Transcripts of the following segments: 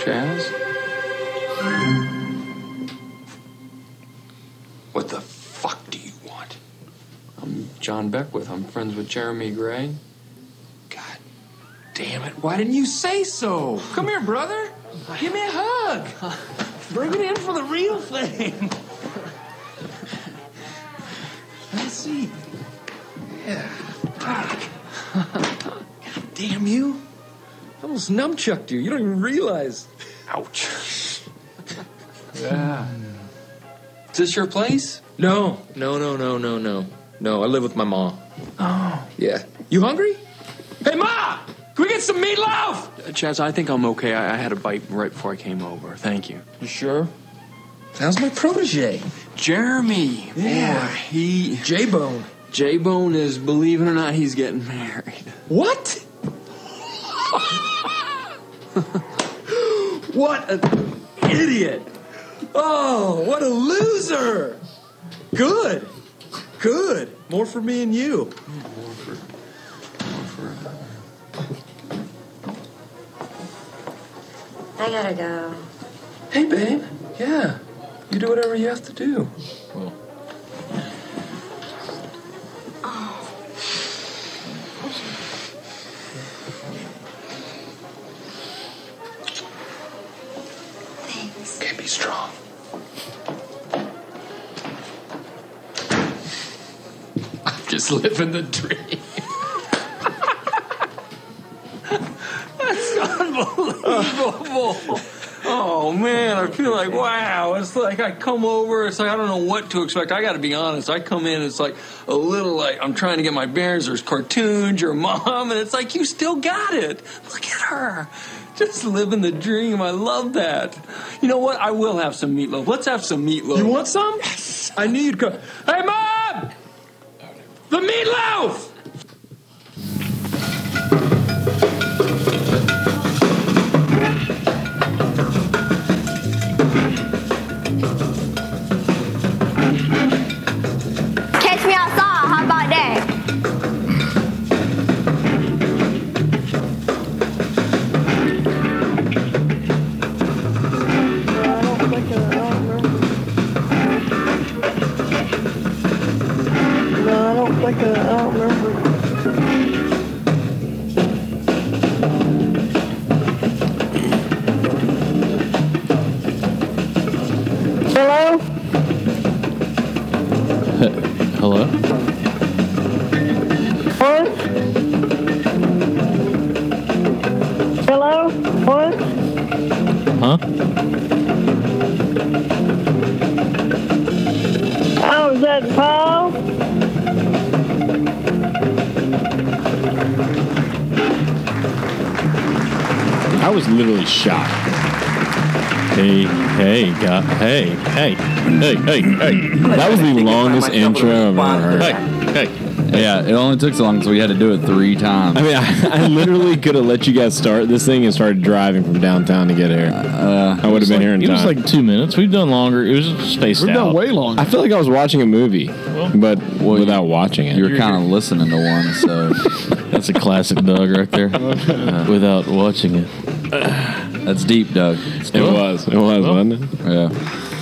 Chaz? What the fuck do you want? I'm John Beckwith. I'm friends with Jeremy Gray. God damn it. Why didn't you say so? Come here, brother. Give me a hug. Bring it in for the real thing. Let's see. Yeah. Fuck. God damn you. I almost numchucked you. You don't even realize. Ouch. yeah. Is this your place? No, no, no, no, no, no. No, I live with my mom. Oh. Yeah. You hungry? Hey, Ma! Can we get some meatloaf? Chaz, I think I'm okay. I, I had a bite right before I came over. Thank you. You sure? Sounds my protege, Jeremy. Yeah. Boy, he. J Bone. J Bone is, believe it or not, he's getting married. What? what an idiot! Oh, what a loser! Good, good. More for me and you. I gotta go. Hey, babe. Yeah, you do whatever you have to do. Well, Thanks. can't be strong. I'm just living the dream. Unbelievable. Oh man, I feel like wow. It's like I come over, it's like I don't know what to expect. I got to be honest. I come in, it's like a little like I'm trying to get my bearings. There's cartoons, your mom, and it's like you still got it. Look at her, just living the dream. I love that. You know what? I will have some meatloaf. Let's have some meatloaf. You want some? I knew you'd come. Hey, Mom! The meatloaf! Catch me outside. How about that? No, I don't think I, I don't remember. Hello? Hello? What? Hello? What? Huh? Oh, is that Paul? I was literally shocked. Hey, hey, God, hey, hey, hey, hey, hey. That was the longest intro I've ever heard. Hey, hey. Yeah, it only took so long, so we had to do it three times. I mean, I, I literally could have let you guys start this thing and started driving from downtown to get here. I would have been here in It was time. like two minutes. We've done longer. It was just spaced We've out. done way longer. I feel like I was watching a movie, but without watching it. you were kind of listening to one, so That's a classic Doug right there. Without watching it. Oh, that's deep, Doug. it was. It was, wasn't it? Yeah.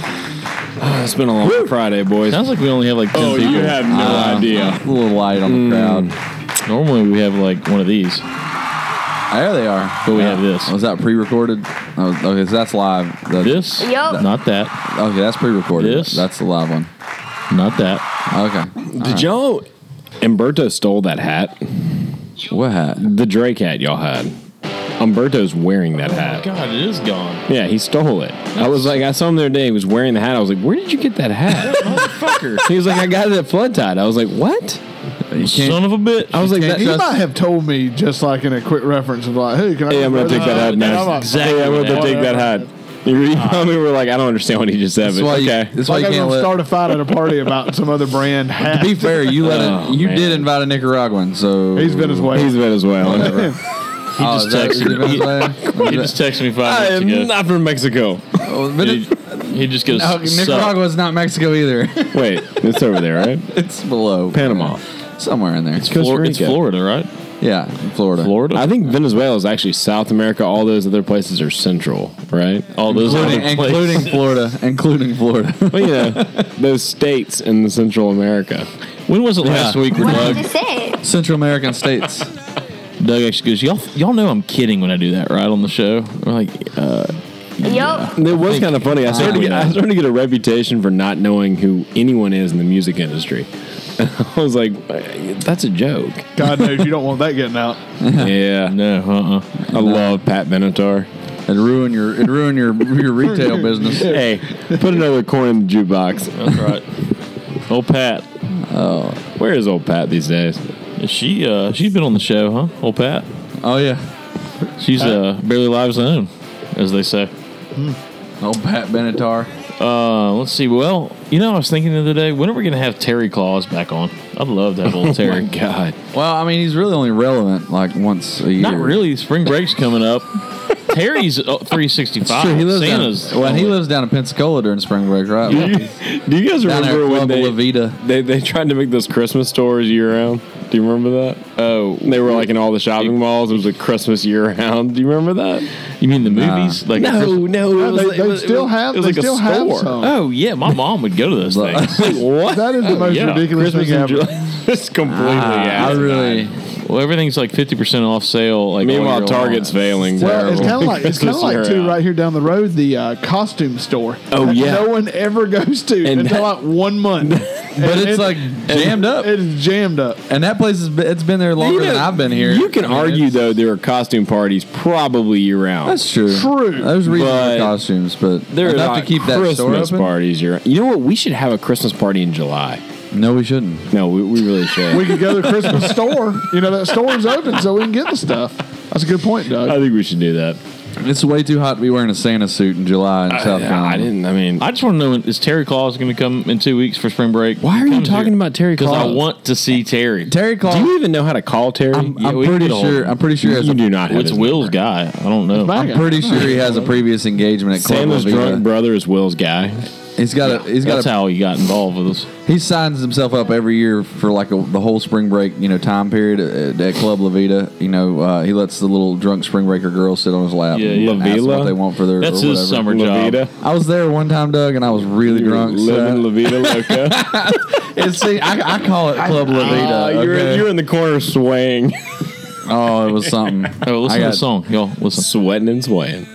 It's been a long Friday, boys. Sounds like we only have like ten oh, people. you have no Uh, idea. Hmm. A little light on the crowd. Normally we have like one of these. Oh, There they are. But we have this. Was that pre-recorded? Oh, okay, so that's live. That- This? Yup. Not that. Okay, that's pre-recorded. This? That's the live one. Not that. Okay. Did y'all? Umberto stole that hat. What hat? The Drake hat y'all had. Umberto's wearing that hat. God, it is gone. Yeah, he stole it. I was like, I saw him the other day. He was wearing the hat. I was like, where did you get that hat? Motherfucker. he was like, I got it at Flood Tide. I was like, what? You can't, Son of a bitch. I was like, can't that, You Just- might have told me just like in a quick reference of like, hey, can I? hey, I'm gonna borrow take that hat? hat And I'm now. like, Exactly. Hey, I'm gonna take that hat. You you know, we were like, I don't understand what he just said. that's But why you, okay. that's why Like you I'm can't gonna let. start a fight at a party about some other brand hat. to be fair, you let Oh, it, you man. did invite a Nicaraguan, so He's Venezuelan. He's Venezuelan. He Oh, just texted me. He, he just texted me I five minutes ago. am not from Mexico. Oh, he, he just goes. No, "Suck." Oh, Nicaragua is not Mexico either. Wait, it's over there, right? it's below Panama. somewhere in there. Costa Flor- it's Rica. Florida, right? Yeah, Florida. Florida. I think Venezuela is actually South America. All those other places are Central, right? All those Including, other places. including Florida. Including Florida. Well, you know, those states in the Central America. When was it last Yeah. week, where What did Doug? you just say? Central American states. Doug actually goes, y'all, y'all know I'm kidding when I do that, right? On the show, we're like, uh, Yup. It was kind of funny. I started, to get, I started to get a reputation for not knowing who anyone is in the music industry. I was like, that's a joke. God knows you don't want that getting out. yeah. no, uh, uh uh-uh. I love Pat Benatar. It ruin your it ruin your your retail business. Hey, put another coin in the jukebox. that's right. Old Pat, Uh, Where is old Pat these days? she uh, she's been on the show, huh? Old Pat, Oh yeah. she's uh, barely lives own, as they say. Hmm. Old Pat Benatar. Uh, let's see. Well, you know, I was thinking the other day, when are we gonna have Terry Claus back on? I'd love to have Oh, old Terry. God. Well, I mean, he's really only relevant like once a year. Not really. Spring break's coming up. Terry's uh, It's 365. true. He lives Santa's down, well, he only- lives down in Pensacola during spring break, right? Do you, do you guys down there remember at when Club La they, Vida. they, they tried to make those Christmas stores year round? Do you remember that? Oh, they were like in all the shopping malls. It was like Christmas year round. Do you remember that? You mean the Nah. movies? Like no. it was They, like- it they was- still it was- have. it was they like a still have store. some. Oh yeah, my mom would go to those things. Oh, what? That is the most yeah. ridiculous Christmas thing in ever. July. it's completely Ah, Ah. I asinine. really. Well, everything's like fifty percent off sale. Like all Meanwhile, year Target's long. failing. Well, it's kind of like it's kind Christmas of like too year right here down the road the uh, costume store. Oh, that yeah. no one ever goes to And until that- like one month. But it's like jammed up, It is jammed up. and that place has been, it's been there longer You know, than I've been here. You can I mean, argue it's- though there are costume parties probably year round. That's true. True. There's reasons But for costumes, but there are enough not to keep that Christmas store open. parties year. You know what? We should have a Christmas party in July. No, we shouldn't. No, we, we really should. We could go to the Christmas store. You know that store's open, so we can get the stuff. That's a good point, I Doug. think we should do that. It's way too hot to be wearing a Santa suit in July in South I, Carolina. I didn't. I mean, I just want to know: Is Terry Claus going to come in two weeks for spring break? why are you talking about Terry Because I Claus? want to see Terry. Terry Claus. do you even know how to call Terry? I'm, Yeah, I'm we can pretty get a hold of sure. him. I'm pretty sure. he has you a- do not have It's his Will's guy. I don't know. My I'm guy. pretty sure he has a previous engagement at Club La Santa's drunk Vida. brother is Will's guy. He's got a. He's got That's a. how he got involved with us. He signs himself up every year for like a, the whole spring break, you know, time period at, at Club La Vida. You know, uh, he lets the little drunk spring breaker girl sit on his lap. Yeah, and yeah. ask them La Villa? What they want for their. That's or his whatever. summer La job. Vida. I was there one time, Doug, and I was really drunk. Living So La Vida Loca. it's, see, I, I call it Club La Vida. Ah, you're, okay? you're in the corner swaying. oh, it was something. Oh, listen I to got- the song, y'all. Listen. Sweating and swaying.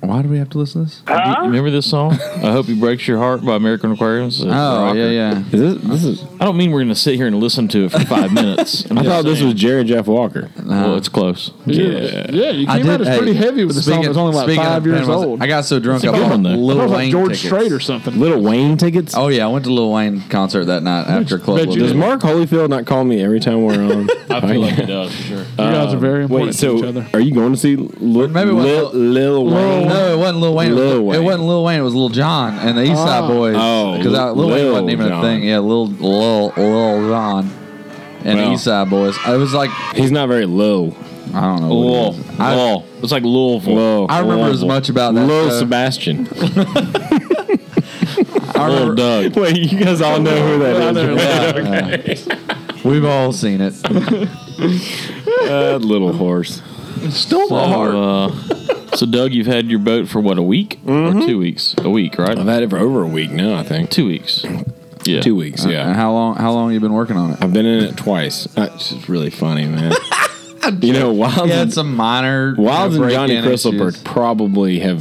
Why do we have to listen to this? Oh, You remember this song? I hope he breaks your heart by American Aquariums. It's a rocker. Oh, yeah, yeah. Is this, this is, I don't mean we're going to sit here and listen to it for five minutes. I'm I just thought this saying. was Jerry Jeff Walker. Well, it's close. Yeah, yeah. You Uh-huh. I came out did- as hey, pretty heavy with the song. speaking- It's only like speaking of five years Penn, I was- old. I got so drunk a I good bought one, though. That Little was Wayne like George tickets. Strait or something. Little Wayne tickets. Oh yeah, I went to Lil Wayne concert that night after Club. bet La you Does Vida. did. Mark Holyfield not call me every time we're on? I feel like it does, for sure. Um, you guys are very important Um, Wait, so to each other. are you going to see Lil, Maybe it Lil, wasn't Lil Wayne? No, it wasn't Lil Wayne. Lil it, was, Wayne. it wasn't Lil Wayne. It was Lil John and the East Side Ah. Boys. Oh, because Lil, Wayne Lil wasn't even John. a thing. Yeah, Lil Lil Lil John and Well. the East Side Boys. It was like He's not very low. I don't know. what it Lul. is. I, Lul. It's like Louisville. Low. I remember as much about that Lil show. Sebastian. I Lil remember, Doug. Wait, you guys all know who that is. we've all seen it. That little horse. Still So, Oh, uh, so, Doug, you've had your boat for what, a week? Or two weeks? A week, right? Mm-hmm. I've had it for over a week now. I think Two weeks. Yeah. Uh, two weeks. Yeah. And how long? How long you been working on it? I've been in it twice. That's just really funny, man. you know, Wilds, Yeah, and, it's a minor. Wilds and Johnny Crystal Crystalford. probably have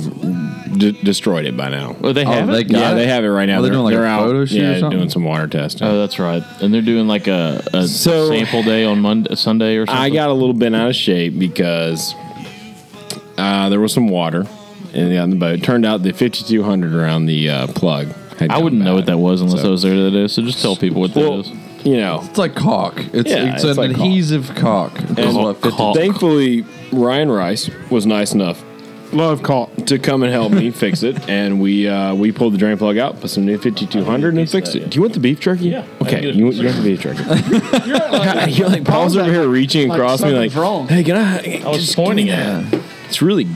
d- destroyed it by now. Oh, they have they it? got yeah, it? they have it right now. Are they they're doing, like, a they're out. photo shoot or yeah, something? doing some water testing. Oh, that's right. And they're doing like a, a So- sample day on Monday, Sunday or something. I got a little bit out of shape because uh, there was some water in the, on the boat. Turned out the 5200 around the uh, plug. had I gone wouldn't know bad. what that was unless So- I was there that day. So just tell people what that Well, is. you know, It's like caulk. It's Yeah, it's, it's an like caulk. adhesive caulk. It's And- what, 50 Caulk. thankfully Ryan Rice was nice enough Love caught. to come and help me fix it, and we uh, we pulled the drain plug out, put some new 5200, and fixed it. Do you want the beef jerky? Yeah, I can Okay, get a you, piece you want the beef jerky? You're like Paul's Paul's over like- here reaching like across me, like, something's wrong. hey, can I? I was just pointing give me at that." It's really,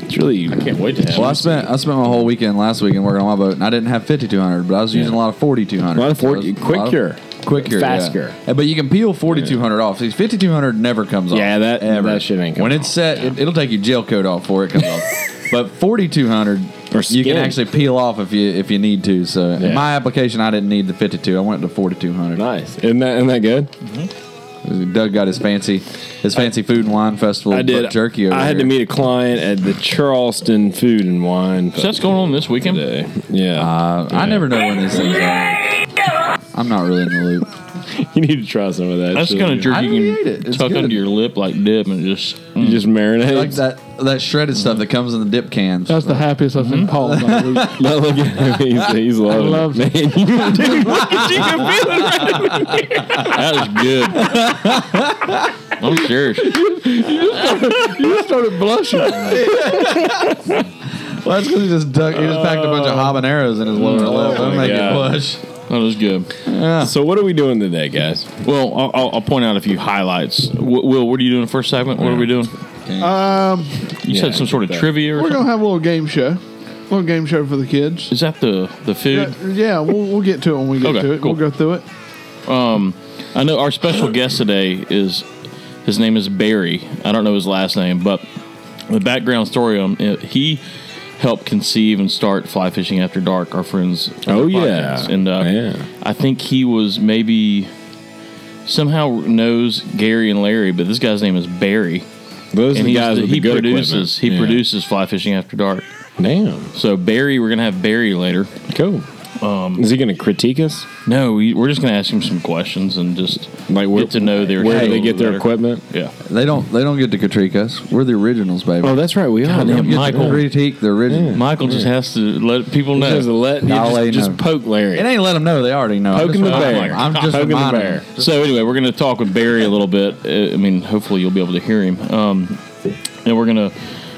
it's really. I Can't wait to have Well, I it. spent I spent my whole weekend last weekend working on my boat, and I didn't have fifty two hundred, but I was using a lot of forty two A hundred. lot of 40, quick cure. quicker, yeah. Faster. Uh, But you can peel forty two hundred off. See, fifty two hundred never comes off. Yeah, that- ever. that shit ain't When coming it's set, it, it'll take your gel coat off before it comes off. But forty two hundred, Or you skin. can actually peel off if you if you need to. So Yeah. in my application, I didn't need the fifty two. I went to forty two hundred. Mm-hmm. Nice. Isn't that, isn't that good? Doug got his fancy his fancy food and wine festival. I did. butt jerky. Over I had to here. meet a client at the Charleston Food and Wine. So that's going on this weekend. today. Yeah. Uh, I never know when these things are. I'm not really in the loop. you need to try some of that. That's shit. kind of I jerky. You really can ate it. It's tuck good. under your lip like dip and just. mm. You just marinate. Mm-hmm. Like that that shredded stuff that comes in the dip cans. That's the happiest I've been Paul in a week. Look look at him. He's, he's loving love it. Man, you That was good. I'm serious. You started blushing. Well, that's because he just duck, he just packed a Oh. bunch of habaneros in his lower lip. Oh I'm making God. push. That was good. So what are we doing today, guys? Well, I'll- I'll, I'll point out a few highlights. W- Will, what are you doing first segment? What are we doing? Um, You Yeah, said some sort of that- trivia or we're something. gonna have a little game show, little game show for the kids. Is that the the Yeah, food? yeah, we'll, we'll get to it when we get Okay, to it. cool. We'll go through it. Um, I know our special guest today is his name is Barry. I don't know his last name, but the background story on it, he helped conceive and start Fly Fishing After Dark. Our friends. on Oh, the yeah. podcast. and uh, Yeah. I think he was maybe somehow knows Gary and Larry, but this guy's name is Barry, Those are and the he's guys the- with he the good produces he equipment. produces Fly Fishing After Dark. Yeah. So Barry, we're gonna have Barry later. Um, Damn. Cool. Is he going to critique us? No, we, we're just gonna ask him some questions and just Like where, get to know their where show do they a get little their better. equipment? Yeah, They don't they don't get to critique us. We're the originals, baby. Oh, that's right. We are. God damn, Don't get Michael. to- critique the original. Michael just has to let people You know. Just let you I'll just, let you just know. poke Larry. It ain't let them know. They already know. I'm Poking just the reminding bear. them. I'm just Poking the reminding bear. them. So anyway, we're gonna talk with Barry a little bit. Uh, I mean, hopefully you'll be able to hear him. Um, and we're gonna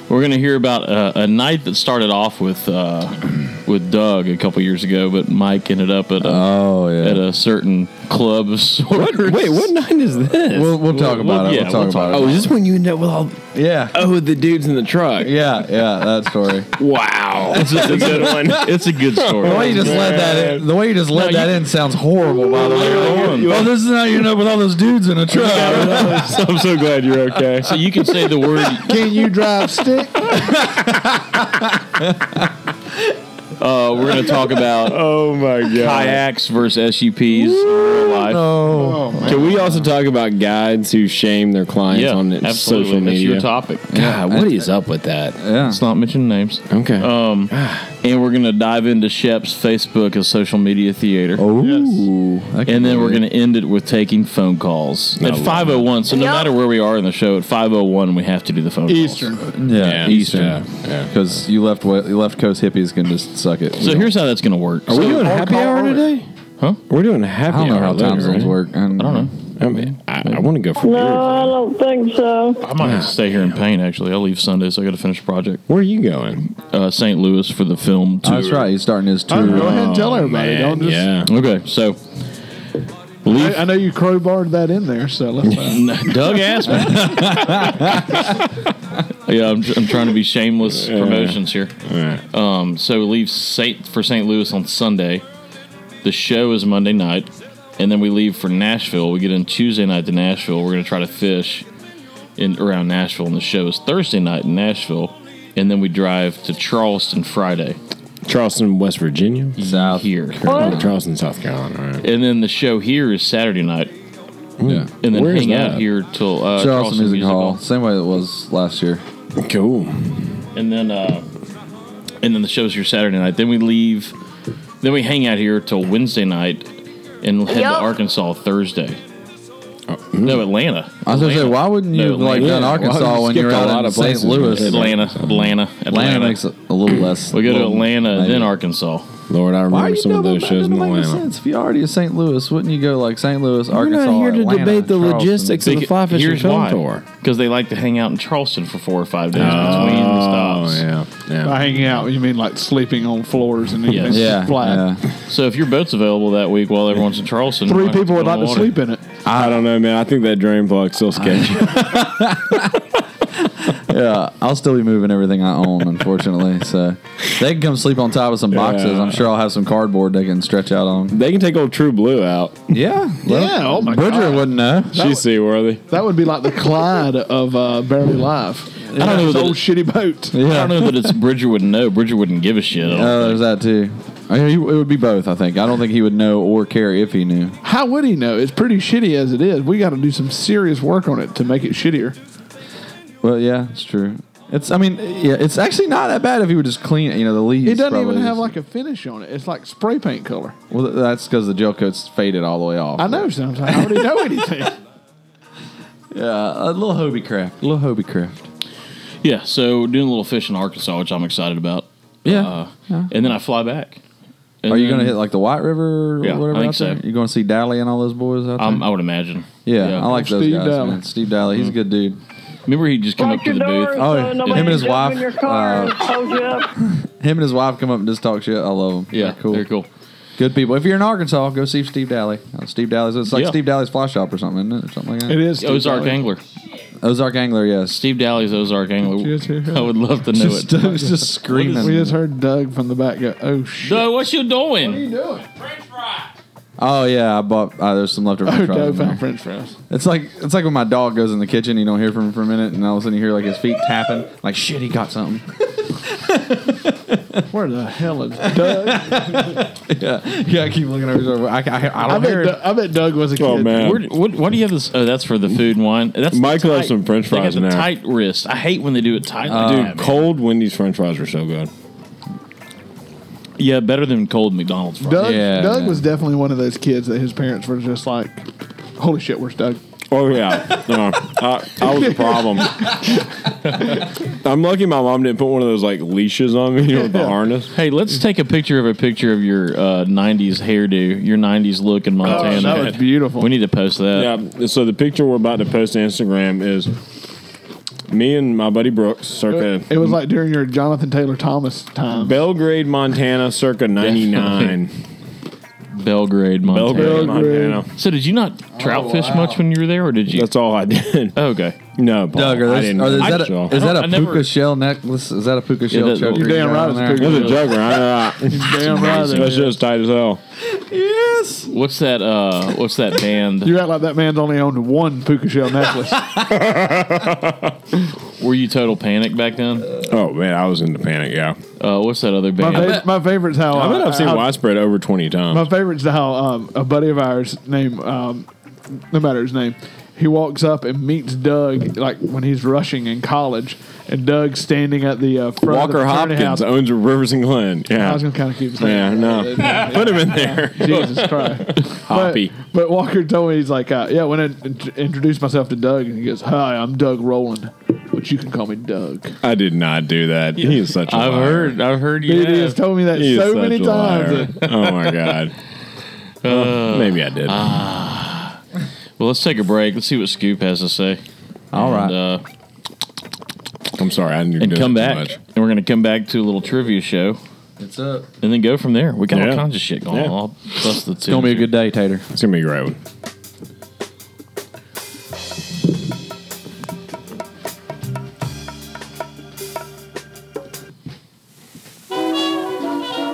we're gonna hear about uh, a night that started off with uh, with Doug a couple years ago, but Mike ended up at a, Oh at yeah. a certain club. Of sorts. Wait, what night is this? We'll, we'll talk Well, about it. yeah, we'll talk we'll about oh, is this when you end up with all? it. Yeah. Oh, the dudes in the truck. Yeah, yeah, that story. Wow, that's a good one. It's a good story. The way you just let that in, the way you just let No, you- that in sounds horrible. By the way, oh, this is how you know with all those dudes in a truck. So I'm so glad you're okay. so you can say the word. Can you drive stick? Uh, we're gonna talk about Oh my god. kayaks versus SUPs in real life. Oh, man. Can we also talk about guides who shame their clients Yeah, on absolutely. social That's media? your topic. God, what is up with that? Yeah. Let's not mention names. Okay. Ah. Um, and we're gonna dive into Shep's Facebook and social media theater. Oh, Ooh. And then we're going to end it with taking phone calls at love 501. So no Yep. matter where we are in the show, at 501, we have to do the phone Eastern. gonna yeah, Yeah, Eastern yeah, because you left we- you left coast hippies can just suck it. calls. So here's how that's going to work. Are So- we doing I'll happy call hour early. today? Huh? We're doing a happy I don't know hour how later, time zones right? work. and- I don't know. I mean, I, I want to go for No, beer. I don't think so. I might have to stay here in pain, actually. I leave Sunday, so I got to finish a project. Where are you going? Uh, St. Louis for the film Oh, tour. that's right. He's starting his tour. Oh, go ahead and tell everybody. don't just. yeah. Oh, Okay, so leave. I, I know you crowbarred that in there, so let's. Doug asked me. yeah, I'm, I'm trying to be shameless promotions here. Um, so we leave Saint for St. Louis on Sunday. The show is Monday night, and then we leave for Nashville. We get in Tuesday night to Nashville. We're gonna try to fish in around Nashville, and the show is Thursday night in Nashville. And then we drive to Charleston Friday Charleston, West Virginia. South. here, Oh, Charleston, South Carolina. All right. and then the show here is Saturday night, Yeah. and then Where is hang out that? here till uh, Charleston, Music, Hall. Same way it was last year. Cool. and then uh, and then the show's here Saturday night. Then we leave, then we hang out here till Wednesday night, and head Yup. to Arkansas Thursday. No, Atlanta. I was going to say, why wouldn't you No, have like Atlanta. done Oh, hmm. Yeah, why would you Arkansas when you're skip a out lot in of St. places? Louis? Atlanta, Atlanta, Atlanta, Atlanta. makes it a little less. we go to little- Atlanta, maybe. then Arkansas. Lord, I Why are remember you some of those shows in Atlanta. Sense. If you're already in St. Louis, wouldn't you go like St. Louis, Arkansas, Atlanta, Charleston? Beca- here's why. Because they like to hang out in Charleston for four or five days between the Oh, stops. yeah. By yeah. hanging out, you mean like sleeping on floors and Yes. it's Yeah, flat. yeah. So if your boat's available that week while everyone's in Charleston, Three why people would don't like you to go sleep in it. I don't know, man. I think that drain plug's still sketchy. Yeah, I'll still be moving everything I own, unfortunately. so they can come sleep on top of some boxes. Yeah. I'm sure I'll have some cardboard they can stretch out on. They can take old True Blue out. Yeah, Yeah, oh my Bridger God. wouldn't know. She's seaworthy. That would be like the Clyde of uh, Barely Live. I know His that old it- shitty boat. I don't Yeah. know that it's Bridger wouldn't know. Bridger wouldn't give a shit. I don't Oh, think. there's that too. I mean, he- it would be both. I think. I don't think he would know or care if he knew. How would he know? It's pretty shitty as it is. We got to do some serious work on it to make it shittier. Well, yeah, it's true. It's. I mean, yeah, it's actually not that bad if you would just clean. You know, the leaves. It doesn't probably even have just- like a finish on it. It's like spray paint color. Well, that's because the gel coat's faded all the way off. I know sometimes. How would he know anything? Yeah, a little Hobie craft. A little Hobie craft. Yeah, so doing a little fish in Arkansas, which I'm excited about. Yeah. Uh, And then I fly back. And Are you then going to hit like the White River or Yeah, whatever I think out there? so. You going to see Dally and all those boys out there? Um, I would imagine. yeah, I like those Steve guys, Daly. man. Steve Dally, he's a good dude. Mm. Remember, he just came up Lock to your the doors. booth. Oh, so yeah. nobody Him and his can jump wife, In your car and uh, close you up. Him and his wife come up and just talk shit. I love them. Yeah, cool. they're cool. Good people. If you're in Arkansas, go see Steve Dally. Uh, Steve Dally's it's like Yeah. Steve Dally's fly shop or something, isn't it? Or something like that. it is Ozark Angler. Ozark Angler, yes. Steve Daly's Ozark Angler. Just hear her. I would love to know Just, it. just screaming. We just heard Doug from the back go, "Oh shit." Doug, what you doing? doing? oh yeah, I bought. Uh, there's some leftover. Oh, fries Doug in there. found French fries. It's like it's like when my dog goes in the kitchen, you don't hear from him for a minute, and all of a sudden you hear like his feet tapping, like shit, he got something. Where the hell is Doug? yeah, I keep looking over. his shoulder. I, I, I I don't hear bet, it. Doug, I bet Doug was a kid. Oh man. Where, what, what do you have this? Oh, that's for the food and wine. That's the Michael has tight- some french fries They got the now. tight wrist. I hate when they do it tight. like Dude, that, man. cold Wendy's French fries were so good. Yeah, better than cold McDonald's fries. Doug, Yeah. Doug was definitely one of those kids that his parents were just like, "Holy shit, where's Doug?" Oh yeah, no, I, I was a problem. I'm lucky my mom didn't put one of those like leashes on me, you know, with the harness. Hey, let's take a picture of a picture of your uh, '90s hairdo, your '90s look in Montana. that was beautiful. We need to post that. Yeah. So the picture we're about to post to Instagram is me and my buddy Brooks, circa It was like during your Jonathan Taylor Thomas time. Belgrade, Montana, circa '99. Belgrade, Montana. Belgrade, Montana. So did you not trout Oh, fish much when you were there, or did you? That's all I did. oh, okay. No, Paul, Doug, are I those, didn't. are, is, I- that a, is I that a don't- I puka never- shell necklace? Is that a puka shell that- choker? You're damn right you got it's on a there? puka- That's a jugger. I know. that. Damn right. it That is. shit was tight as hell. Yes. What's that? Uh, what's that band? You act like that man's only owned one puka shell necklace. Were you total panic back then? Oh man, I was in the panic. Yeah, Uh, what's that other My, band? favorite, my favorite's how I bet I've seen how- widespread over twenty times. My favorite's how um, a buddy of ours named um, no matter his name, he walks up and meets Doug like when he's rushing in college, and Doug's standing at the uh, front of Walker the fraternity House. Hopkins owns Rivers and Glen. I Yeah. was gonna kind of keep saying yeah, no. Put him in there. Jesus Christ. Hoppy. But, but Walker told me, he's like, uh, yeah, when I int- introduced myself to Doug, and he goes, hi, I'm Doug Rowland, but you can call me Doug. I did not do that. He is such a I've liar. heard. I've heard you. Dude, have. he has told me that He is so such many a liar. times. Oh my god. Oh, Maybe I did. Uh, ah. Well, let's take a break. Let's see what Scoop has to say. All And, right. uh, I'm sorry. I didn't and come back, Much. and we're gonna come back to a little trivia show, It's up. It's and then go from there. We got all Yeah. kinds of shit going. on. Yeah. I'll bust the two. gonna be a good day, Tater. It's gonna be a great one.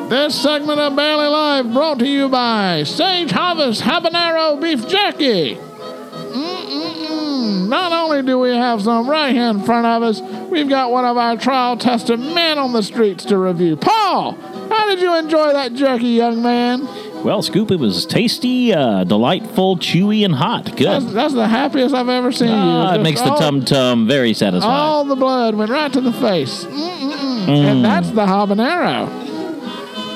This segment of Barely Live brought to you by Sage Harvest Habanero Beef Jerky. Mm-mm-mm. Not only do we have some right here in front of us, we've got one of our trial tested men on the streets to review. Paul, how did you enjoy that jerky, young man? Well, Scoop, it was tasty, uh, delightful, chewy, and hot. That's, Good. that's the happiest I've ever seen you. Uh, Ah, it Just makes the all- tum tum very satisfying. All the blood went right to the face. Mm-mm-mm. And that's the habanero.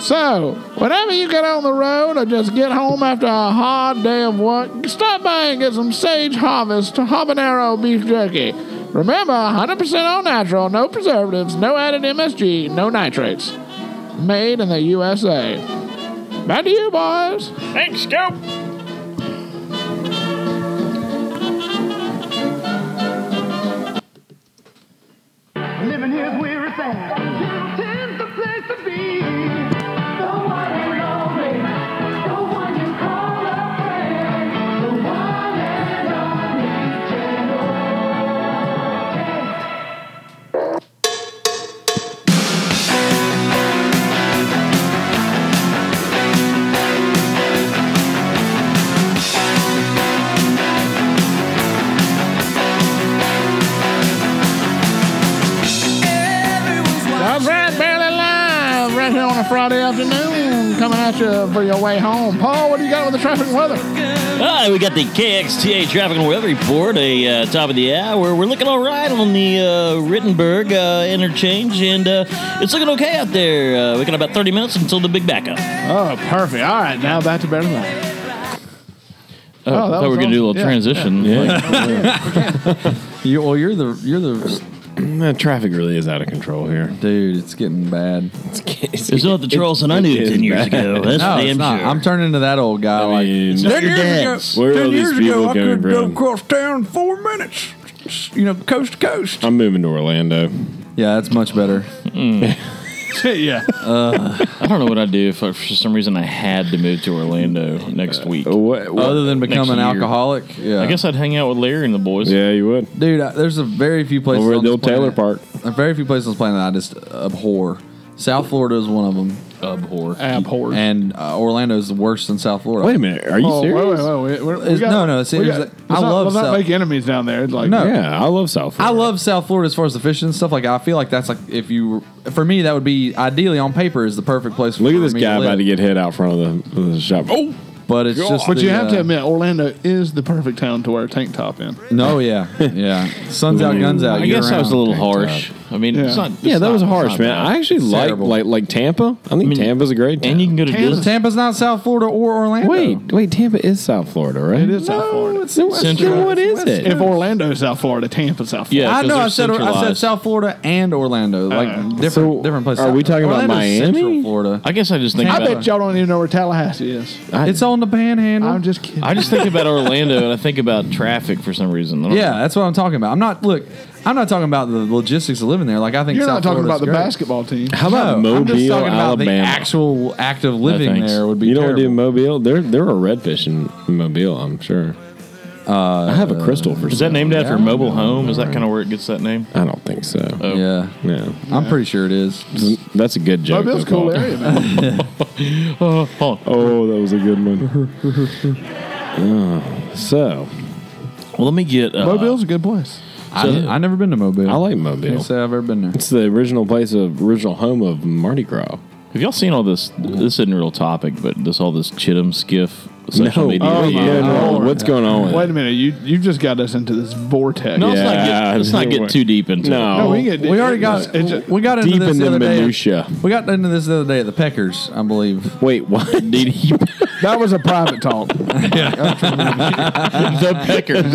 So, whenever you get on the road or just get home after a hard day of work, stop by and get some Sage Harvest habanero beef jerky. Remember, 100% all natural, no preservatives, no added MSG, no nitrates. Made in the USA. Back to you, boys. Thanks, Scoop. Living here's where it's at. Hilton's the place to be. The one and only. The one you call a friend. The one and only. J-O-J. right, barely live, right here on a Friday afternoon, coming at you for your way home. Paul, what do you got with the traffic and weather? Hi, we got the KXTA traffic and weather report. A uh, top of the hour. We're looking all right on the uh, Rittenberg uh, interchange, Oh. and uh, it's looking okay out there. Uh, we got about 30 minutes until the big backup. Oh, perfect. All right, now back to barely live. Oh, Oh, I that thought we were was gonna do a little awesome. transition. You, well, you're the you're the The Mm, traffic really is out of control here. dude. It's getting bad. It's not the Charleston I it knew is 10 years bad. ago. That's no, for it's damn not. sure. I'm turning into that old guy. I mean, like Not ten your years ago, Where are ten all these years ago, people I going could go from? across town in four minutes. You know, coast to coast. I'm moving to Orlando. Yeah, that's much better. Mm. yeah. Uh. I don't know what I'd do if I, for some reason I had to move to Orlando next week. Uh, What, what- Other than become an year. alcoholic, yeah. I guess I'd hang out with Larry and the boys. yeah, you would. dude, I, there's a very few places Over at on the this old Taylor planet- Park. There are very few places on this planet that I just abhor. South Florida is one of them, Abhor. Abhor. and uh, Orlando is worse than South Florida. Wait a minute. Are you Oh, wait, serious? wait, wait, wait. We- we It's- got- no, no, it's- we it's- got- I let's not, love Let's not South- make enemies down there. It's like, No. Yeah, I love South I Florida. love South Florida as far as the fishing and stuff. Like, I feel like that's like if you were- for me that would be ideally on paper is the perfect place. Look for at this me to guy live. about to get hit out front of the, the shop. Oh, But it's just. But the, you have uh, to admit, Orlando is the perfect town to wear a tank top in. No, yeah, yeah. Sun's out, guns out. I year guess I was a round. little harsh. I mean, it's Yeah. not. it's yeah, that not- was it's harsh, not man. bad. I actually like terrible. like like Tampa. I think Tampa's a great town. and you can go to Kansas- Disney. Tampa's not South Florida or Orlando. wait, wait. Tampa is South Florida, right? It is South Florida. It's then what- Central. then what is it? If Orlando is South Florida, Tampa is South Florida. Yeah, I 'cause know. they're I said I said centralized. South Florida and Orlando, like Uh, different so different places. are we talking about Orlando's Miami? Central Florida. I guess I just think I about. bet y'all don't even know where Tallahassee is. I- It's on the Panhandle. I'm just kidding. I just think about Orlando and I think about traffic for some reason. I don't yeah, that's what I'm talking about. I'm not look. I'm not talking about the logistics of living there. Like I think You're South not talking about Florida's the great. basketball team. How about No, I'm Mobile, just talking about the Alabama? actual act of living thanks. there would be. you know what, terrible. dude? Mobile. There, there are redfish in Mobile. I'm sure. Uh, I have a crystal for. Is that named after mobile home? Is that kind of where it gets that name? I don't think so. Oh. Yeah, No, I'm pretty sure it is. that's a good joke. Mobile's a though, cool Paul. area, man. Oh, hold on. Oh, that was a good one. Uh, so Well, let me get. Uh, Mobile's a good place. I, I've never been to Mobile. I like Can't Mobile. say I've ever been there. It's the original place of original home of Mardi Gras. Have y'all seen all this? This isn't a real topic, but this all this Chittum skiff social media. Oh, yeah. yeah, no. Lord. What's going on? With Wait it? a minute. You you just got us into this vortex. No, let's not Yeah, get, let's not get too deep into No. it. No, we, can get, We already got It's just, we got into Deep this in the the other day. minutia. We got into this the other day at the Peckers, I believe. Wait, what? Did he? that was a private talk. the Peckers.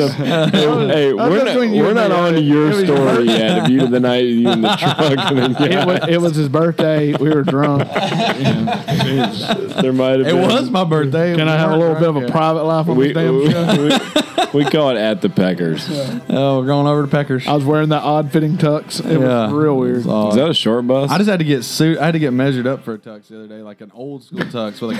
hey, was we're not, between you we're and not me. on to uh, It your was your story yet. If you the night you in the truck, and then, it, was, it was his birthday. We were drunk. there might have It been. was my birthday. Can I have a little bit of a private life on We, this damn show? we, we call it at the Peckers. Oh, we're going over to Peckers. I was wearing that odd fitting tux. It Yeah. was real weird. Is that a short bus? I just had to get suit. I had to get measured up for a tux the other day, like an old school tux with a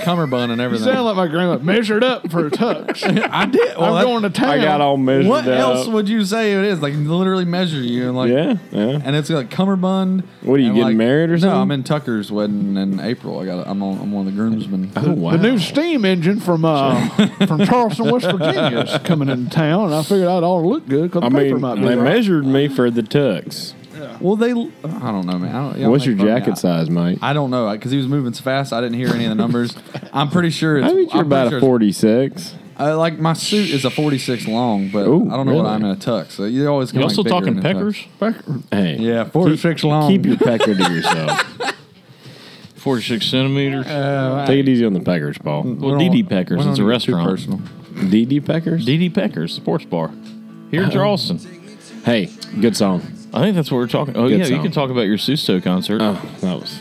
cummerbund and You everything. sound like my grandma measured up for a tux. I did. I'm Well, that- going to town. I got all measured What up. else would you say it is? Like literally measure you and like Yeah, yeah. and it's like cummerbund. What, are you and, getting married or something? No, I'm in Tucker's wedding in April. I got. I'm on, I'm one of the groomsmen. Oh, wow. The new steam engine from uh, from Charleston, West Virginia is coming into town, and I figured I'd all look good because the I paper mean, might be they right. measured me for the tux. Well, they. I don't know, man. I don't, y'all What's your make fun of me. jacket I- size, Mike? I don't know because he was moving so fast. I didn't hear any of the numbers. I'm pretty sure it's. I think you're I'm pretty about sure a it's- 46. Uh, like my suit is a 46 long, but Ooh, I don't know what really? I'm in a tux. So you always come You also talking peckers? Hey, Yeah, 46 long. keep your pecker to yourself. Forty-six centimeters. Oh, Take it easy on the peckers, Paul. well, DD Peckers. It's a restaurant. Personal. DD peckers? DD Peckers sports bar here in Charleston. Uh-huh. hey, good song. I think that's what we're talking. Oh Good yeah, you song. can talk about your Susto concert. Oh, that was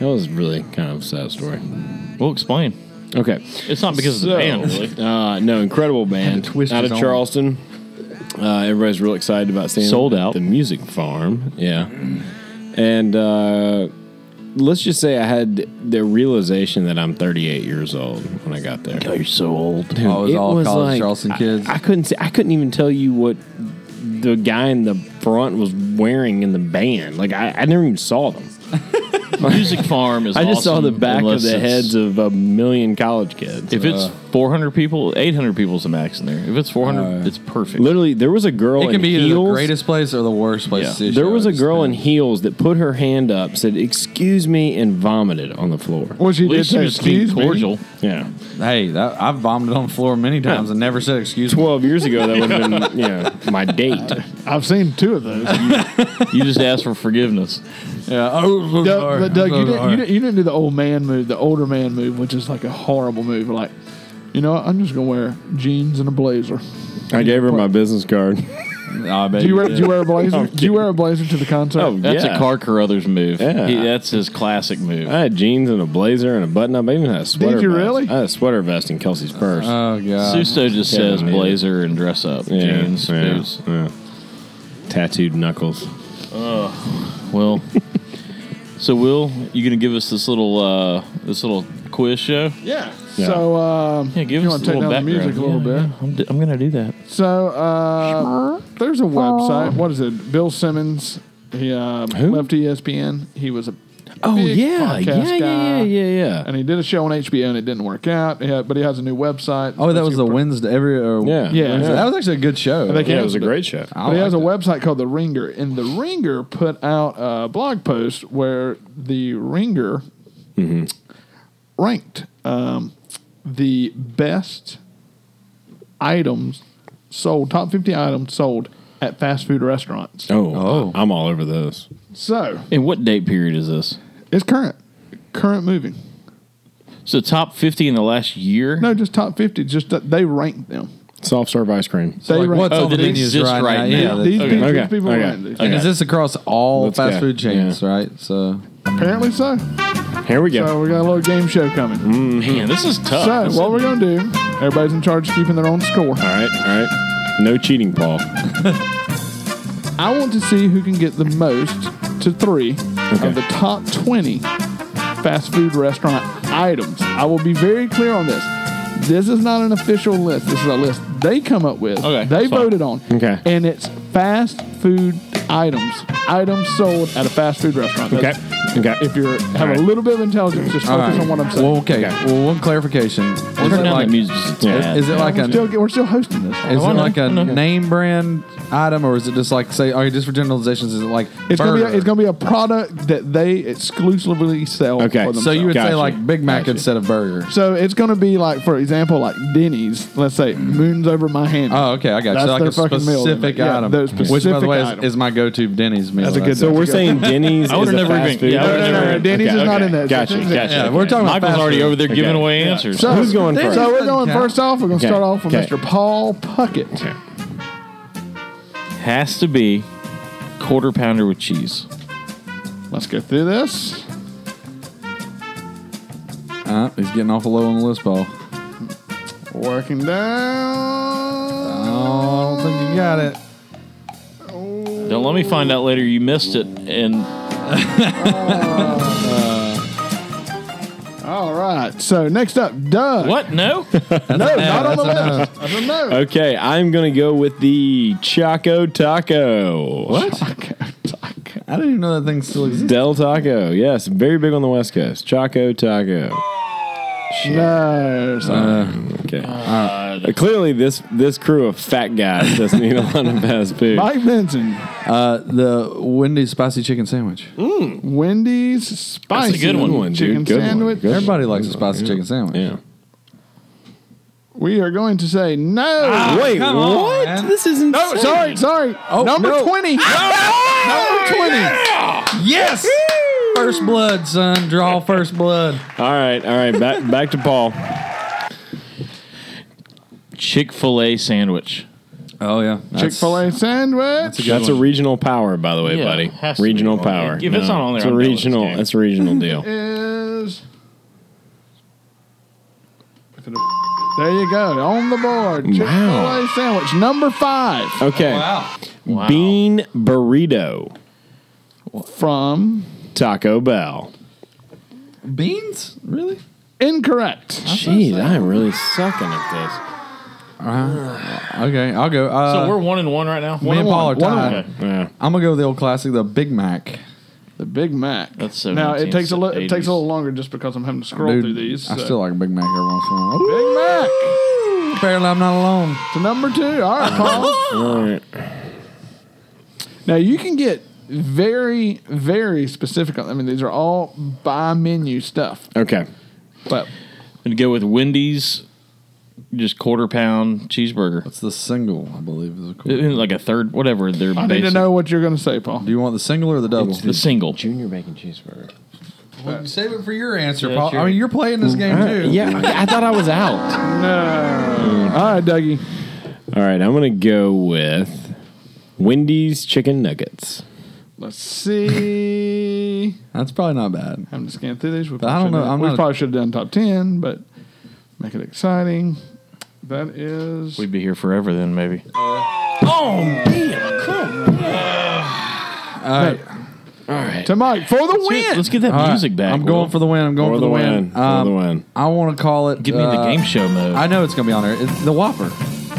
that was really kind of a sad story. we'll explain. Okay, It's not because of the band, really. Uh, no, incredible band twist out his of arm. Charleston. Uh, everybody's real excited about seeing Sold them at out. the Music Farm. Yeah, and uh, let's just say I had the realization that I'm 38 years old when I got there. you're so old. Dude, Oh, it was all college Charleston I- kids. I, couldn't say, I couldn't even tell you what the guy in the front was wearing in the band. Like I, I never even saw them. Music Farm is. I just saw awesome the back of unless the it's- heads of a million college kids. If it's 400 people, 800 people is the max in there. If it's 400, it's perfect. Literally, there was a girl It in can be either the heels. greatest place or the worst place. Yeah. to see a there show. was a It's girl in kinda- heels that put her hand up, said "Excuse me," and vomited on the floor. Well, she At did least you're say, just being excuse me. cordial. Yeah, Hey, that, I've vomited on the floor many times and never said excuse me. twelve years ago, that would have been yeah my date. I've seen two of those. You just ask for forgiveness. Yeah. Oh, I'm so Doug, sorry. but Doug, I'm so you, didn't, sorry. you, didn't, you didn't do the old man move, the older man move, which is like a horrible move. Like, you know what? I'm just gonna wear jeans and a blazer. I gave her my business card. Nah, baby, Do you wear, yeah. do you wear a blazer? I'm do you wear a blazer to the concert? Oh, That's Yeah. a Car Carruthers move. Yeah. He- that's his classic move. I had jeans and a blazer and a button up. I even had a sweater. you vest. really? I had a sweater vest in Kelsey's purse. Oh god. Susto just Yeah, says yeah. blazer and dress up, yeah, jeans, yeah, boots. yeah. Tattooed knuckles. Oh, Well, so Will, you gonna give us this little uh, this little quiz show? yeah. Yeah. So, um, Yeah, give you us want a to take little down the music background. a little Yeah, bit? yeah, I'm, d- I'm gonna do that. So uh, there's a website. What is it? Bill Simmons. He uh, left ESPN. He was a Oh big yeah, podcast yeah, yeah, guy. yeah, yeah, yeah. And he did a show on HBO and it didn't work out. Yeah, but he has a new website. Oh, that Let's get was the pro- Wednesday every or Yeah. Yeah. Wednesday. That was actually a good show. think Yeah, it was a great show. I But he has a liked it. website called The Ringer, and The Ringer put out a blog post where The Ringer Mm-hmm. ranked um, the best items sold, top 50 items sold at fast food restaurants. Oh, Oh. I'm all over those. So And what date period is this? it's current, current moving. So top 50 in the last year? No, just top 50, just that they ranked them. Soft serve ice cream. So, they like, rank- what's Oh, on the did it menus exist right, right now? now? Yeah. These that's- Okay. people, Okay. people Okay. ranked these. Okay. Is this across all Let's fast go. food chains, right? So Apparently so. Here we go. Mm, So we got a little game show coming. Man, this is tough. So This what is- we're gonna do? Everybody's in charge of keeping their own score. all right, all right. No cheating, Paul. I want to see who can get the most to three of the top 20 fast food restaurant items. I will be very clear on this. This is not an official list. This is a list they come up with. Okay, they that's fine. voted on. Okay. And it's fast food items. Items sold at a fast food restaurant. Okay. That's- Okay. If you have All right. a little bit of intelligence, just all focus right. on what I'm saying. Well, okay. Okay. Well, one clarification. Is it Turn down like, the music just a Yeah. tad. is it like we're, a still, we're still hosting this. is it I know, like a I know. name brand item or is it just like say okay just for generalizations is it like It's gonna, be a, burger? it's gonna be a product that they exclusively sell. Okay, for so so you would themselves. say Gotcha. like Big Mac Gotcha. instead of burger. so it's gonna be like, for example, like Denny's. Let's say Moons over my hand. Oh, okay, I got you. That's So like their a fucking meal, isn't specific it? Yeah, item, their which by the specific way is, item. is my go-to Denny's meal. That's a good- So we're saying Denny's I is would've a never fast even- food. yeah, I would've No, no, no, never- Denny's is not in that. Gotcha, It's- gotcha. Yeah, we're talking about Michael's fast already food. over there Okay. giving away Yeah. answers. So Who's going first? So we're going Okay. first off. We're gonna Okay, start off with okay. Mr. Paul Puckett. Okay. Has to be quarter pounder with cheese. Let's go through this. Uh, he's getting awful low on the list, Paul. Working down. Oh, I don't think you got it. Don't let me find out later you missed it. And Oh. All right. So next up, Doug. what? No? No, not on the list. I don't know. Okay, I'm gonna go with the Choco Taco. What? I didn't even know that thing still existed. Del Taco. Yes, very big on the West Coast. Choco Taco. No. So Okay. Uh, clearly, this this crew of fat guys doesn't eat a lot of fast food. Mike Benson, Uh, the Wendy's spicy chicken sandwich. Wendy's spicy good one. one, dude. chicken Mm. Good one. sandwich. Good. Everybody likes a spicy chicken sandwich. Yeah. We are going to say no. Wait, Ah, come on, what? man. Oh, this isn't. no, sorry, sorry. number no. twenty. Number 20. Yes. First blood, son. Draw first blood. All right, all right. Back back to Paul. Chick fil A sandwich. Oh, yeah. Chick Fil A sandwich. That's a, regional power, by the way, Yeah, buddy. it has to be. Regional Well, power. if it's not on there, it's a I'm jealous, regional. dude. That's a regional deal. Is there you go on the board. Chick Fil A Wow. sandwich number five Okay. Wow. Wow. Bean burrito, from Taco Bell. Beans? Really? incorrect. Jeez, I'm really sucking at Okay, I'll go. Uh, so we're one and one right now? me and Paul are one. One tied. this. Yeah. I'm going to go with the old classic, the Big Mac. The Big Mac. That's so Now it takes a little. It 1980s. takes a little longer just because I'm having to scroll Dude, through these. I so. still like Big Mac every once in a while. Big Mac Apparently, I'm not alone. to number two. All right, Paul. All right. Now you can get very, very specific. on- I mean, these are all by menu stuff. Okay. But And go with Wendy's, just quarter pound cheeseburger, It's the single, I believe. Is cool. Do like a third, whatever. They're I need to know what you're going to say, Paul. you want the single or the double? the single. Junior bacon cheeseburger. Save it for your answer, Yeah, Paul. sure. I mean, you're playing this game too. Yeah, I thought I was out. No. All right, Dougie. All right, I'm gonna go with Wendy's chicken nuggets. Let's see. That's probably not bad. I'm just scanning through these. We I probably don't know. should've- I'm we not a- probably should have done top ten, but make it exciting. That is We'd be here forever then, maybe. Uh, All right, to Mike for the win. Let's get that all right. music back. I'm going for the win. I'm going For for the the win. win. For the Um, win. I want to call it. Get me in the uh, game show mode. I know it's gonna be on there. It's the Whopper,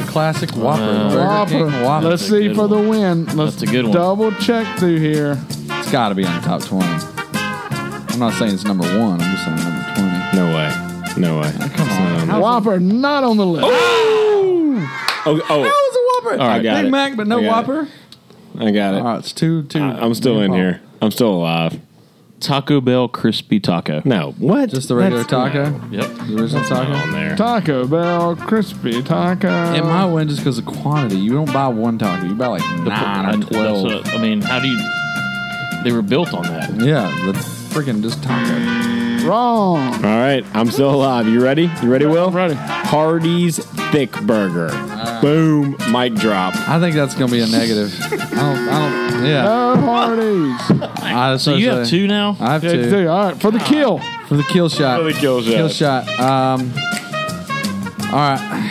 classic Whopper, Burger Whopper. King Let's Whopper. Uh, That's a see good for the one. win. Let's That's a good one. double check through here. It's got to be on the top 20. I'm not saying it's number one. I'm just saying number 20. No way. No way. Come on. How- Whopper not on the list. Oh, oh, That was a Whopper. All right, got Big it. Mac, but no I got it. Whopper. I got it. All right, it's two, two. I- I'm still in here. I'm still alive. Taco Bell crispy taco. No, what? Just the regular taco, Yep. the original taco. on there. Taco Bell crispy taco. It might win just because of quantity. You don't buy one taco. You buy like nine I- or that's twelve. what- I mean, how do you? They were built on that. Yeah, the freaking just taco. Wrong. All right, I'm still alive. You ready? You ready, Will? ready. Hardee's Thick Burger. Boom, mic drop. I think that's gonna be a negative. I don't. I don't. Yeah. No Hardee's. I So you have two now. Ah. I have Yeah, two dude, All right, for the kill. for the kill shot. For the kill shot. Kill shot. Um. All right.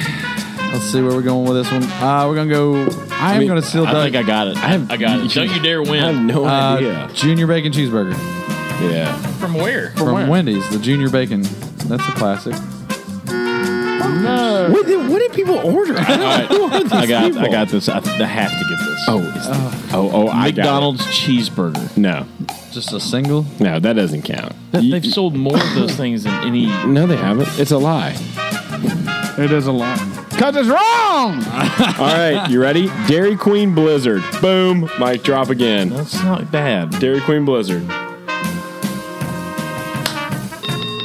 Let's see where we're going with this one. Uh, we're gonna go. I, am mean, gonna steal I Doug. think I got it. I, have, I got it. Don't you dare I have win. no uh, idea. Junior bacon cheeseburger Yeah. From where? from where? Wendy's. The junior bacon. That's a classic. No. What did, what did people order? I, I got. I people? got this. I, I have to get this. Oh, it's oh, oh, I got it. McDonald's cheeseburger. No, Just a single. no, that doesn't count. That, You- they've sold more of those things than any. no, they haven't. It's a lie. It is a lie. Cause it's wrong. All right, you ready? Dairy Queen Blizzard. Boom, mic drop again. That's not bad. Dairy Queen Blizzard.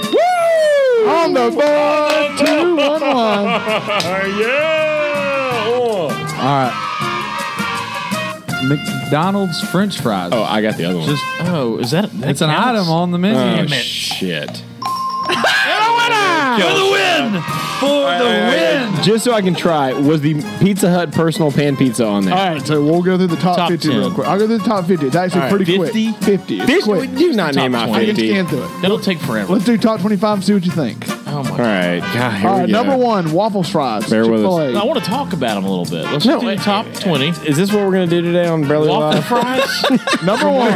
on the board. Two one one. yeah! All right. McDonald's French fries. Oh, I got the other one. Just Oh, is that? that it's an counts? item on the menu. oh, it. shit. Ah. For Just so I can try, was the Pizza Hut personal pan pizza on there? All right, so we'll go through the top, Top 50 real 10. quick. I'll go through the top 50. It's actually All right, pretty 50? quick. 50. It's This quick. would- do not top name out 20. I can 50. scan All through it. That'll take forever. Let's do top 25 see what you think. oh my. God. right. God, here All we right, go. number one, waffle fries. Bear with us. Chick-fil-A. I want to talk about them a little bit. Let's No, do it- top twenty. Is this what we're going to do today on Barely Waffle Alive? fries. Number one.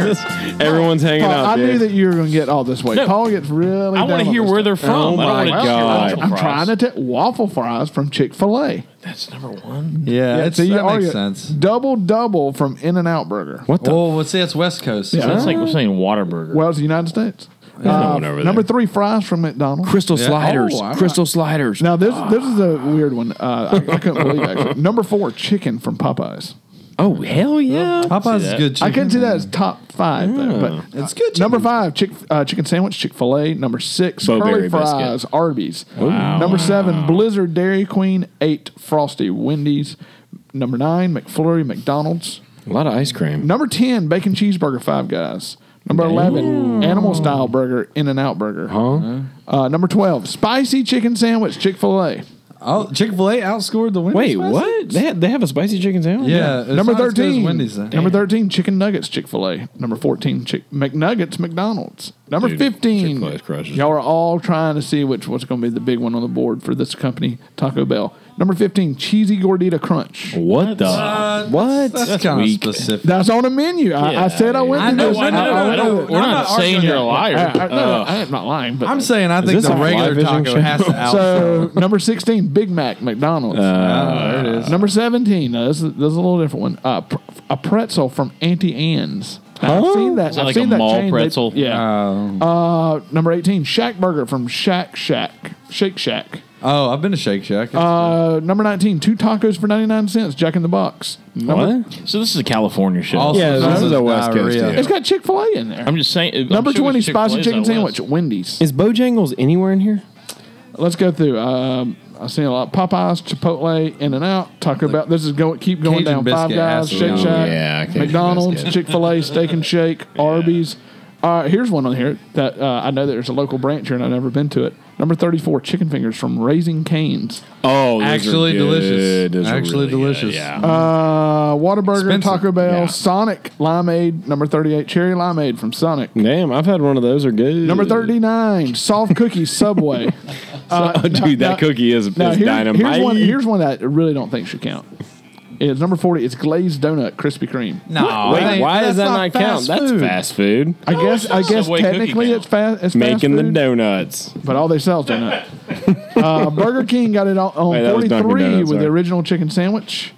Everyone's hanging Paul, out, I dude. knew that you were going to get all this way. No. Paul gets really. I want to hear where they're from. I don't Oh my wanna just hear God. waffle I'm fries. trying to tell waffle fries from Chick Fil A. That's number one. Yeah, it's, uh, that makes sense. Double double from In and Out Burger. what the? Well, well, see, that's West Coast. So that's like we're saying Waterburger. Well, it's the United States. no Uh, one over there. number three, fries from McDonald's. Crystal Yeah. sliders. Oh, I'm Crystal sliders. Now this this is a weird one. Uh, I, I couldn't believe it, actually. Number four, chicken from Popeyes. Oh, hell yeah. Popeye's is that. good. Chicken. I couldn't see that as top five, though, but It's good. number five, chick uh, chicken sandwich, Chick Fil A. Number six, Bo curly Berry biscuit. fries, Arby's. Number seven, Blizzard Dairy Queen. Eight, Frosty Wendy's. Number nine, McFlurry McDonald's. A lot of ice cream. Number ten, bacon cheeseburger, Five Guys. Number eleven, animal style burger, In and Out Burger. Huh? Uh, number twelve, spicy chicken sandwich, Chick Fil A. Oh, Chick Fil A outscored the Wait, Wendy's. fries? what? They have, they have a spicy chicken sandwich? Yeah, it's number not as good as thirteen, Wendy's. Though. number thirteen, chicken nuggets, Chick Fil A. Number fourteen, Chick McNuggets, McDonald's. Number Dude, fifteen, Chick-fil-A's crushes. y'all are all trying to see which what's going to be the big one on the board for this company, Taco Bell. Number fifteen, cheesy gordita crunch. What the? what? That's, kind of weak. specific. That's on a menu. I, I said I dude. went. I to know, this. I know, I know. We're I'm not, not saying arguing you're a that. liar. I, I- no, Uh, Ugh. I am not lying, but I'm saying I think this the a fly regular vision taco has to outscore. so number sixteen, Big Mac, McDonald's. Ah, there it is. number seventeen, uh, this, is, this is a little different one. Uh, pr- a pretzel from Auntie Anne's. I've seen that. Is that I've like seen a that mall chain. They- pretzel? yeah. Oh. Uh, number eighteen, Shack Burger from Shack Shack, Shake Shack. Oh, I've been to Shake Shack. Uh, number nineteen, two tacos for ninety nine cents, Jack in the Box. Number- So this is a California show. Also, Yeah, this is a West Coast diarrhea. deal. It's got Chick fil A in there. I'm just saying. I'm number sure twenty, there's Chick-fil-A's spicy chicken out sandwich, west. Wendy's. Is Bojangles anywhere in here? Let's go through. Um, I've seen a lot: Popeyes, Chipotle, In and Out, Taco Bell. This is going keep going down. Cajun Five biscuit Guys, has to be Shake on. Shack, Yeah, Cajun McDonald's, biscuit. Chick Fil A, Steak and Shake, Arby's. All right, here's one on here that uh, I know there's a local branch here, and I've never been to it. Number thirty-four, chicken fingers from Raising Canes. Oh, those are Actually good. delicious. Those are Actually really good, delicious. Yeah. Uh, Whataburger, Expensive. Taco Bell, Yeah. Sonic, Limeade. Number thirty-eight, cherry limeade from Sonic. Damn, I've had one of those. Are good. Number thirty-nine, soft cookies, Subway. Uh, Oh, dude, that cookie is, is Now, here's, dynamite. here's one. Here's one that I really don't think should count. It's number forty. It's glazed donut Krispy Kreme. No, Wait, that ain't- why that's does that not, count? fast That's food. fast food. I guess. I guess Subway cookie technically now. it's fast. It's Making fast the food, donuts. but all they sell is donut. uh, Burger King got it on, on Wait, that was forty Dunkin' three Donuts, with the sorry. original chicken sandwich.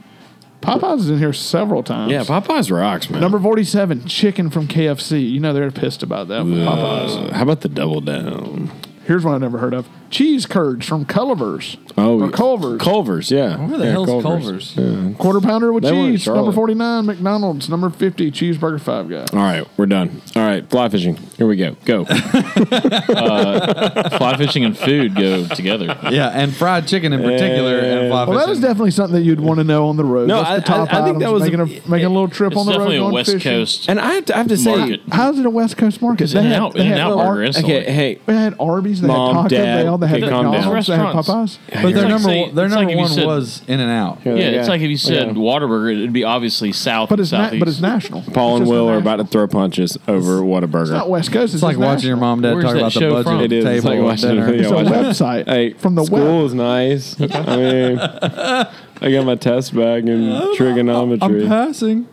Popeyes is in here several times. Yeah, Popeyes rocks, man. Number forty seven, chicken from KFC. You know they're pissed about that. One. Popeyes. Uh, how about the double down? Here's one I never heard of: cheese curds from Culver's. Oh, or Culver's. Culver's, yeah. Where the yeah, hell's Culver's. Culver's? Quarter pounder with They were in cheese. Number Charlotte. 49, McDonald's. Number 50, Cheeseburger Five Guys. All right, we're done. All right, fly fishing. Here we go. Go. Uh, Fly fishing and food go together. Yeah, and fried chicken in particular. and fly Well, that fishing. is definitely something that you'd want to know on the road. No, That's I- the top I- I think items, that was a- making a, making a little trip It's on the road. definitely a going West fishing. Coast and I have to, I have to say, market. How's it a West Coast market? They had, In-N-Out- they had In-N-Out little- burger instantly. okay, hey, They had Arby's. They Mom, had Taco Dad, Bell. They had okay, calm down. McDonald's. They had Popeyes. Restaurants. but their It's like number say- one- their it's number like if you one said- was In and Out. Yeah, it's like if you said Yeah. Waterburger, it'd be obviously south But and it's, na- southeast. but it's national. Paul It's and just Will a are national- about to throw punches over Whataburger. It's not West Coast. It's, It's like just watching your national. mom and dad Where's talk that about the show budget from? at It the is. It's table like at watching dinner. a video. It's a watch that. website Hey, from the school web. is nice. I mean, I got my test back in I'm trigonometry. passing.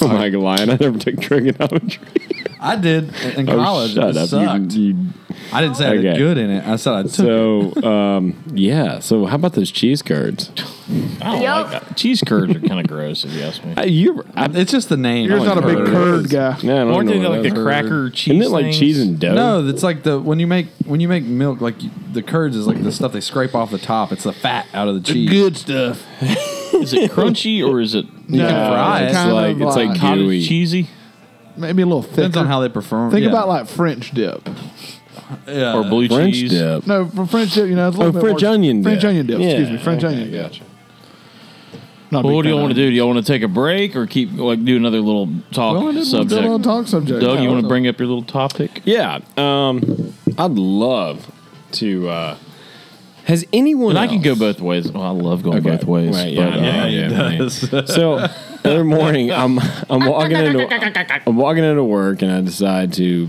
Oh my god, Lion, I never took trigonometry. I did in Oh, college. shut it up. sucked. You, you, I didn't say I did Okay. good in it. I said I took so, it. um, yeah. So, how about those cheese curds? I don't Yup. like that. Cheese curds are kind of gross, if you ask me. Uh, you, I, It's just the name. You're not a big Curd. curd guy. no, I don't Aren't know they what like those the are. cracker cheese? Isn't it like things? cheese and dough? No, it's like the when you make when you make milk, like you, the curds is like the stuff they scrape off the top. It's the fat out of the cheese. Good stuff. Is it crunchy or is it No, fry it. it's kind like of it's like like- cottage gooey. cheesy? Maybe a little Depends on thicker. how they perform. Think Yeah. about like French dip. yeah. Or blue French cheese? dip. No, for French dip, you know, it's a little Oh, bit French more- onion. French dip. onion dip. Yeah, Excuse me, French okay, onion dip. Gotcha. Not a Well, big what do fan y'all of want to it. do? Do y'all want to take a break or keep like do another little talk Well, I didn't want to subject? do a little talk subject. Doug, Yeah, you want what's to up? bring up your little topic? Yeah, um, I'd love to. Uh, has anyone? And I can else- go both ways. Well, I love going Okay. both ways. Right, but, uh, yeah, yeah, yeah, man. So the other morning, I'm I'm walking into I'm walking into work, and I decide to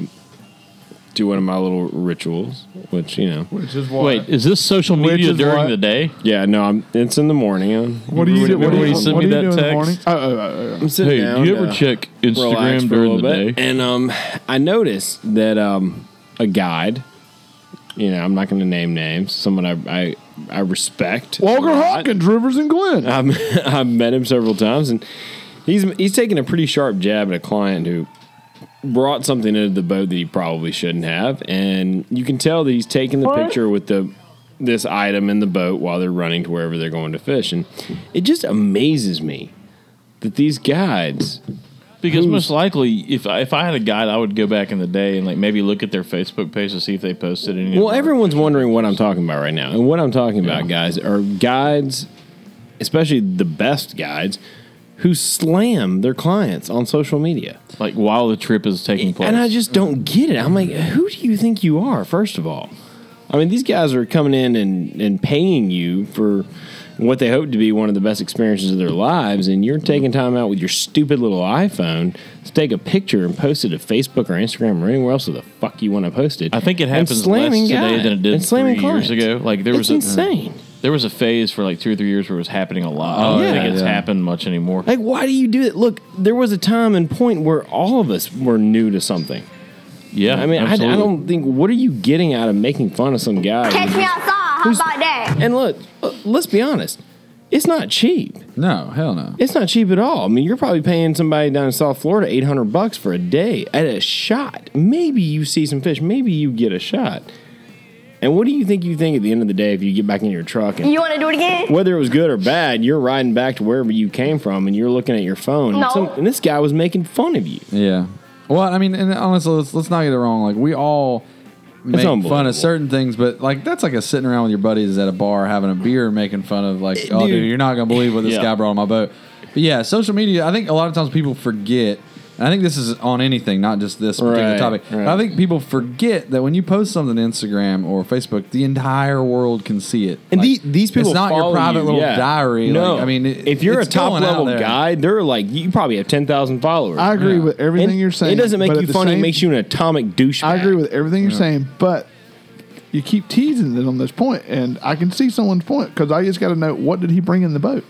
do one of my little rituals, which you know, Which is why. Wait, is this social Which media is during what? the day? yeah, no, I'm it's in the morning. I'm, What do you do? What do Remember when you, you sent what me do you that do in the text? morning? Oh, oh, oh, oh. I'm sitting Hey, down, do you ever uh, check relax Instagram for during a the little bit. day? And um, I noticed that um, a guide, you know, I'm not going to name names, someone I I, I respect. Walker a lot. Hawkins, Rivers and Glenn. I'm, I've met him several times, and he's he's taking a pretty sharp jab at a client who brought something into the boat that he probably shouldn't have, and you can tell that he's taking the What? picture with the this item in the boat while they're running to wherever they're going to fish, and it just amazes me that these guides Because most likely, if I, if I had a guide, I would go back in the day and like maybe look at their Facebook page to see if they posted any. Well, everyone's wondering what I'm talking about right now. And what I'm talking about, guys, are guides, especially the best guides, who slam their clients on social media. like while the trip is taking place. And I just don't get it. I'm like, who do you think you are, first of all? I mean, these guys are coming in and, and paying you for what they hope to be one of the best experiences of their lives, and you're taking Mm-hmm. time out with your stupid little iPhone to take a picture and post it to Facebook or Instagram or anywhere else the fuck you want to post it. I think it And happens less slamming today guys. than it did And slamming three years ago. Like, there was it's a- insane. Oh, there was a phase for like two or three years where it was happening a lot. I don't yeah. think it's Yeah. happened much anymore. Like, why do you do it? Look, there was a time and point where all of us were new to something. yeah, I mean, I, I absolutely. don't think. What are you getting out of making fun of some guy? Catch me outside. How about that? And look, uh, let's be honest. It's not cheap. No, hell no. It's not cheap at all. I mean, you're probably paying somebody down in South Florida 800 bucks for a day at a shot. Maybe you see some fish, maybe you get a shot. And what do you think you think at the end of the day if you get back in your truck and You want to do it again? whether it was good or bad, you're riding back to wherever you came from and you're looking at your phone. No. And, some, and this guy was making fun of you. Yeah. Well, I mean, and honestly, let's, let's not get it wrong. Like we all make fun unbelievable. of certain things, but like that's like a sitting around with your buddies at a bar having a beer, making fun of like, oh, dude, Eh, dude. you're not gonna believe what this Yeah. guy brought on my boat. But yeah, social media. I think a lot of times people forget. And I think this is on anything, not just this particular Right, topic. right. I think people forget that when you post something on Instagram or Facebook, the entire world can see it. And Like, the- these people it's not your follow private you, little yeah. diary. No, like, I mean, it- if you're a it's top going out level there. guy, they're like you probably have ten thousand followers. I agree with everything And you're saying, It doesn't make but you at the funny; same- it makes you an atomic douchebag. I agree with everything you're saying, but you keep teasing it on this point, and I can see someone's point because I just got to know what did he bring in the boat.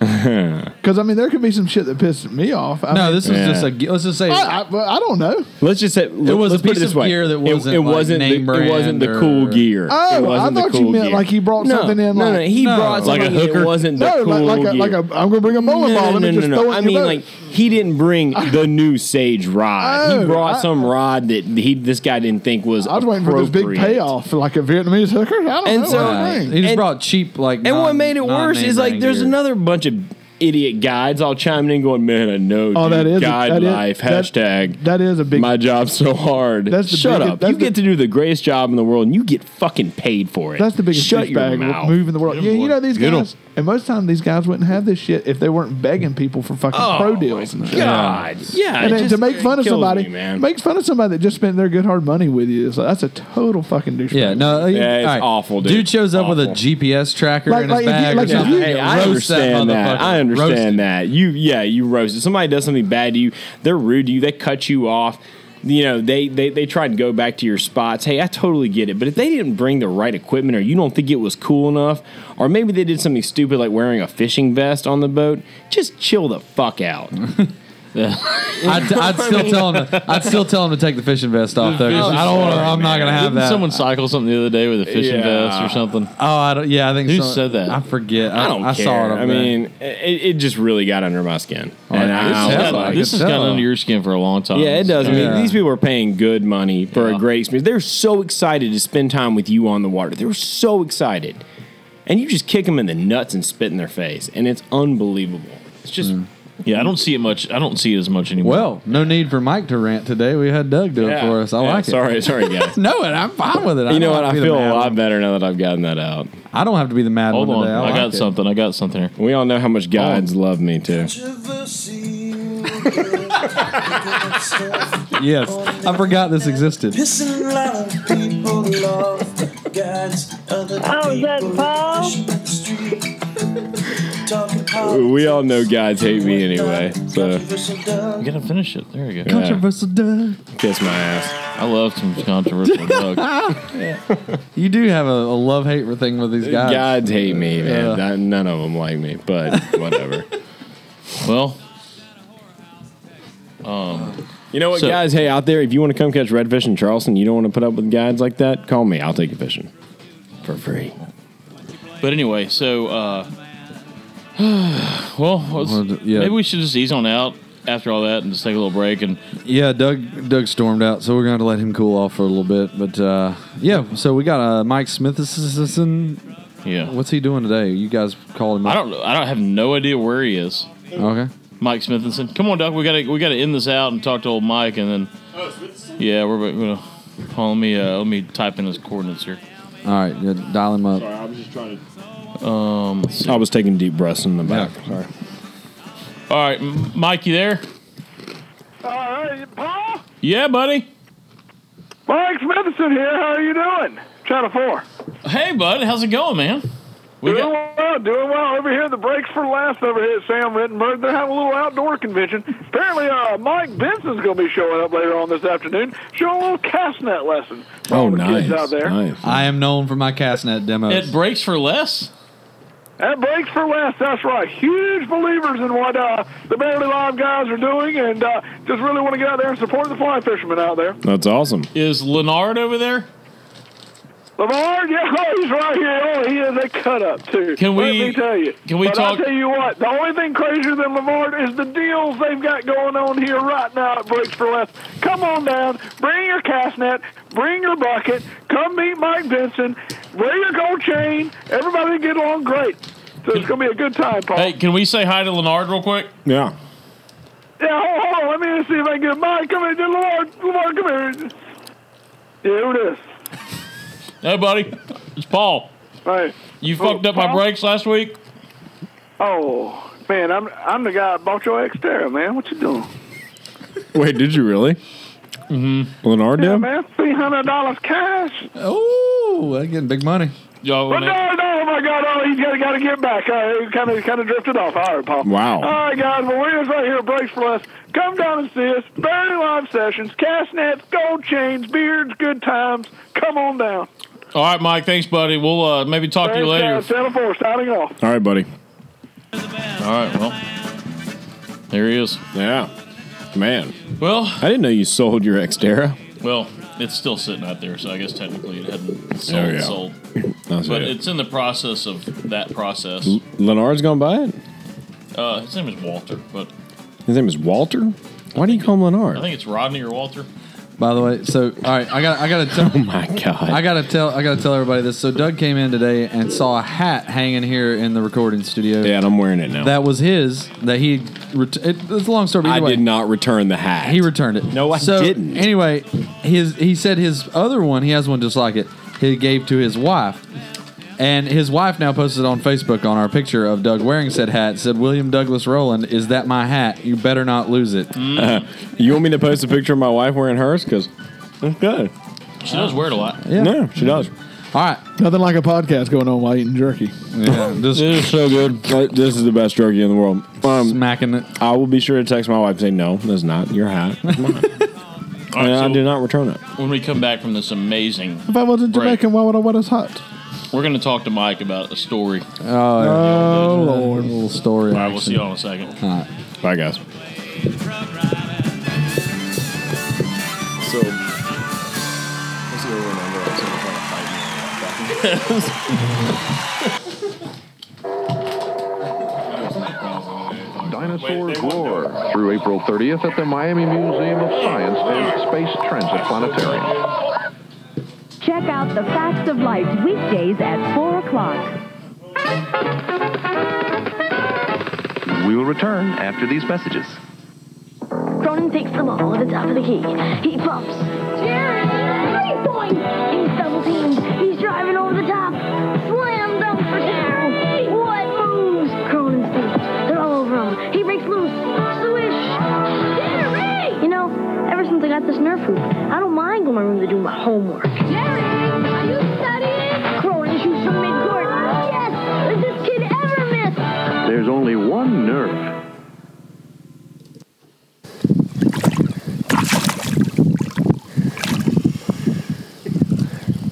Because I mean, there could be some shit that pissed me off. I no, mean- this is just a. gi- Let's just say I, I, but I don't know. Let's just say it was a let's put piece it this of way. gear that wasn't, it, it like, wasn't name the, it wasn't the brand cool or- gear. it Oh, I wasn't thought the you cool meant gear. like he brought no, something in. No, like, no, he No. brought Like a something in. hooker? It wasn't the no, cool like, like, a, gear. like a, I'm gonna bring a bowling ball. Let me just throw it I in your mean, boat. like he didn't bring the new Sage rod. Oh, he brought I- some rod that he this guy didn't think was. I was waiting for this big appropriate. payoff, like a Vietnamese hooker. I don't And know. so- what Yeah. to bring. He just And- brought cheap like. And what non- made it worse non-name is like brand there's gear. another bunch of idiot guides all chiming in, going, "Man, I know. Oh, that dude. is a- guide that is- life that- hashtag. that is a big- My job's so hard. That's the Shut biggest- up. that's You get the- to do the greatest job in the world, and you get fucking paid for it. That's the biggest Shut your douchebag mouth. move in the world. yeah, you know these Get 'em. guys, and most of the time these guys wouldn't have this shit if they weren't begging people for fucking Oh, pro deals and shit. God, yeah. And it then just- to make fun it of kills somebody, me, man. make fun of somebody that just spent their good hard money with you. It's like, that's a total fucking douchebag. Yeah, no, Yeah, uh, all it's awful, dude. shows up with a Awful. GPS tracker Like- in his like if you- bag like or if you- something. Hey, Hey, He'll I roast understand that. motherfucker. I Roast him. understand that. You, yeah, you roast it. Somebody does something bad to you. They're rude to you. They cut you off. You know, they, they they try to go back to your spots. Hey, I totally get it. But if they didn't bring the right equipment, or you don't think it was cool enough, or maybe they did something stupid like wearing a fishing vest on the boat, just chill the fuck out. Oh, I'd, I'd still tell him. To, I'd still tell him to take the fishing vest off though. 'cause I don't want to. I'm not gonna have Didn't that. Someone cycle something the other day with a fishing Yeah. vest or something. oh, I don't, yeah, I think Who so- said that? I forget. I, I don't I care. saw it. Up Oh, I mean, it, it just really got under my skin. And I- it's I was hella- like, I this could has gotten tell. under your skin for a long time. Yeah, it does. I mean, Yeah. these people are paying good money for a great experience. They're so excited to spend time with you on the water. They're so excited. And you just kick them in the nuts and spit in their face. And it's unbelievable. It's just, Yeah, I don't see it much. I don't see it as much anymore. Mm. well, no need for Mike to rant today. We had Doug do it Yeah. for us. I Yeah, like it. Sorry, sorry, guys. No, and I'm fine with it. I you know don't what? have I to be the feel mad a lot one. better now that I've gotten that out. I don't have to be the mad hold one on. today. I, like got it. something. I got something here. We all know how much guides love me, too. Yes, I forgot this existed. Oh, is that Paul? We all know guides hate me anyway. So You gotta finish it. There you go. Controversial Doug. kiss my ass. I love some controversial Doug. You do have a, a love hate thing with these guys. Guides hate me, man. Yeah. I- None of them like me, but whatever. Well, You know what, So- guys? Hey, out there, if you want to come catch redfish in Charleston, you don't want to put up with guides like that. Call me. I'll take you fishing for free. but anyway, so uh, well, let's- Well, d- yeah. maybe we should just ease on out after all that and just take a little break and Yeah, Doug Doug stormed out, so we're going to let him cool off for a little bit. But uh, yeah, so we got uh, Mike Smith assistant. yeah. What's he doing today? You guys called him. I Up? don't. I don't have no idea where he is. Okay. Mike Smithinson. Come on, Doc. We gotta we gotta end this out and talk to old Mike, and then. Yeah, we're we're gonna. Hold on, let me uh, let me type in his coordinates here. All right, yeah, dial him up. I was just trying to. Um, let's see. I was taking deep breaths in the back. Sorry. all right, M- Mike, you there? Uh, Paul? Yeah, buddy. Mike Smithson here. How are you doing? Channel 4. Hey, bud. How's it going, man? We Doing got, well, doing well. Over here, the breaks for last over here at Sam Rittenberg. They're having a little outdoor convention. Apparently, uh, Mike Benson's going to be showing up later on this afternoon, showing a little cast net lesson. for all Oh, the nice. Kids out there. Nice. I am known for my castnet it demos. breaks for less. That breaks for less. That's right. Huge believers in what uh, the Barely Live guys are doing, and uh, just really want to get out there and support the fly fishermen out there. That's awesome. Is Leonard over there? Lamar, yeah, he's right here. Oh, he is a cut up too. Can Let we- me tell you. can we but talk- I tell you what, the only thing crazier than Lamar is the deals they've got going on here right now at Breaks for Less. Come on down, bring your cast net, bring your bucket, come meet Mike Benson, wear your gold chain. Everybody get along great. So it's gonna be a good time, Paul. Hey, can we say hi to Leonard real quick? Yeah. Yeah, hold, hold on. Let me just see if I can get Mike. Come here, Lamar. Lamar, come here. Here it is. Hey, buddy. It's Paul. Hey. You Oh, fucked up my Paul? brakes last week? Oh man, I'm I'm the guy that bought your Xterra, man. What you doing? Wait, did you really? Mm-hmm. Leonard Yeah, did? man, three hundred dollars cash. Oh, I'm getting big money. Y'all But no, no, oh my God! Oh, he's got to got to get back. Uh, kind of kind of drifted off. All right, Paul. Uh, Wow. All right, guys. Well, we're just right here. Breaks for us. Come down and see us. Barry live sessions, cast nets, gold chains, beards, good times. Come on down. All right, Mike. Thanks, buddy. We'll uh, maybe talk to you Thanks, later. guys. Channel four signing off. All right, buddy. All right, well, there he is. Yeah. Man. Well, I didn't know you sold your Xterra. well, it's still sitting out there, so I guess technically it hadn't sold. There we go. sold. That's but it. it's in the process of that process. L- Leonard's going to buy it? Uh, his name is Walter, but His name is Walter? Why do you call him I Leonard? think it's Rodney or Walter. By the way, so all right, I got I got to tell. Oh my god! I got to tell I got to tell everybody this. So Doug came in today and saw a hat hanging here in the recording studio. Yeah, and I'm wearing it now. That was his. That he. Ret- it, it's a long story. but I either way. did not return the hat. He returned it. No, I so, didn't. Anyway, his he said his other one, he has one just like it. He gave to his wife, and his wife now posted on Facebook on our picture of Doug wearing said hat. Said William Douglas Rowland, "Is that my hat? You better not lose it." Uh, you want me to post a picture of my wife wearing hers? Because that's good. She does wear it a lot. Yeah, she does. All right. Nothing like a podcast going on while eating jerky. Yeah, this, is so good. This is the best jerky in the world. Um, Smacking it. I will be sure to text my wife and say, no, that's not your hat. It's mine. All right, and I so did not return it. when we come back from this amazing, If I wasn't Jamaican, why would I wear this hot? we're going to talk to Mike about a story. Oh, oh Lord. little story. All right, we'll action. see y'all in a second. All right. Bye, guys. So, Dinosaur Gore through April 30th at the Miami Museum of Science and Space Transit Planetarium. Check out the Facts of Life weekdays at 4 o'clock. We will return after these messages. Cronin takes them all at the top of the key. He pops. Jerry! Great boy! He's double teamed. He's driving over the top. Slam dunk for Jerry! What moves? Cronin steals. They're all over him. He breaks loose. Swish! Jerry! You know, ever since I got this Nerf hoop, I don't mind going to my room to do my homework. Jerry! Are you studying? Cronin shoots from midcourt. Yes! Does this kid ever miss? There's only one nerve.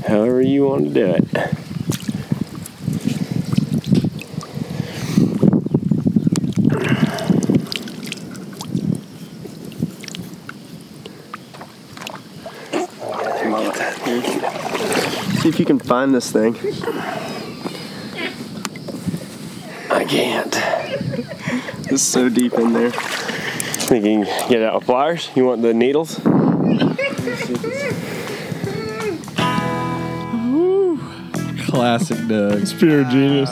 however you want to do it. See if you can find this thing. I can't. It's so deep in there. Thinking, get out with pliers. You want the needles? Classic Doug. It's pure genius.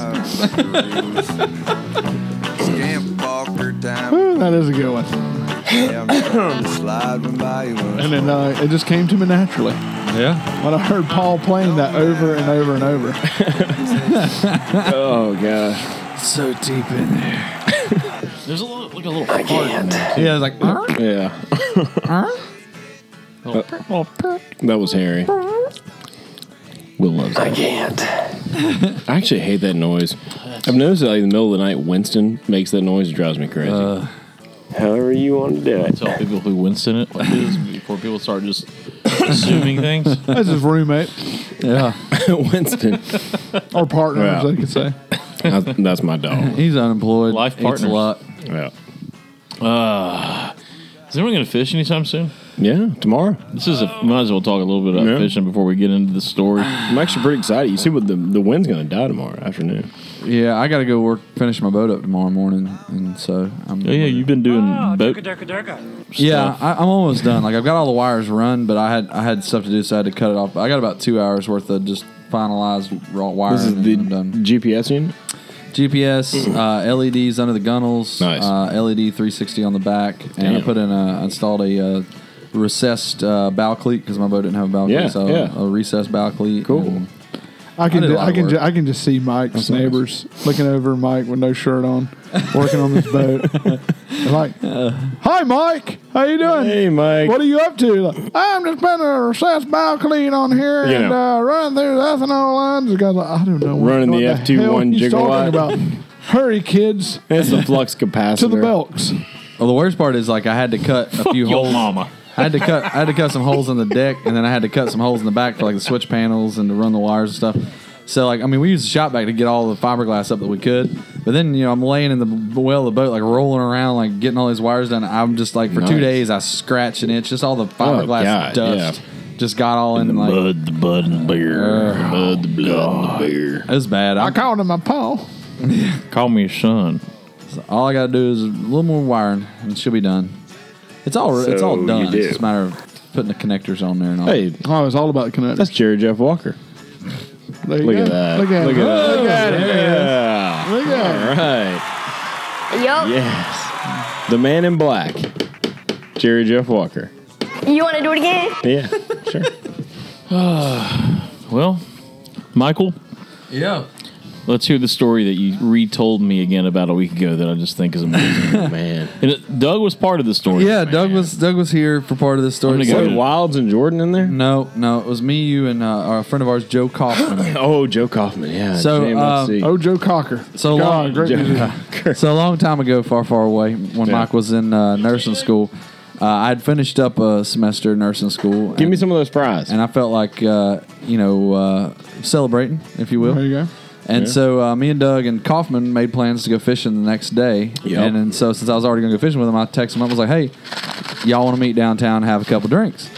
Ooh, that is a good one. and then uh, it just came to me naturally. Yeah. When I heard Paul playing that over and over and over. oh gosh, so deep in there. There's a little, like a little fart in there. Yeah, it's like yeah. Oh. Uh, Oh, Little perk. That was Harry. Will loves that. I can't. I actually hate that noise. I've noticed that like, in the middle of the night, Winston makes that noise. It drives me crazy. However you want to do it. Uh, Tell people who Winston it what it is before people start just assuming things. That's his roommate. Yeah. Winston. or partner, as they could say. That's, that's my dog. He's unemployed. Life Eats a partners. lot. Yeah. Uh, Is anyone going to fish anytime soon? Yeah, tomorrow. This is a might as well talk a little bit about Yeah. fishing before we get into the story. I'm actually pretty excited. You see what the the wind's going to die tomorrow afternoon. Yeah, I got to go work, finish my boat up tomorrow morning, and so I'm. Oh, Yeah, yeah, you've been doing Oh, boat. Yeah, I, I'm almost done. Like I've got all the wires run, but I had I had stuff to do, so I had to cut it off. I got about two hours worth of just finalized raw wiring. This is and the I'm done. GPS unit. GPS, uh, LEDs under the gunnels, Nice. uh, LED 360 on the back, and I Damn. put in a I installed a uh, recessed uh, bow cleat because my boat didn't have a bow cleat, Yeah, so yeah. a recessed bow cleat. Cool. I can I did a ju- lot I of can ju- work. I can just see Mike's neighbors looking over Mike with no shirt on, working on this boat. They're like, "Hi, Mike, how you doing? Hey, Mike, what are you up to?" Like, I'm just putting a recessed bow clean on here You and know. uh, running through the ethanol lines. The guy's like, "I don't know." what- Running what the hell F21 he's talking gigawatt. about. Hurry, kids! It's the flux capacitor to the belts. Well, the worst part is like I had to cut a few Your holes. mama. I had to cut. I had to cut some holes in the deck, and then I had to cut some holes in the back for like the switch panels and to run the wires and stuff. So like, I mean, we used the shop back to get all the fiberglass up that we could. But then you know, I'm laying in the well of the boat, like rolling around, like getting all these wires done. I'm just like for Nice. two Oh, days, I scratch an itch. Just all the fiberglass God, dust just got all in, like mud, the bud, and beer, mud, the blood, and the beer. It's bad. I called him my paw. Call me your son. So all I gotta do is a little more wiring, and she'll be done. It's all it's So all you done. do. It's just a matter of putting the connectors on there and all. Hey, oh, it's all about connectors. That's Jerry Jeff Walker. There Look go. at that. Look at Look it. at that. Look at it. Yeah. Look All right. Oh. Yup. Yes. The man in black. Jerry Jeff Walker. You want to do it again? Yeah, sure. well, Michael, Yeah. let's hear the story that you retold me again about a week ago that I just think is amazing. Oh, man. And it, Doug was part of the story. Yeah, Doug was Doug was here for part of this story. I'm gonna go to- Were Wilds and Jordan in there? No, no, it was me, you, and uh, a friend of ours, Joe Kaufman. oh, Joe Kaufman, yeah. So, um, oh, Joe Cocker. So God, long, great musician. so a long time ago, far, far away, when Yeah. Mike was in uh, nursing school, uh, I had finished up a semester in nursing school. Give me some of those fries. And I felt like, uh, you know, uh, celebrating, if you will. There you go. And Yeah. so uh, me and Doug and Kaufman made plans to go fishing the next day. Yep. And, and so since I was already going to go fishing with him, I texted him up and was like, hey, y'all want to meet downtown and have a couple drinks?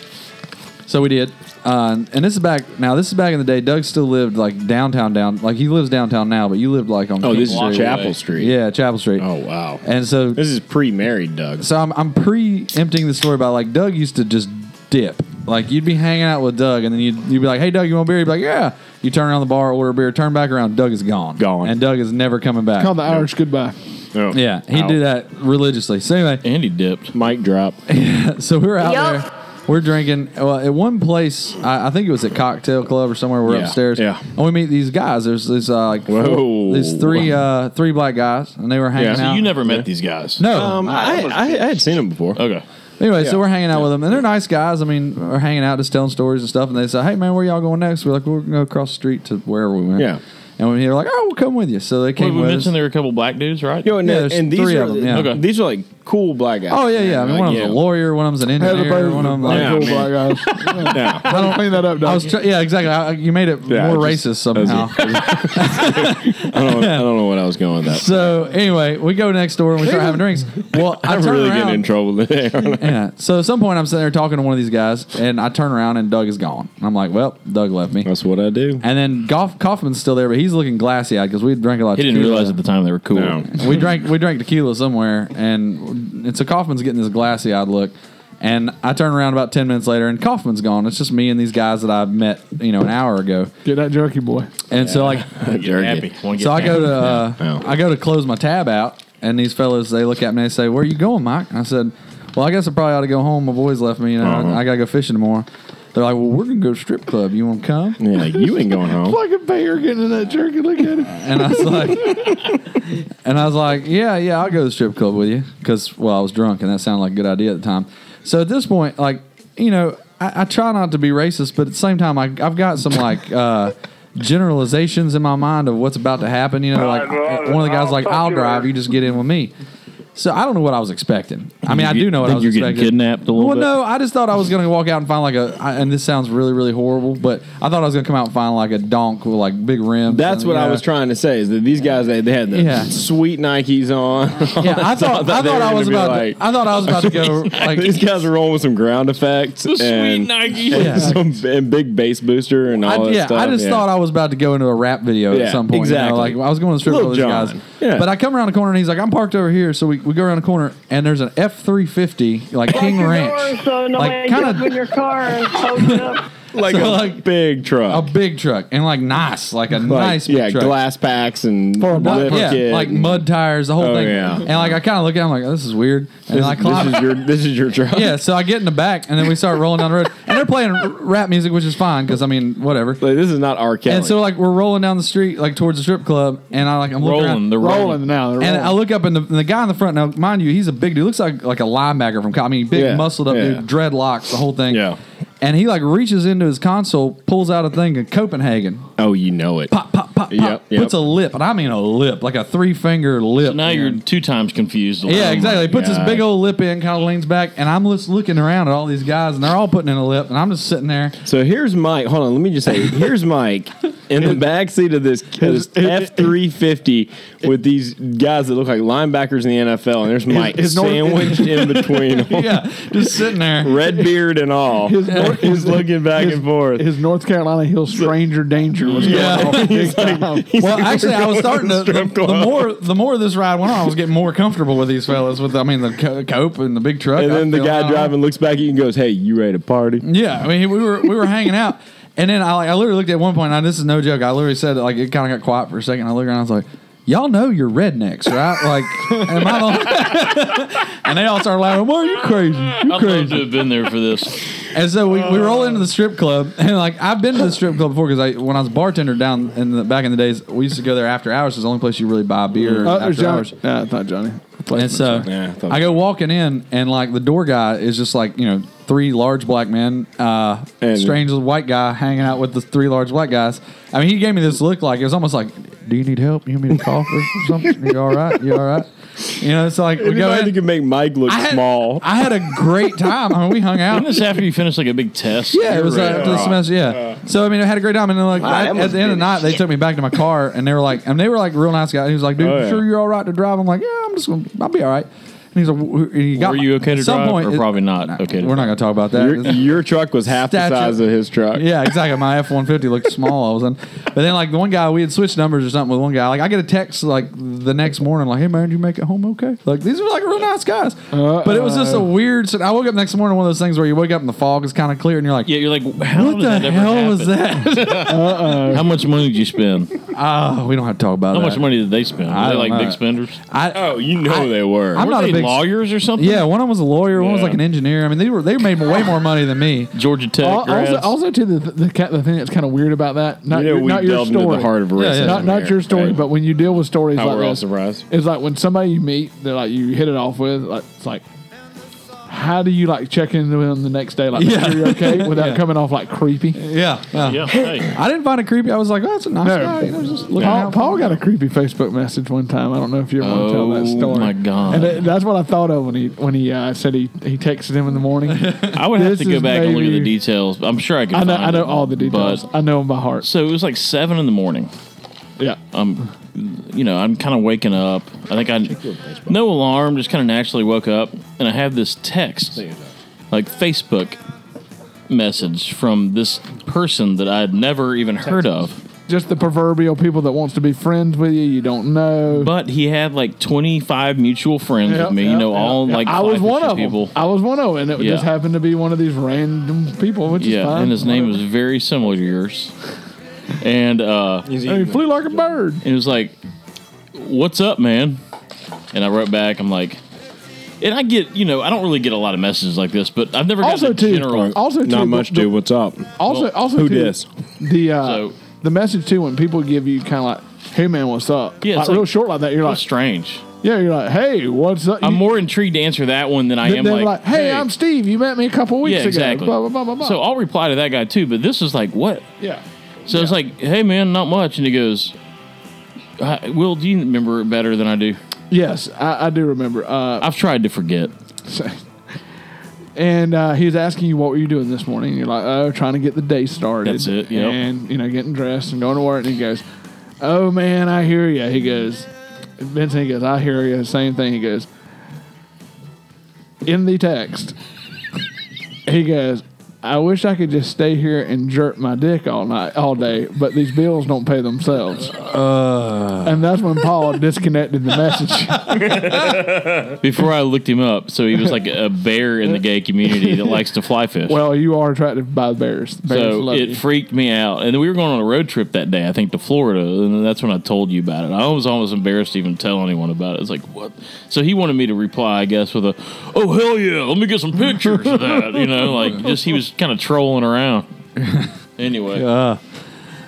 So we did. Uh, and this is back now. This is back in the day. Doug still lived like downtown, down like he lives downtown now, but you lived like on Oh, King this is Street. Chapel Street. Yeah, Chapel Street. Oh wow. And so this is pre-married Doug. So I'm I'm preempting the story by like Doug used to just dip. Like you'd be hanging out with Doug, and then you'd you'd be like, "Hey, Doug, you want a beer?" He'd be like, "Yeah." You turn around the bar, order a beer, turn back around. Doug is gone. Gone. And Doug is never coming back. Called the Irish goodbye. Yeah, he'd do that religiously. So anyway, and he dipped. Mic drop. so we were out Yup. there. We're drinking. Well, at one place, I, I think it was at Cocktail Club or somewhere. We're Yeah, upstairs. yeah. And we meet these guys. There's this uh, like four- Whoa. there's three uh, three black guys, and they were hanging Yeah. So out. you never met these guys? No, Um, I, I, I had seen him before. Okay. Anyway, Yeah. so we're hanging out with them, and they're nice guys. I mean, we're hanging out, just telling stories and stuff. And they say, "Hey, man, where y'all going next?" We're like, "We're gonna go across the street to wherever we went." Yeah. And we- they were like, "Oh, we'll come with you." So they Wait, came we with mentioned us. there were a couple black dudes, right? Yo, and, Yeah, and there's these three are of them, yeah. okay. these are like cool black guys. Oh yeah, yeah. I mean, Like, one of yeah. them's a lawyer, one of them's an the engineer, bird one of them was like cool Yeah, yeah. I don't clean that up. I was try- yeah, exactly. I, you made it Yeah, more I racist somehow. I don't, I don't know what I was going with that. So anyway, we go next door and we start having drinks. Well, I I'm turn really around, getting in trouble today. aren't I? Yeah. So at some point, I'm sitting there talking to one of these guys, and I turn around and Doug is gone. And I'm like, well, Doug left me. That's what I do. And then Goff- Kaufman's still there, but he's looking glassy eyed because we drank a lot. He of didn't tequila. realize at the time they were cool. we drank we drank tequila somewhere, and, and so Kaufman's getting this glassy eyed look. And I turn around about ten minutes later, and Kaufman's gone. It's just me and these guys that I met, you know, an hour ago. Get that jerky boy. And so like, Jerky. Wanna get so I go to uh, down? Yeah. I go to close my tab out, and these fellas they look at me and they say, "Where are you going, Mike?" And I said, "Well, I guess I probably ought to go home. My boys left me, you know, Uh-huh. and I gotta go fishing tomorrow." They're like, "Well, we're gonna go to strip club. You want to come?" Yeah, you ain't going home. Like a bear getting in that jerky. Look at him. And I was like, and I was like, yeah, yeah, I'll go to the strip club with you because well, I was drunk and that sounded like a good idea at the time. So at this point, like you know, I, I try not to be racist, but at the same time, I, I've got some like uh, generalizations in my mind of what's about to happen. You know, like one of the guys like, I'll drive, you just get in with me. So I don't know what I was expecting, I mean, I do know what I Think was you're getting expecting. kidnapped a little well, bit? no, I just thought I was going to walk out and find like a. I, and this sounds really, really horrible, but I thought I was going to come out and find like a donk with like big rims. That's what I was trying to say is that these guys they, they had the Yeah. sweet Nikes on. Yeah, I thought- they I thought were I gonna was be about to- I thought I was about to go, Sweet like- Nikes. these guys are rolling with some ground effects, The sweet and, Nikes. and Yeah. some and big bass booster and all I, that yeah, stuff. I just yeah. thought I was about to go into a rap video Yeah, at some point. exactly. You know, like I was going to strip Lil club with these Jon. guys. Yeah. But I come around the corner and he's like, "I'm parked over here." So we, we go around the corner and there's an F three fifty like King Ranch. So Like, nobody kinda- gets in your car and pokes it up. like a big truck, a big truck, and like nice, like a nice, big yeah, truck. glass packs and for a mud, lift yeah, kit like and- mud tires, the whole Oh, thing. yeah. And like I kind of look at, him like, this is weird. And This, I this climb. is your this is your truck. yeah, so I get in the back, and then we start rolling down the road, and they're playing r- rap music, which is fine because I mean, whatever. this is not our And so like we're rolling down the street, like towards the strip club, and I like I'm Rolling, looking around, they're Rolling rolling. now, they're and rolling. I look up, and the, and the guy in the front. Now, mind you, he's a big dude. Looks like like a linebacker from. Col- I mean, big Yeah, muscled up yeah. dude, dreadlocks, the whole thing. Yeah. And he like reaches into his console, pulls out a thing of Copenhagen, Oh, you know it. Pop, pop, pop, Yep, yep. puts a lip, and I mean a lip, like a three finger lip. now you're two times confused. Yeah, exactly. He puts his God. big old lip in, kind of leans back, and I'm just looking around at all these guys, and they're all putting in a lip, and I'm just sitting there. So here's Mike. Hold on, let me just say, here's Mike in the back seat of this F three fifty with these guys that look like linebackers in the NFL, and there's Mike his North- sandwiched in between, them, yeah, just sitting there, red beard and all. His North- he's looking back his- and forth. His North Carolina Hill Stranger Danger was going Yeah. off big He's like- time. well, actually, I was starting to. The, the more the more this ride went on, I was getting more comfortable with these fellas. With I mean, the co- cope and the big truck. and I then the feel oh, guy now. driving looks back at you and goes, "Hey, you ready to party?" Yeah, I mean, we were we were hanging out, and then I like, I literally looked at one point. And I, this is no joke. I literally said like it kind of got quiet for a second. I looked around. I was like, "Y'all know you're rednecks, right?" Like, am I the- and they all started laughing. Why are you crazy? You I'd love crazy? to have been there for this. And so we, we roll into the strip club, and like I've been to the strip club before because I when I was a bartender down in the back in the days, we used to go there after hours. It's the only place you really buy beer. Oh, after there's Johnny. hours. Yeah, I thought Johnny. And so I go walking in, and like the door guy is just like you know three large black men, uh, And- strange little white guy hanging out with the three large black guys. I mean, he gave me this look like it was almost like, "Do you need help? You want me to call for something? You all right? You all right?" You know, it's like we go Anybody in. that can make Mike look I had- small. I had a great time. I mean, we hung out. Wasn't this after you finished like a big test? Yeah, it was uh, after the semester. Yeah. So I mean, I had a great time, and then like Wow, that at, at must've the end of the been night, they shit. took me back to my car, and they were like, and they were like real nice guys. He was like, dude, Oh, you yeah. sure you're all right to drive? I'm like, yeah, I'm just gonna, I'll be all right. And he's like, "Wh- wh- and he got Were my- you okay to at some drive, point, or it- probably not okay? To We're not gonna talk about that. Your, your truck was half Statue- the size of his truck. Yeah, exactly. My F one fifty looked small. I was in, but then like the one guy we had switched numbers or something with one guy. Like I get a text like the next morning, like, "Hey man, did you make it home okay?" Like these are like real nice guys, but it was just a weird. I woke up next morning one of those things where you wake up and the fog is kind of clear, and you're like, Yeah, you're like, how What did the that ever hell happen? was that? Uh-oh. How much money did you spend? Ah, we don't have to talk about How that. much money did they spend? Were I they don't like know. big spenders? I, oh, you know they were. I'm Were not they a big lawyers or something. Yeah, one of them was a lawyer. One was Yeah. like an engineer. I mean, they were they made way more money than me. Georgia Tech. Al- Also, also to the, the ca- the thing that's kind of weird about that, not You know, your, we not your delved story, into the heart of racism not, not here, your story, right? but when you deal with stories How like we're all this, surprised. it's like when somebody you meet that like you hit it off with, like, it's like, how do you like check in with them the next day, like Yeah. you're okay, without Yeah. coming off like creepy? Yeah, yeah. Yeah, I didn't find it creepy. I was like, oh, that's a nice No. guy. You know, just looking Paul, out. for Paul got a creepy Facebook message one time. I don't know if you ever want to tell that Oh, story. my God. And it- that's what I thought of when he when he uh, said he he texted him in the morning. I would have This to go is back and look at the maybe- details. I'm sure I could. I know- find I know it, all the details. I know them by heart. So it was like seven in the morning. Yeah. Um, you know, I'm kind of waking up. I think I no alarm, just kind of naturally woke up, and I have this text, like Facebook message from this person that I had never even heard of. Just the proverbial people that wants to be friends with you, you don't know. But he had like 25 mutual friends Yep, with me. you yep, know, yep. all Yeah, like I was five one picture of people. them. I was one of them, and it Yeah. just happened to be one of these random people, which is Yeah, fine. and his name was very similar to yours. And uh, And he flew like a bird. And it was like, "What's up, man?" And I wrote back. I'm like, and I get, you know, I don't really get a lot of messages like this, but I've never gotten Also, a too, general. also, too, Not much, the- dude. What's up? Also, also who too, dis? The uh, the message too when people give you kind of like, "Hey man, what's up?" Yeah, it's like, like- real short like that. You're like, strange. yeah, you're like, "Hey, what's up?" I'm You- more intrigued to answer that one than I they're am like, "Hey, I'm Steve. You met me a couple weeks yeah, ago." exactly. Blah, blah, blah, blah, blah. So I'll reply to that guy too. But this is like, what? yeah, So it's like, hey man, not much. And he goes, "Hi- Will, do you remember it better than I do? yes, I, I do remember. Uh, I've tried to forget. So- and uh, he was asking you what were you doing this morning. And you're like, oh, trying to get the day started. That's it, yep. And you know, getting dressed and going to work. And he goes, oh man, I hear you. He goes, Vincent. He goes, I hear you. Same thing. He goes, in the text. he goes, I wish I could just stay here and jerk my dick all night, all day, but these bills don't pay themselves. and that's when Paul disconnected the message. Before I looked him up, so he was like a bear in the gay community that likes to fly fish. Well, you are attracted by the bears. Bears so love it you. freaked me out, and then we were going on a road trip that day. I think to Florida, and that's when I told you about it. I was almost embarrassed to even tell anyone about it. It's like what? So he wanted me to reply, I guess, with a "Oh hell yeah, let me get some pictures of that." You know, like just he was kind of trolling around. Anyway,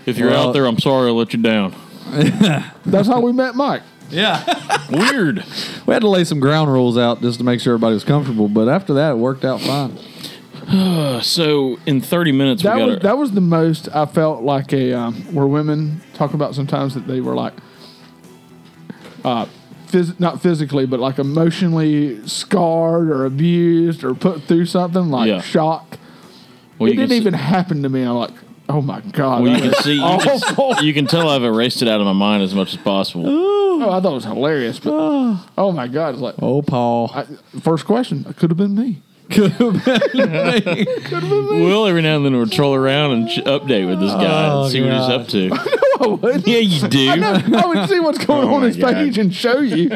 if you're Well- out there, I'm sorry I let you down. That's how we met Mike. Yeah. Weird. We had to lay some ground rules out just to make sure everybody was comfortable, but after that, it worked out fine. so in 30 minutes, That we got was our- that was the most I felt like a um, where women talk about sometimes that they were like, uh, phys- not physically, but like emotionally scarred or abused or put through something like Yeah. shock. Well, it you can didn't s- even happen to me. I'm like, oh my god. Well, you that can is see, you can, awful. you can tell I've erased it out of my mind as much as possible. oh, I thought it was hilarious, but oh my god, it's like oh Paul. I, first question, it could have been me. Could have been me. Will every now and then would troll around and ch- update with this guy Oh, and see what he's up to. no, I wouldn't. Yeah, you do. I, know, I would see what's going Oh on my his God. page and show you.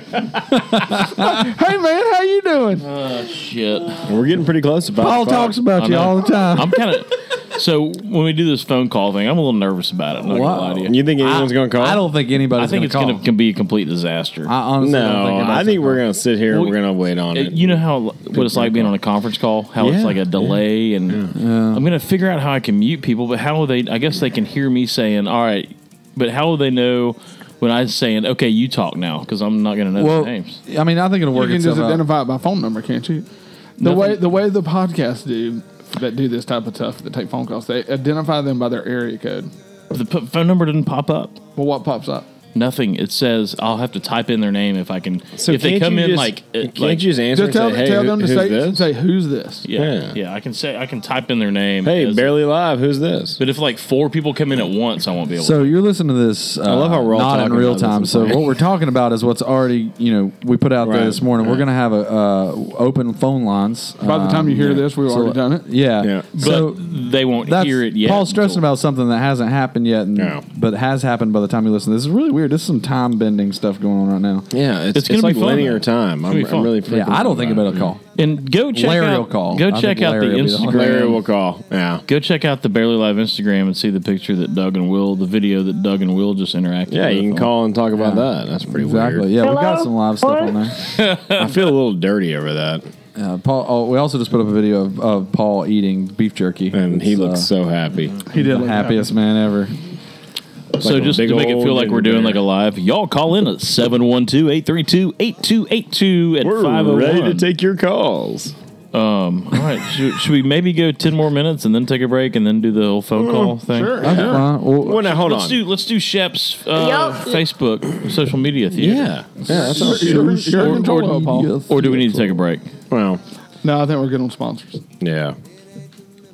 Like, hey man, how you doing? Shit, we're getting pretty close to. Paul talks about you all the time. I'm kind of so when we do this phone call thing, I'm a little nervous about it. I'm not gonna lie to you. You think anyone's going to call? I don't think anybody's I think gonna it's call. going to be a complete disaster. I honestly don't No, think anybody's I think gonna we're call. gonna sit here and Well, uh, we're gonna wait on it. You know how what it's like being on a conference call, how Yeah. it's like a delay, and I'm going to figure out how I can mute people. But how will they? I guess they can hear me saying, "All right," but how will they know when I'm saying, "Okay, you talk now," because I'm not going to know Well, their names. I mean, I think it'll You work can just itself out. identify it by phone number, can't you? The Nothing- way the way the podcasts do that do this type of stuff that take phone calls, they identify them by their area code. The p- phone number didn't pop up. Well, what pops up? Nothing. It says I'll have to type in their name if I can. if they can't come you in just- like, uh, can't like- you just answer Just tell, tell them to say, say who's this. Yeah, yeah, I can say I can type in their name. Hey, as- barely live. Who's this? But if like four people come in at once, I won't be able. So to. you're listening to this. Uh, I love how we're all not in talking real about this time. and So stuff. what we're talking about is what's already you know we put out Right, there this morning. We're gonna have a uh, open phone lines. um, By the time you Um, hear this, we've already done it. Yeah. But So they won't that's hear it yet. Paul's stressing about something that hasn't happened yet, and, but has happened by the time you listen. This is really weird. There's some time bending stuff going on right now. Yeah, it's- It's gonna it's be like fun, linear though. time. It's gonna I'm- be I'm fun. really yeah. freaking I don't out think about about a call. And go check Larry out will call. I go think check out the Larry will be the Instagram. one. Larry will call. Yeah. Go check out the Barely Live Instagram and see the picture that Doug and Will, the video that Doug and Will just interacted. Yeah, you can call and talk about that. That's pretty weird. Exactly. Yeah, we've got some live stuff on there. I feel a little dirty over that. Uh, Paul. Oh, we also just put up a video of, of Paul eating beef jerky, uh, and he looks so happy. He did the look happiest man ever. So Like a just big to make it old feel like we're ginger doing bear. like a live, y'all call in at 712-832-8282 at We're 501. ready to take your calls. Um, all right. should, should we maybe go 10 more minutes and then take a break and then do the whole phone call thing? Mm, sure, That's sure. fine. Well- Well, now, hold let's on. Do, let's do Shep's uh, Facebook social media theater. Yeah. Yeah, that sounds You're- good. you're in or, control, Paul. or do we need to take a break? Well, No, I think we're good on sponsors. yeah.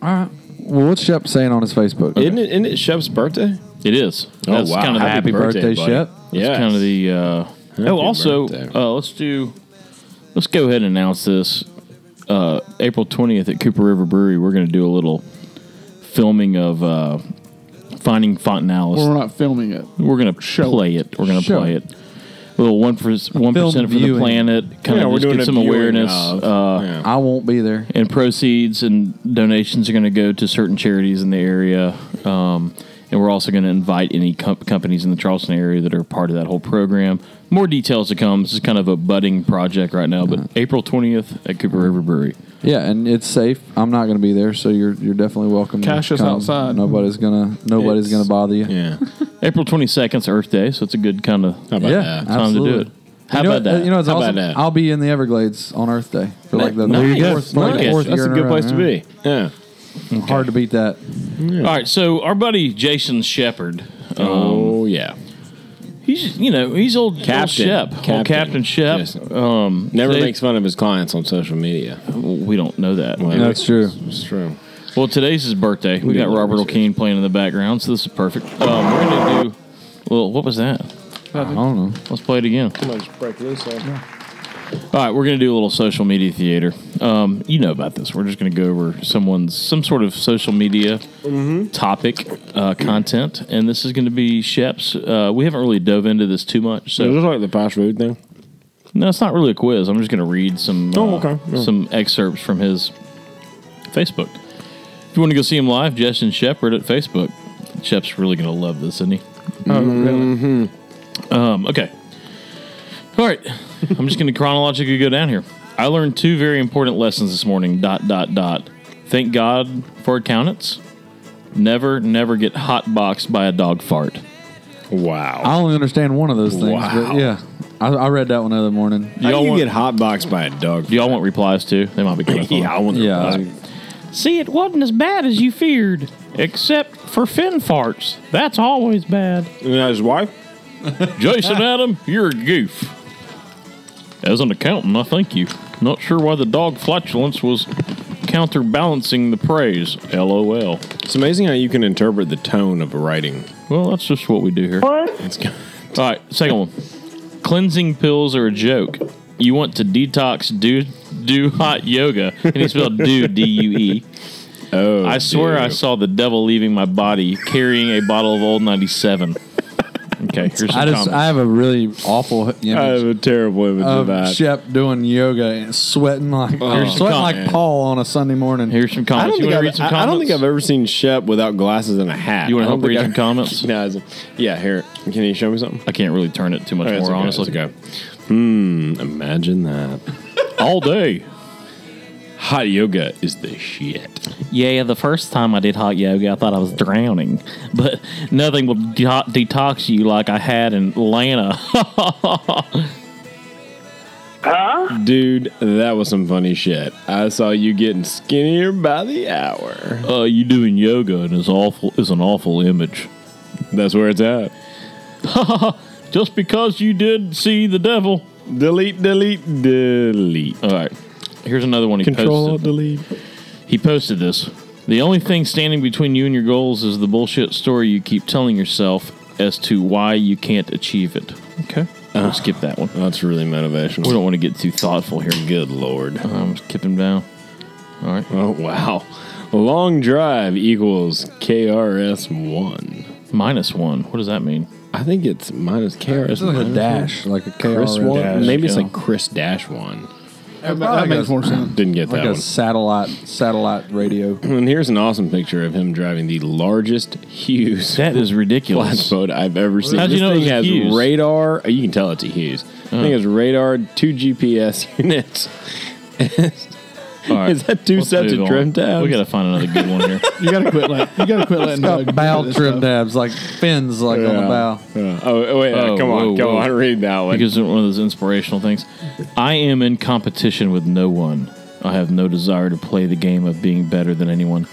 All right. Well, what's Shep saying on his Facebook? Isn't it, isn't it Shep's birthday? It is. Oh, That's wow. Kind of the- Happy birthday, buddy. That's Yes. kind of the. Uh, oh, also, uh, let's do. Let's go ahead and announce this. Uh, April twentieth at Cooper River Brewery, we're going to do a little filming of uh, Finding Fontanalis. Well, we're not filming it. We're going to play it. We're going to Show play it. A little one for one percent for the viewing. planet. Kind Yeah, of we're just doing get a some viewing awareness. of- uh, I won't be there. and proceeds and donations are going to go to certain charities in the area. Um, and we're also going to invite any com- companies in the Charleston area that are part of that whole program. More details to come. This is kind of a budding project right now, but April 20th at Cooper River Brewery. Yeah, and it's safe. I'm not going to be there, so you're you're definitely welcome. Cash to us come. outside. Nobody's gonna nobody's It's- gonna bother you. Yeah. April 22nd is Earth Day, so it's a good kind of about Yeah, that? time absolutely. to do it. How you know, about that? what- uh, You know, it's awesome. I'll be in the Everglades on Earth Day for like the Nice. fourth, like Nice. fourth That's year a in good row, place to yeah. be. Yeah. Hard to beat that. All right, so our buddy Jason Shepard. Oh, yeah. um, He's you know he's old Captain. Old Shep, Captain. Old Captain Shep. Um, Never they- makes fun of his clients on social media. We don't know that. Well, That's true. It's true. Well, today's his birthday. We We got did Robert O'Keen playing in the background, so this is perfect. Um, we're gonna do. Well, what was that? I don't know. Let's play it again. Somebody's break loose on All right, we're going to do a little social media theater. Um, you know about this. We're just going to go over someone's some sort of social media Mm-hmm. topic uh, content, and this is going to be Shep's. Uh, we haven't really dove into this too much, so Is this like the fast food thing? no, it's not really a quiz. I'm just going to read some Oh, uh, okay. Yeah. some excerpts from his Facebook. If you want to go see him live, Justin Shepard at Facebook. Shep's really going to love this, isn't he? Oh, really? Um, okay. All right. I'm just going to chronologically go down here. I learned two very important lessons this morning. Dot, dot, dot. Thank God for accountants. Never, never get hot boxed by a dog fart. Wow. I only understand one of those things. Wow. But yeah, I, I read that one the other morning. hotboxed by a dog? Do y'all want replies too? They might be kind of Yeah, I want Yeah. See, it wasn't as bad as you feared, except for fin farts. That's always bad. his wife? Jason Adam, you're a goof. As an accountant, I thank you. Not sure why the dog flatulence was counterbalancing the praise. LOL. It's amazing how you can interpret the tone of a writing. Well, that's just what we do here. What? All right, second one. Cleansing pills are a joke. You want to detox, do do hot yoga, and he spelled do d u e. Oh, I swear I dude. saw the devil leaving my body carrying a bottle of old ninety seven. Okay, here's some I just comments. I have a really awful image. I have a terrible image of of that. Shep doing yoga and sweating like Oh. sweating like Yeah. Paul on a Sunday morning. Here's some I don't, think I've, I- I don't think I've ever seen Shep without glasses and a hat. You wanna I don't help read some think comments? No, it's- yeah, here. Can you show me something? I can't really turn it too much more, honestly. Okay. Hmm, imagine that. All day. Hot yoga is the shit. Yeah, the first time I did hot yoga, I thought I was drowning, but nothing will de- detox you like I had in Atlanta. Dude, that was some funny shit. I saw you getting skinnier by the hour. uh, you doing yoga and is awful is an awful image. That's where it's at. Just because you did see the devil, delete, delete, delete. All right, here's another one. He Control posted. delete. He posted this. The only thing standing between you and your goals is the bullshit story you keep telling yourself as to why you can't achieve it. Okay. We'll skip that one. Ah, That's really motivational. We don't want to get too thoughtful here. Good lord. I'm skipping down. All right. Oh, wow. Long drive equals KRS1. Minus one. What does that mean? I think it's minus KRS. It's like a minus dash, one. like a Chris KRS one? dash, Maybe it's yeah. like Chris Dash 1. That, that makes more sense. Didn't get Like that a one. satellite satellite radio. And here's an awesome picture of him driving the largest Hughes. That is ridiculous. Flatboat I've ever seen. How'd you This know it thing was a has Hughes? radar. You can tell it's a Hughes. I think it's radar, two GPS units. All right. Is that two Let's sets move of on. trim tabs? We got to find another good one here. You gotta quit. Like, you gotta quit It's letting got Doug bow do trim this stuff. dabs, like fins, like on the bow. Yeah. Oh, oh, wait, uh, Oh, come whoa, on, come whoa. on, read that one. Because it's one of those inspirational things. I am in competition with no one. I have no desire to play the game of being better than anyone.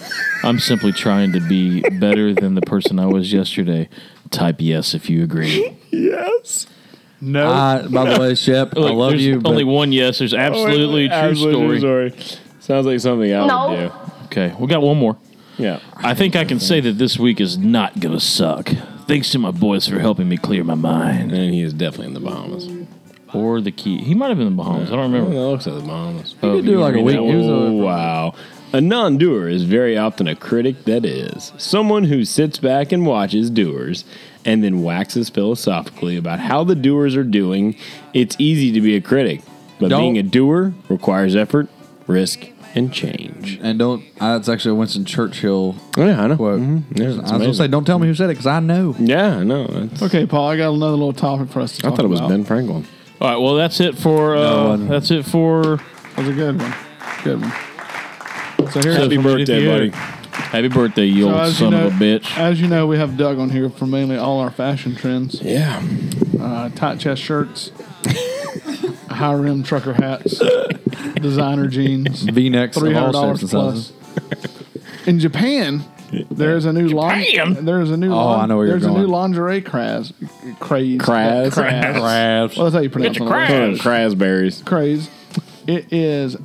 I'm simply trying to be better than the person I was yesterday. Type yes if you agree. yes. No. Oh, I, by the way, Shep, I Look, love there's you. but- Only one yes. There's absolutely true Absolutely story. true story. Sounds like something I would No. do. Okay, we got one more. Yeah. I think I can say that this week is not gonna suck. Thanks to my boys for helping me clear my mind. And he is definitely in the Bahamas. Or the key. He might have been in the Bahamas. Oh, I don't remember. That looks like the Bahamas. He did do like a week. He was Oh, over- wow. A non doer is very often a critic that is someone who sits back and watches doers and then waxes philosophically about how the doers are doing. It's easy to be a critic, but Don't- being a doer requires effort, risk, and change. And don't. Uh, it's actually a Winston Churchill. Yeah, I know. Quote. Mm-hmm. Yeah, I it's was gonna amazing. say, don't tell me who said it because I know. Yeah, I know. That's- Okay, Paul. I got another little topic for us to I talk thought it was about. Ben Franklin. All right. Well, that's it for. Uh, that's it for. That was a good one. Good one. So here's Happy Social media birthday, buddy. theater. Happy birthday, you So old as son you know, of a bitch. As you know, we have Doug on here for mainly all our fashion trends. Yeah. Uh, tight chest shirts, high rim trucker hats, designer jeans, V necks of all $300 sorts and plus. In Japan, There is a new lon- Japan? There is a new. Oh, I know where you're there's a new going. lingerie craze. Craze. Craz. Craze. Craz. Well, that's how you pronounce It's a it. craz. Crasberries. Craze. It is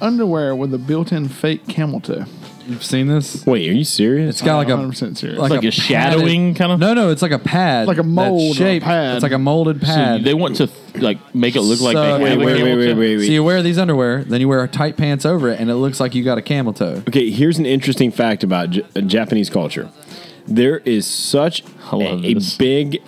underwear with a built-in fake camel toe. You've seen this? Wait, are you serious? It's got like a 100% serious. Like a shadowing kind of. No, no, it's like a pad, Like a that's mold or a shaped- pad. It's like a molded So pad. they want to like make it look like So- they have a camel toe? So you wear these underwear, then you wear tight pants over it, and it looks like you got a camel toe. Okay, here's an interesting fact about J- Japanese culture. There is such a, a big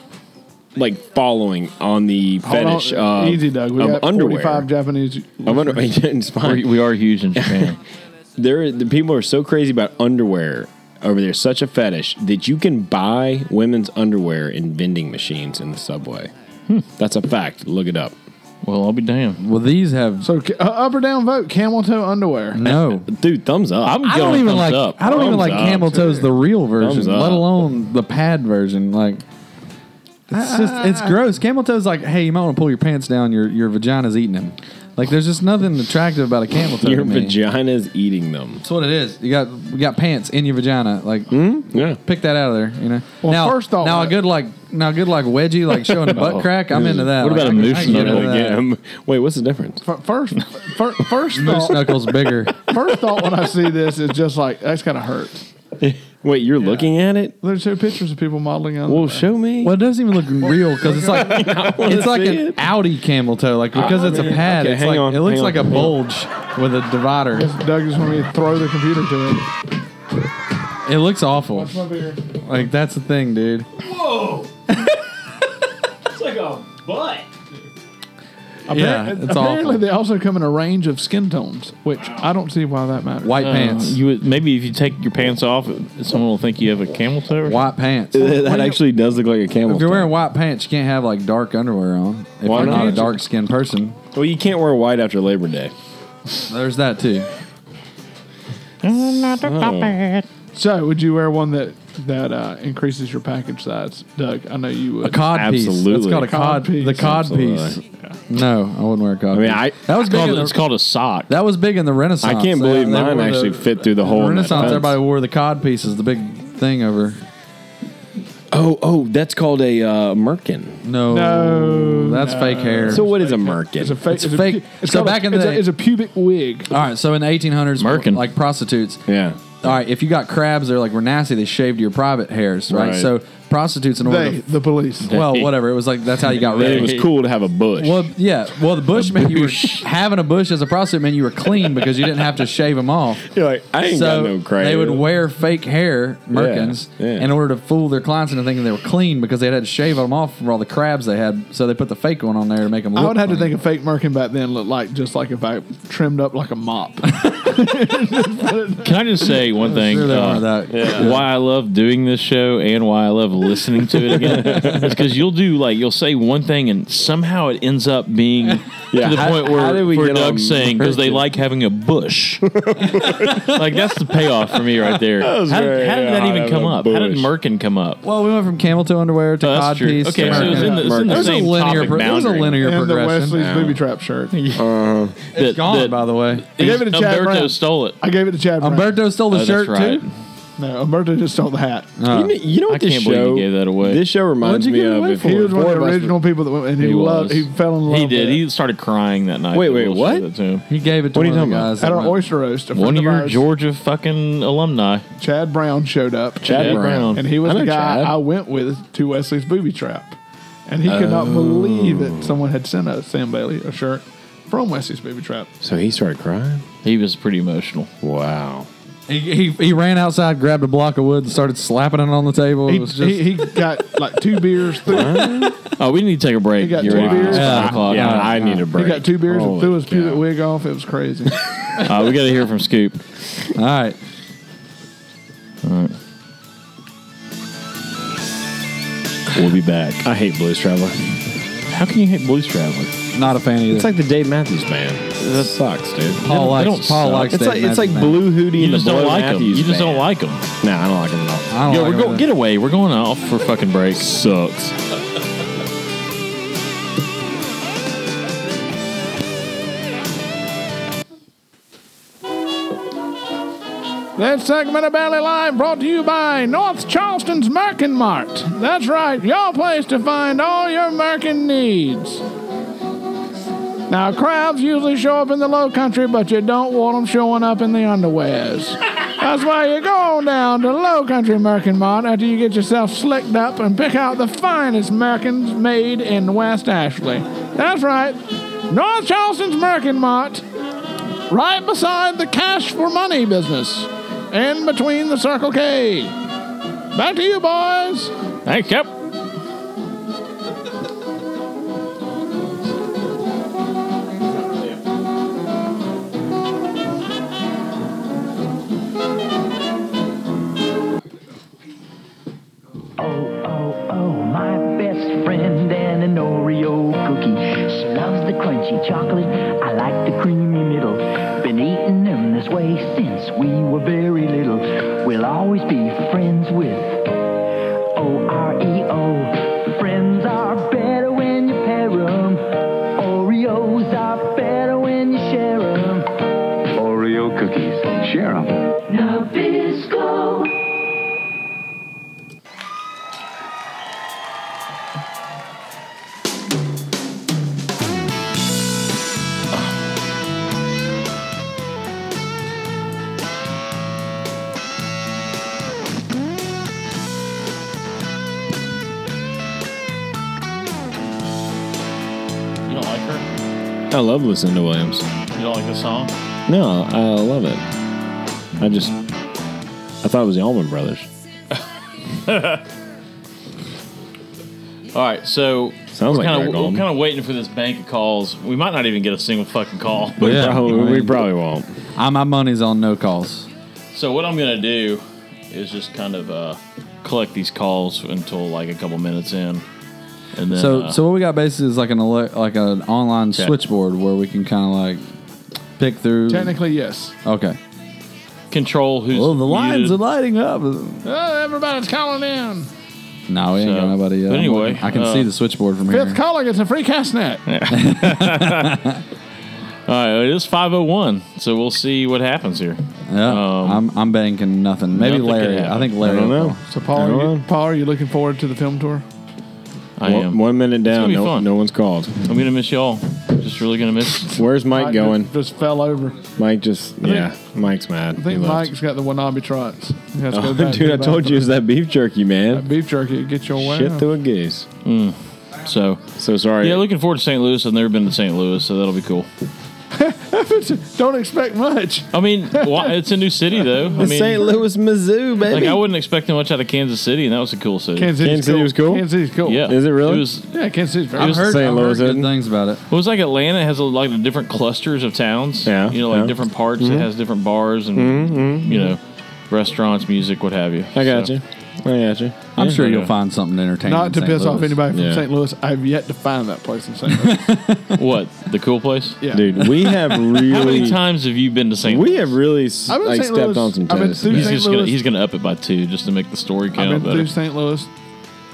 like following on the Hold on. fetish of, Easy, Doug. We of got underwear. 45 Japanese. Of under- it's fine. We- are huge in Japan. there, the people are so crazy about underwear over there, such a fetish that you can buy women's underwear in vending machines in the subway. That's a fact. Look it up. Well, I'll be damned. Well, these have So ca- uh, up or down vote camel toe underwear. No, dude, thumbs up. I'm I do not even like. I don't even like camel toes, the real version, Thumbs let up. alone the pad version. Like, it's just it's gross. Camel toes, like, hey, you might want to pull your pants down. Your your vagina's eating them. Like, there's just nothing attractive about a camel toe. Your to me. vagina's eating them. That's what it is. You got you got pants in your vagina. Like, yeah, pick that out of there. You know. Well, now, first off- now a good like now a good like wedgie like showing a butt crack. I'm into that. What Like, about a I can- I moose can get into knuckle? that. Yeah, um, Wait, what's the difference? F- First, fir- first Moose thought, knuckles bigger. first thought when I see this is just like that's gotta hurt. Wait, you're looking at it? There's two pictures of people modeling on. Well, show me. Well, it doesn't even look real because it's like it's like an Audi camel toe, like because Oh, it's man. a pad. Okay, it's hang like on, it looks hang on, like a hang on. bulge with a divider. Doug just wanted me to throw the computer to him. It looks awful. That's my beer. Like that's the thing, dude. Whoa! it's like a butt. Yeah, it's apparently awful. they also come in a range of skin tones, which I don't see why that matters. Uh, You would, maybe if you take your pants off, someone will think you have a camel toe. Or White pants. that actually does look like a camel. If you're wearing white pants, you can't have like dark underwear on. If Why you're not a not? dark skinned person, Well, you can't wear white after Labor Day. there's that too. So, so would you wear one that that uh, increases your package size, Doug? I know you would. A cod piece. That's called a cod. piece. The cod piece. No, I wouldn't wear a cod. I mean, I that was it's big called, in the- it's called a sock. That was big in the Renaissance. I can't They- believe they mine wore actually fit through the hole in that Renaissance, fence. everybody wore the cod pieces, the big thing over. Oh, oh, that's called a uh, merkin. No, that's fake hair. So what is a merkin? It's a fake. It's fake. It's so called a- back in it's the a, it's a pubic wig. all right. So in the 1800s, Merkin. like prostitutes. Yeah. All right. If you got crabs, they're like were nasty. They shaved your private hairs, right? Right. So prostitutes in order. They, to, the police. well, whatever. It was like that's how you got rid. It of was cool to have a bush. Well, yeah. Well, the bush meant you were having a bush as a prostitute meant you were clean because you didn't have to shave them off. You're like, I ain't so got no crab. They would wear fake hair merkins Yeah, yeah. in order to fool their clients into thinking they were clean because they had to shave them off from all the crabs they had. So they put the fake one on there to make them. Look I would have to clean. think a fake merkin back then looked like just like if I trimmed up like a mop. Can I just say one thing? uh, sure they wanted that. Yeah. Why I love doing this show and why I love listening to it again is because you'll do like you'll say one thing and somehow it ends up being Yeah, to the how- point how where, did we where get on Doug's saying because they merkin? like having a bush. like that's the payoff for me right there. That was how, very did, how did that odd, even having come a up? How did bush. Merkin come up? Well, we went from camel toe underwear to Oh, that's cod true. piece. Okay, to so it was merkin. in the- it's in the It was same a linear. topic Pro- it was a boundary. linear and the progression. Wesley's Yeah. booby trap shirt. Uh-huh. It's gone, by the way. I gave it to Chad Umberto Brown. stole it. I gave it to Chad. Brown. Umberto stole the Oh, that's shirt right. too. Oh. No, Umberto just stole the hat. you, know, you know what Ah, I this can't show? believe you gave that away. This show reminds me of if He was one four of the us- original people that went and he, He loved. was. He fell in love. He did. With He started crying that night. Wait, wait, We'll show what? that to him. He gave it to What are one you of the talking about? guys. it. at that our went- oyster roast. A One friend of your ours, Georgia fucking alumni. Chad Brown showed up. Chad Chad Brown. Brown. and he was I the know guy Chad. I went with to Wesley's booby trap, and he could not Oh. believe that someone had sent us Sam Bailey a shirt from Wesley's booby trap. So he started crying. He was pretty emotional. Wow. He, he, he ran outside, grabbed a block of wood, and started slapping it on the table. He, it was just he, he got like two beers. Through, Oh, we need to take a break. He got You two ready? beers. It's Yeah. five o'clock. yeah, I need a he break. got two beers and Holy threw his pubic wig off. It was crazy. Uh, we got to hear from Scoop. all right. We'll be back. I hate Blues Traveler. How can you hate Blues Traveler? Not a fan either. It's like the Dave Matthews Band. That sucks, dude. Paul They likes- don't Paul suck. likes It's Dave like it's Matthews like Band. Blue Hootie You and the just don't Blue like him. You Matthews just don't Band. like him. No, I don't like him at all. I don't Yo, like we're it going. either. Get away. We're going off for a fucking break. Sucks. This segment of Belly Live brought to you by North Charleston's Merkin Mart. That's right, your place to find all your merkin needs. Now, crabs usually show up in the low country, but you don't want them showing up in the underwears. That's why you go on down to Low Country Merkin Mart after you get yourself slicked up and pick out the finest merkins made in West Ashley. That's right, North Charleston's Merkin Mart, right beside the cash for money business, in between the Circle K. Back to you, boys. Thanks, Cap. Oh, my best friend and an Oreo cookie. She loves the crunchy chocolate. I like the creamy middle. Been eating them this way since we were very little. We'll always be friends with O R E O. Friends are better when you pair 'em. Oreos are better when you share 'em. Oreo cookies. Share them. Nabisco. You don't like her? I love listening to Williams. You don't like this song? No, I love it. I just, I thought it was the Allman Brothers. All right, so Sounds we're like kind Greg of Allman. kind of waiting for this bank of calls. We might not even get a single fucking call. We Yeah. probably- we probably won't. I, my money's on no calls. So what I'm gonna do is just kind of uh, collect these calls until like a couple minutes in, and then so, uh, so what we got basically is like an ele- like an online Chat. switchboard where we can kind of like pick through. Technically, yes. Okay. Control who's. Well, the lines muted. are lighting up. Oh, everybody's calling in. No, we ain't got nobody yet. but I'm anyway, looking- I can uh, see the switchboard from here. Fifth caller gets a free cast net. All right, it is 501, so we'll see what happens here. Um, Yeah, I'm I'm banking nothing. Maybe Larry. I think Larry. will call. So, Paul, are you, Paul, are you looking forward to the film tour? I one, am. one minute gonna down, be no, fun. no one's called. I'm gonna miss y'all. Just really gonna miss. Where's Mike Mike going? Just, just fell over. Mike just, yeah, Mike's mad. I think he left. Mike's got the Wanabe trots. He has to go Oh, back to dude, the I told you it's that beef jerky, man. bathroom. beef jerky. Get your way. Shit through a goose. Mm. So so sorry. Yeah, looking forward to St. Louis. I've never been to St. Louis, so that'll be cool. Hmm. Don't expect much. I mean, why, it's a new city though. I mean, St. Louis, Mizzou, baby. Like I wasn't expecting much out of Kansas City, and that was a cool city. Kansas City's Kansas City cool. was cool? Kansas City's cool. Yeah, Is it really? It was, Yeah, Kansas City's very I've heard- St. I've heard Louis good isn't. things about it. it was like Atlanta has a lot of different clusters of towns. Yeah, you know, like yeah. different parts. Mhm. It has different bars and Mhm, mhm, you mhm. know, restaurants, music, what have you. I got you. I got you. I'm Yeah. sure you'll Yeah. find something entertaining. Not in to St. piss off Louis. anybody from Yeah. St. Louis, I've yet to find that place in St. Louis. What the cool place? Yeah. Dude, we have really. How many times have you been to St. We have really s- I've been to like, St. stepped Louis. on some I've been toes. through He's St. just gonna Louis. he's gonna up it by two just to make the story I've count been better. through St. Louis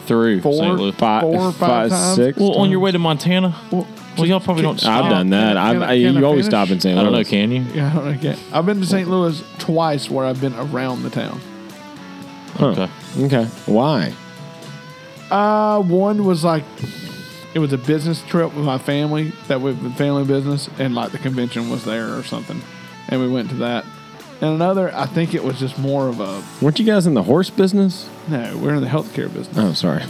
Through four, St. Louis. four, five, times. Well, on your way to Montana. Well, y'all probably don't. Stop. I've done that. I've, I- I, can I you always finish? stop in St. Louis. I don't know. Can you? Yeah, I don't get. I've been to St. Louis twice, where I've been around the town. Huh. Okay. Why? Uh, one was like it was a business trip with my family that we family business, and like the convention was there or something, and we went to that. And another, I think it was just more of a Weren't you guys in the horse business? no. We're in the healthcare business. Oh, sorry.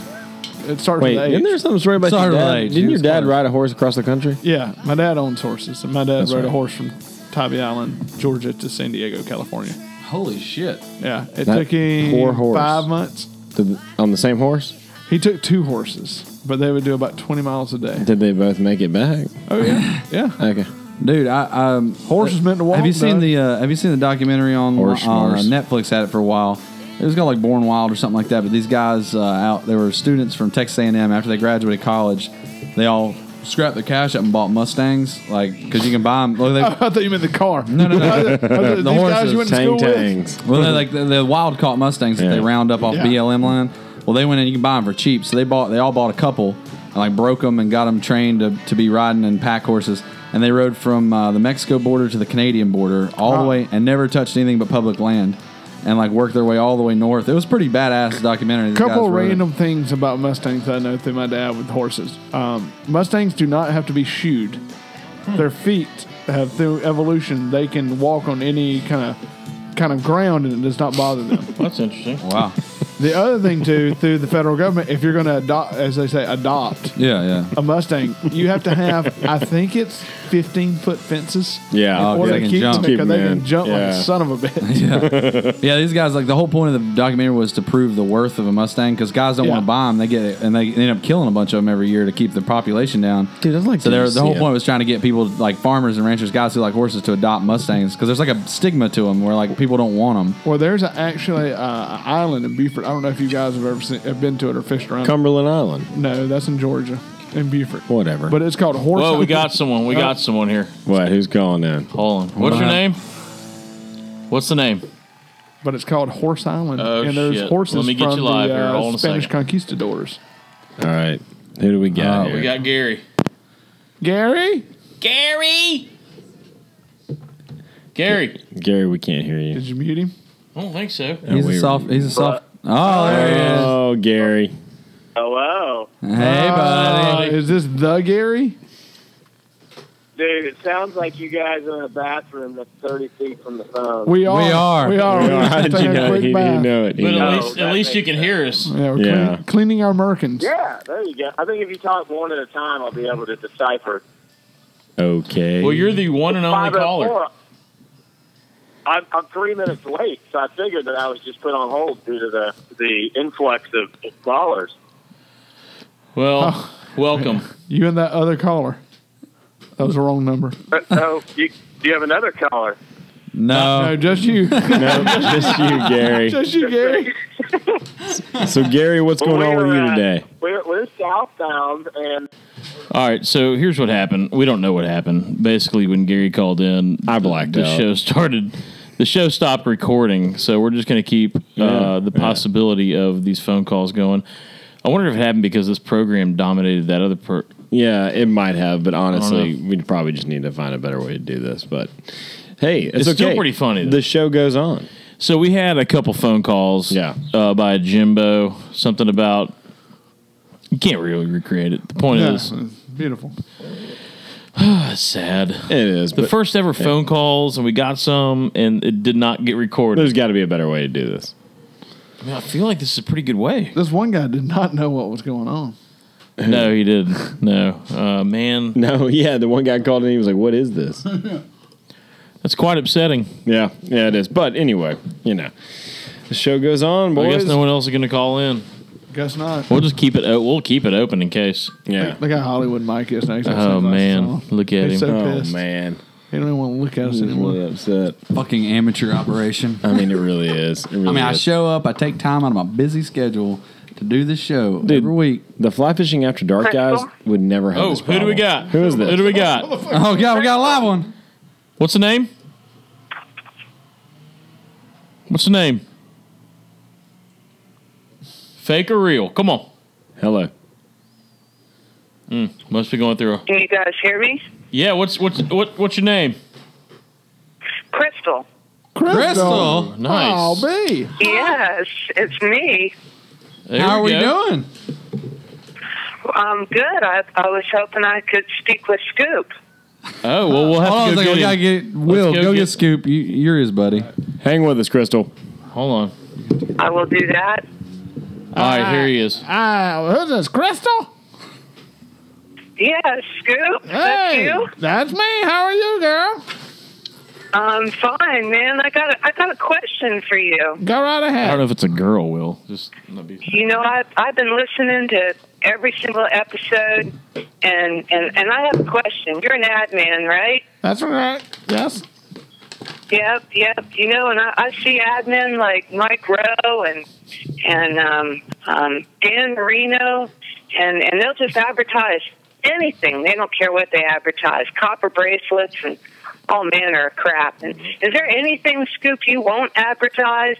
It started Wait, with age. isn't there some story about your dad? Didn't your dad ride a horse across the country? Yeah, my dad owns horses, and my dad That's rode a right. horse from Tybee Island, Georgia, to San Diego, California. Holy shit! Yeah, it That took him poor horse. five months. Did, on the same horse? He took two horses, but they would do about twenty miles a day. Did they both make it back? Oh yeah, yeah. Okay. Dude, I um, horses meant to walk. Have you seen dog. the uh, Have you seen the documentary on, Horse on uh, smores. Netflix? Had it for a while. It was called like Born Wild or something like that. But these guys uh, out, they were students from Texas A&M. After they graduated college, they all scrapped their cash up and bought Mustangs, like because you can buy them. Well, Oh, they, I thought you meant the car. No, no, I no. thought- I thought these guys you went to school with. Well, they're like the, the wild caught Mustangs that they round up off Yeah. BLM line. Well, they went in. You can buy them for cheap. So they bought. They all bought a couple and like broke them and got them trained to, to be riding in pack horses. And they rode from uh, the Mexico border to the Canadian border all the way and never touched anything but public land. and like work their way all the way north. It was pretty badass documentary. These couple guys were- random things about Mustangs I know through my dad with horses. Um, Mustangs do not have to be shoed. Hmm. Their feet have through evolution they can walk on any kind of kind of ground and it does not bother them. That's interesting. Wow. The other thing too, through the federal government, if you're going to adopt, as they say, adopt Yeah, yeah. a Mustang, you have to have, I think it's 15 foot fences. Yeah. Oh, or they they can keep jump. them because Keep they 'em can in. jump like Yeah. a son of a bitch. yeah. yeah, these guys like the whole point of the documentary was to prove the worth of a Mustang because guys don't Yeah. want to buy them. They get it, and they end up killing a bunch of them every year to keep the population down. Dude, that's like so. to they're- see The whole it. point was trying to get people like farmers and ranchers, guys who like horses, to adopt Mustangs because there's like a stigma to them where like people don't want them. Well, there's a, actually uh, an island in Beaufort. I don't know if you guys have ever seen, have been to it or fished around. it. Cumberland Island. No, that's in Georgia, in Beaufort. Whatever. But it's called horse. Oh. Whoa, we got someone. We got someone here. What? Who's calling in? Hold on. What's your name? What's the name? But it's called Horse Island, Oh, and there's shit. horses Let me get from you live the here. Hold on uh, a Spanish second. conquistadors. All right. Who do we got? Uh, we here? got Gary. Gary, Gary. Gary. Gary, we can't hear you. Did you mute him? I don't think so. He's a soft. He's a soft. Oh, there he is. Oh, Gary. Hello. Hey, buddy. Uh, is this the Gary? Dude, it sounds like you guys are in a bathroom that's 30 feet from the phone. We are. We are. We are. We are. How'd you know? He- he know it. He But at know it. least, at least you can hear us. Yeah, we're Clean, cleaning our merkins. Yeah, there you go. I think if you talk one at a time, I'll be able to decipher. Okay. Well, you're the one and only Five oh caller. four. I'm, I'm three minutes late, so I figured that I was just put on hold due to the, the influx of callers. Well, welcome. Oh, You and that other caller. That was the wrong number. But, oh, you, do you have another caller? No, no, just you. no, just you, Gary. Just you, Gary. So, Gary, what's Well, going on with we're, you uh, today? We're, we're southbound, and All right, so here's what happened. We don't know what happened. Basically, when Gary called in, I blacked the, out. show started. The show stopped recording, so we're just going to keep Yeah, uh, the possibility of these phone calls going. I wonder if it happened because this program dominated that other pro. Yeah, it might have, but honestly, know. we probably just need to find a better way to do this. But hey, it's, It's okay. still pretty funny, though. The show goes on. So we had a couple phone calls. Yeah. Uh, by Jimbo, something about you can't really recreate it. The point Yeah, is, it's beautiful. it's sad. It is the but- first ever yeah. phone calls, and we got some, and it did not get recorded. There's got to be a better way to do this. I, mean, I feel like this is a pretty good way. This one guy did not know what was going on. No, he didn't. No, uh, man. No, yeah, the one guy called in. He was like, "What is this?" That's quite upsetting. Yeah, yeah, it is. But anyway, you know, the show goes on. Boys. I guess no one else is going to call in. Guess not. We'll just keep it. o- We'll keep it open in case. Yeah. Look how Hollywood Mike is next. Oh man, look at He's him. so pissed. Oh, man. He don't even want to look at us anymore. upset. Fucking amateur operation. I mean, it really is. It really I mean, I is. show up. I take time out of my busy schedule to do this show every week. The fly fishing after dark guys would never have. Oh, this who do we problem. got? Who is this? Who do we got? Oh god, we got a live one. What's the name? What's the name? Fake or real? Come on. Hello. Mm, must be going through. A, Can you guys hear me? yeah. What's what's what what's your name? Crystal. Crystal. Crystal. Nice. Oh, me. Yes, it's me. There How are we we go. doing? I'm good. I, I was hoping I could speak with Scoop. Oh well, we'll have Hold on a to go get second, we gotta him. get Will. Let's Go, go get, get- Scoop. You, you're his buddy. Hang with us, Crystal. Hold on. I will do that. All right, here Uh, he is. Ah, who's this, Crystal? Yes, Scoop. that's Hey, you. that's me. How are you, girl? I'm fine, man. I got a, I got a question for you. Go right I don't ahead. know if it's a girl. Will just. let me- You know, I I've been listening to every single episode, and and and I have a question. You're an ad man, right? That's all right. Yes. Yep, yep. You know, and I, I see admin like Mike Rowe and and um, um, Dan Marino, and and they'll just advertise anything. They don't care what they advertise. Copper bracelets and oh, all manner of crap. And is there anything Scoop you won't advertise?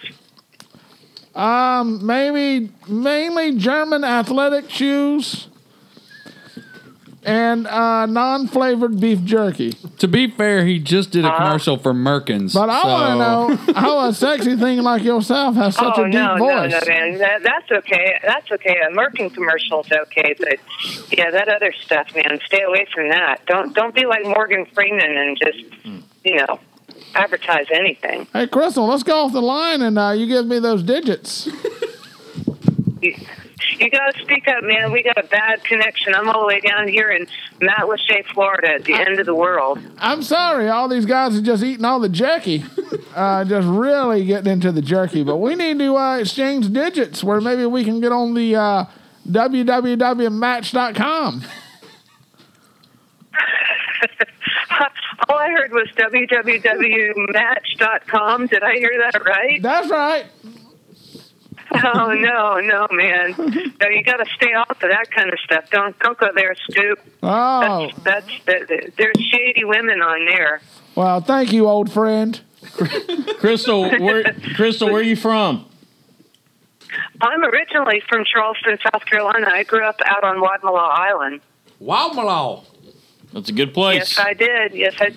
Um, maybe mainly German athletic shoes. and uh, non-flavored beef jerky. To be fair, he just did a commercial for Merkins. But I want to know how a sexy thing like yourself has such oh a deep no, voice. no, no, man, that, that's okay. That's okay. A Merkin commercial's okay, but yeah, that other stuff, man, stay away from that. Don't don't be like Morgan Freeman and just you know advertise anything. Hey, Crystal, let's go off the line and uh, you give me those digits. You, you gotta speak up, man. We got a bad connection. I'm all the way down here in Matlache, Florida, at the end of the world. I'm sorry, all these guys are just eating all the jerky, uh, just really getting into the jerky. But we need to uh, exchange digits where maybe we can get on the uh, www.match.com. All I heard was www.match.com. Did I hear that right? That's right. Oh no, no, man! No, you got to stay off of that kind of stuff. Don't don't go there, Stoop. Oh, That's that, that- there's shady women on there. well, thank you, old friend. Crystal, where Crystal, where are you from? I'm originally from Charleston, South Carolina. I grew up out on Wadmalaw Island. Wow, That's a good place. Yes, I did. Yes, I.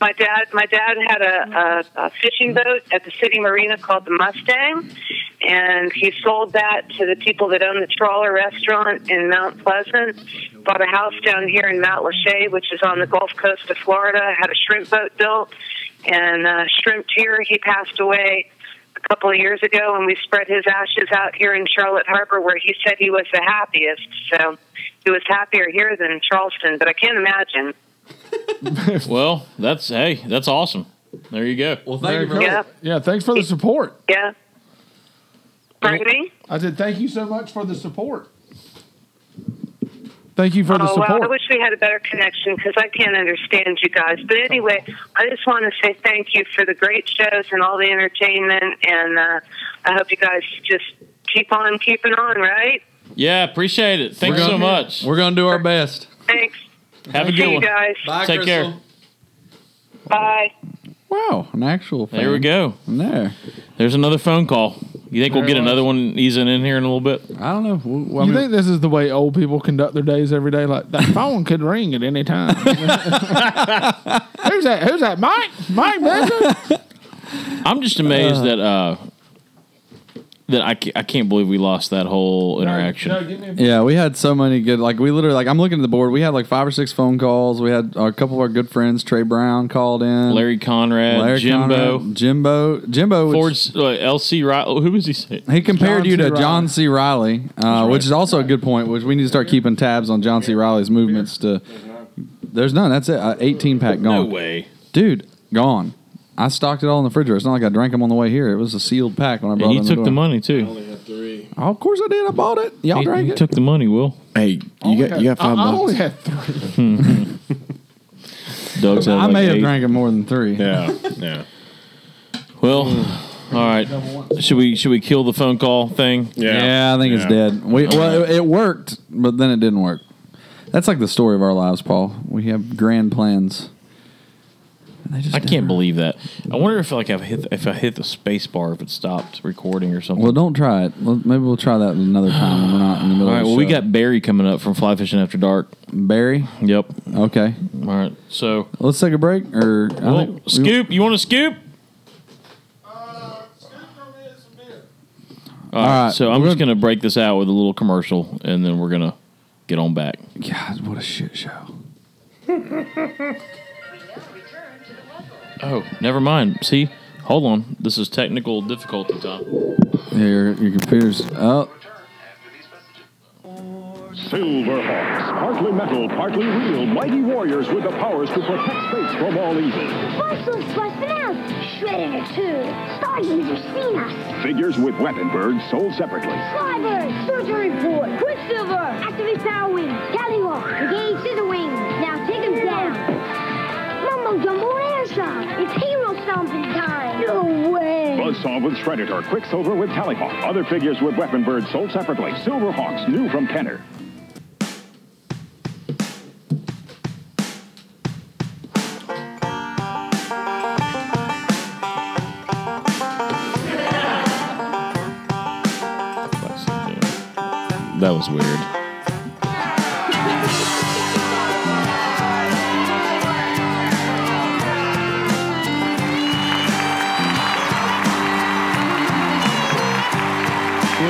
My dad, my dad had a, a, a fishing boat at the city marina called the Mustang, and he sold that to the people that own the trawler restaurant in Mount Pleasant. Bought a house down here in Mount Lachey, which is on the Gulf Coast of Florida. Had a shrimp boat built, and uh, shrimped here. He passed away a couple of years ago, and we spread his ashes out here in Charlotte Harbor, where he said he was the happiest. So he was happier here than in Charleston, but I can't imagine. well, that's hey, that's awesome. There you go. Well, There it goes. Yeah, thanks for the support. Yeah. I said thank you so much for the support. Thank you for the oh, Well, I support. wish we had a better connection because I can't understand you guys. But anyway, I just want to say thank you for the great shows and all the entertainment, and uh, I hope you guys just keep on keeping on, right? Yeah, appreciate it. Thanks so much. We're gonna do our best. Thanks. Have a See good you one. guys. Bye, Take Crystal. care. Bye. Wow, Oh, an actual. Fan. There we go. There. There's another phone call. You think we'll There get was. another one easing in here in a little bit? I don't know. you think this is the way old people conduct their days every day? Like that phone could ring at any time. who's that? Who's that? Mike? Mike Benson? I'm just amazed that uh that I, ca- I can't believe we lost that whole interaction. Yeah, we had so many good. Like we literally, like I'm looking at the board. We had like five or six phone calls. We had a couple of our good friends, Trey Brown, called in. Larry Conrad, Larry Jimbo, Conrad, Jimbo, Jimbo. Ford, uh, LC Riley. Who was he saying? He compared John you C. to Reilly. John C. Riley, uh, which is also a good point. Which we need to start keeping tabs on John C. Riley's movements. To there's none. That's it. Uh, 18 pack No gone. way. dude, gone. I stocked it all in the refrigerator. It's not like I drank them on the way here. It was a sealed pack when I And brought you it in took door. the money too. Oh, of course I did. I bought it. Y'all He- drank he it. took the money. Will hey, you got you got five bucks. had three. Doug's had I like may have eight. drank it more than three. Yeah, yeah. Well, all right. Should we should we kill the phone call thing? Yeah, I think it's dead. We well, it, it worked, but then it didn't work. That's like the story of our lives, Paul. We have grand plans. I can't believe that. I wonder if like I've hit if I hit the space bar if it stopped recording or something. Well, don't try it. Well, Maybe we'll try that another time when we're not in the middle. All right. of the Well, we show. got Barry coming up from Fly Fishing After Dark. Barry. Yep. Okay. All right. So, Let's take a break, or I well, think we- scoop. You want to scoop? All right, So I'm just gonna break this out with a little commercial, and then we're gonna get on back. God, what a shit show. Oh, never mind. See, hold on. This is technical difficulty time. Yeah, your, your computer's oh. Silverhawks, partly metal, partly real, mighty warriors with the powers to protect space from all evil. Buzzsaw slicing out, shredding it too. Star user Cena, Figures with weapon birds sold separately. Cyber, Surgery Boy, Quicksilver, Activate Power Wing, Gallywalk, Engage Scissor Wing. Now take him down. Mumbo Jumbo Airshot, it's hero stomping time. No way. Buzzsaw with Shredditor, Quicksilver with Tallyhawk. Other figures with weapon birds sold separately. Silverhawks, new from Kenner. That was weird.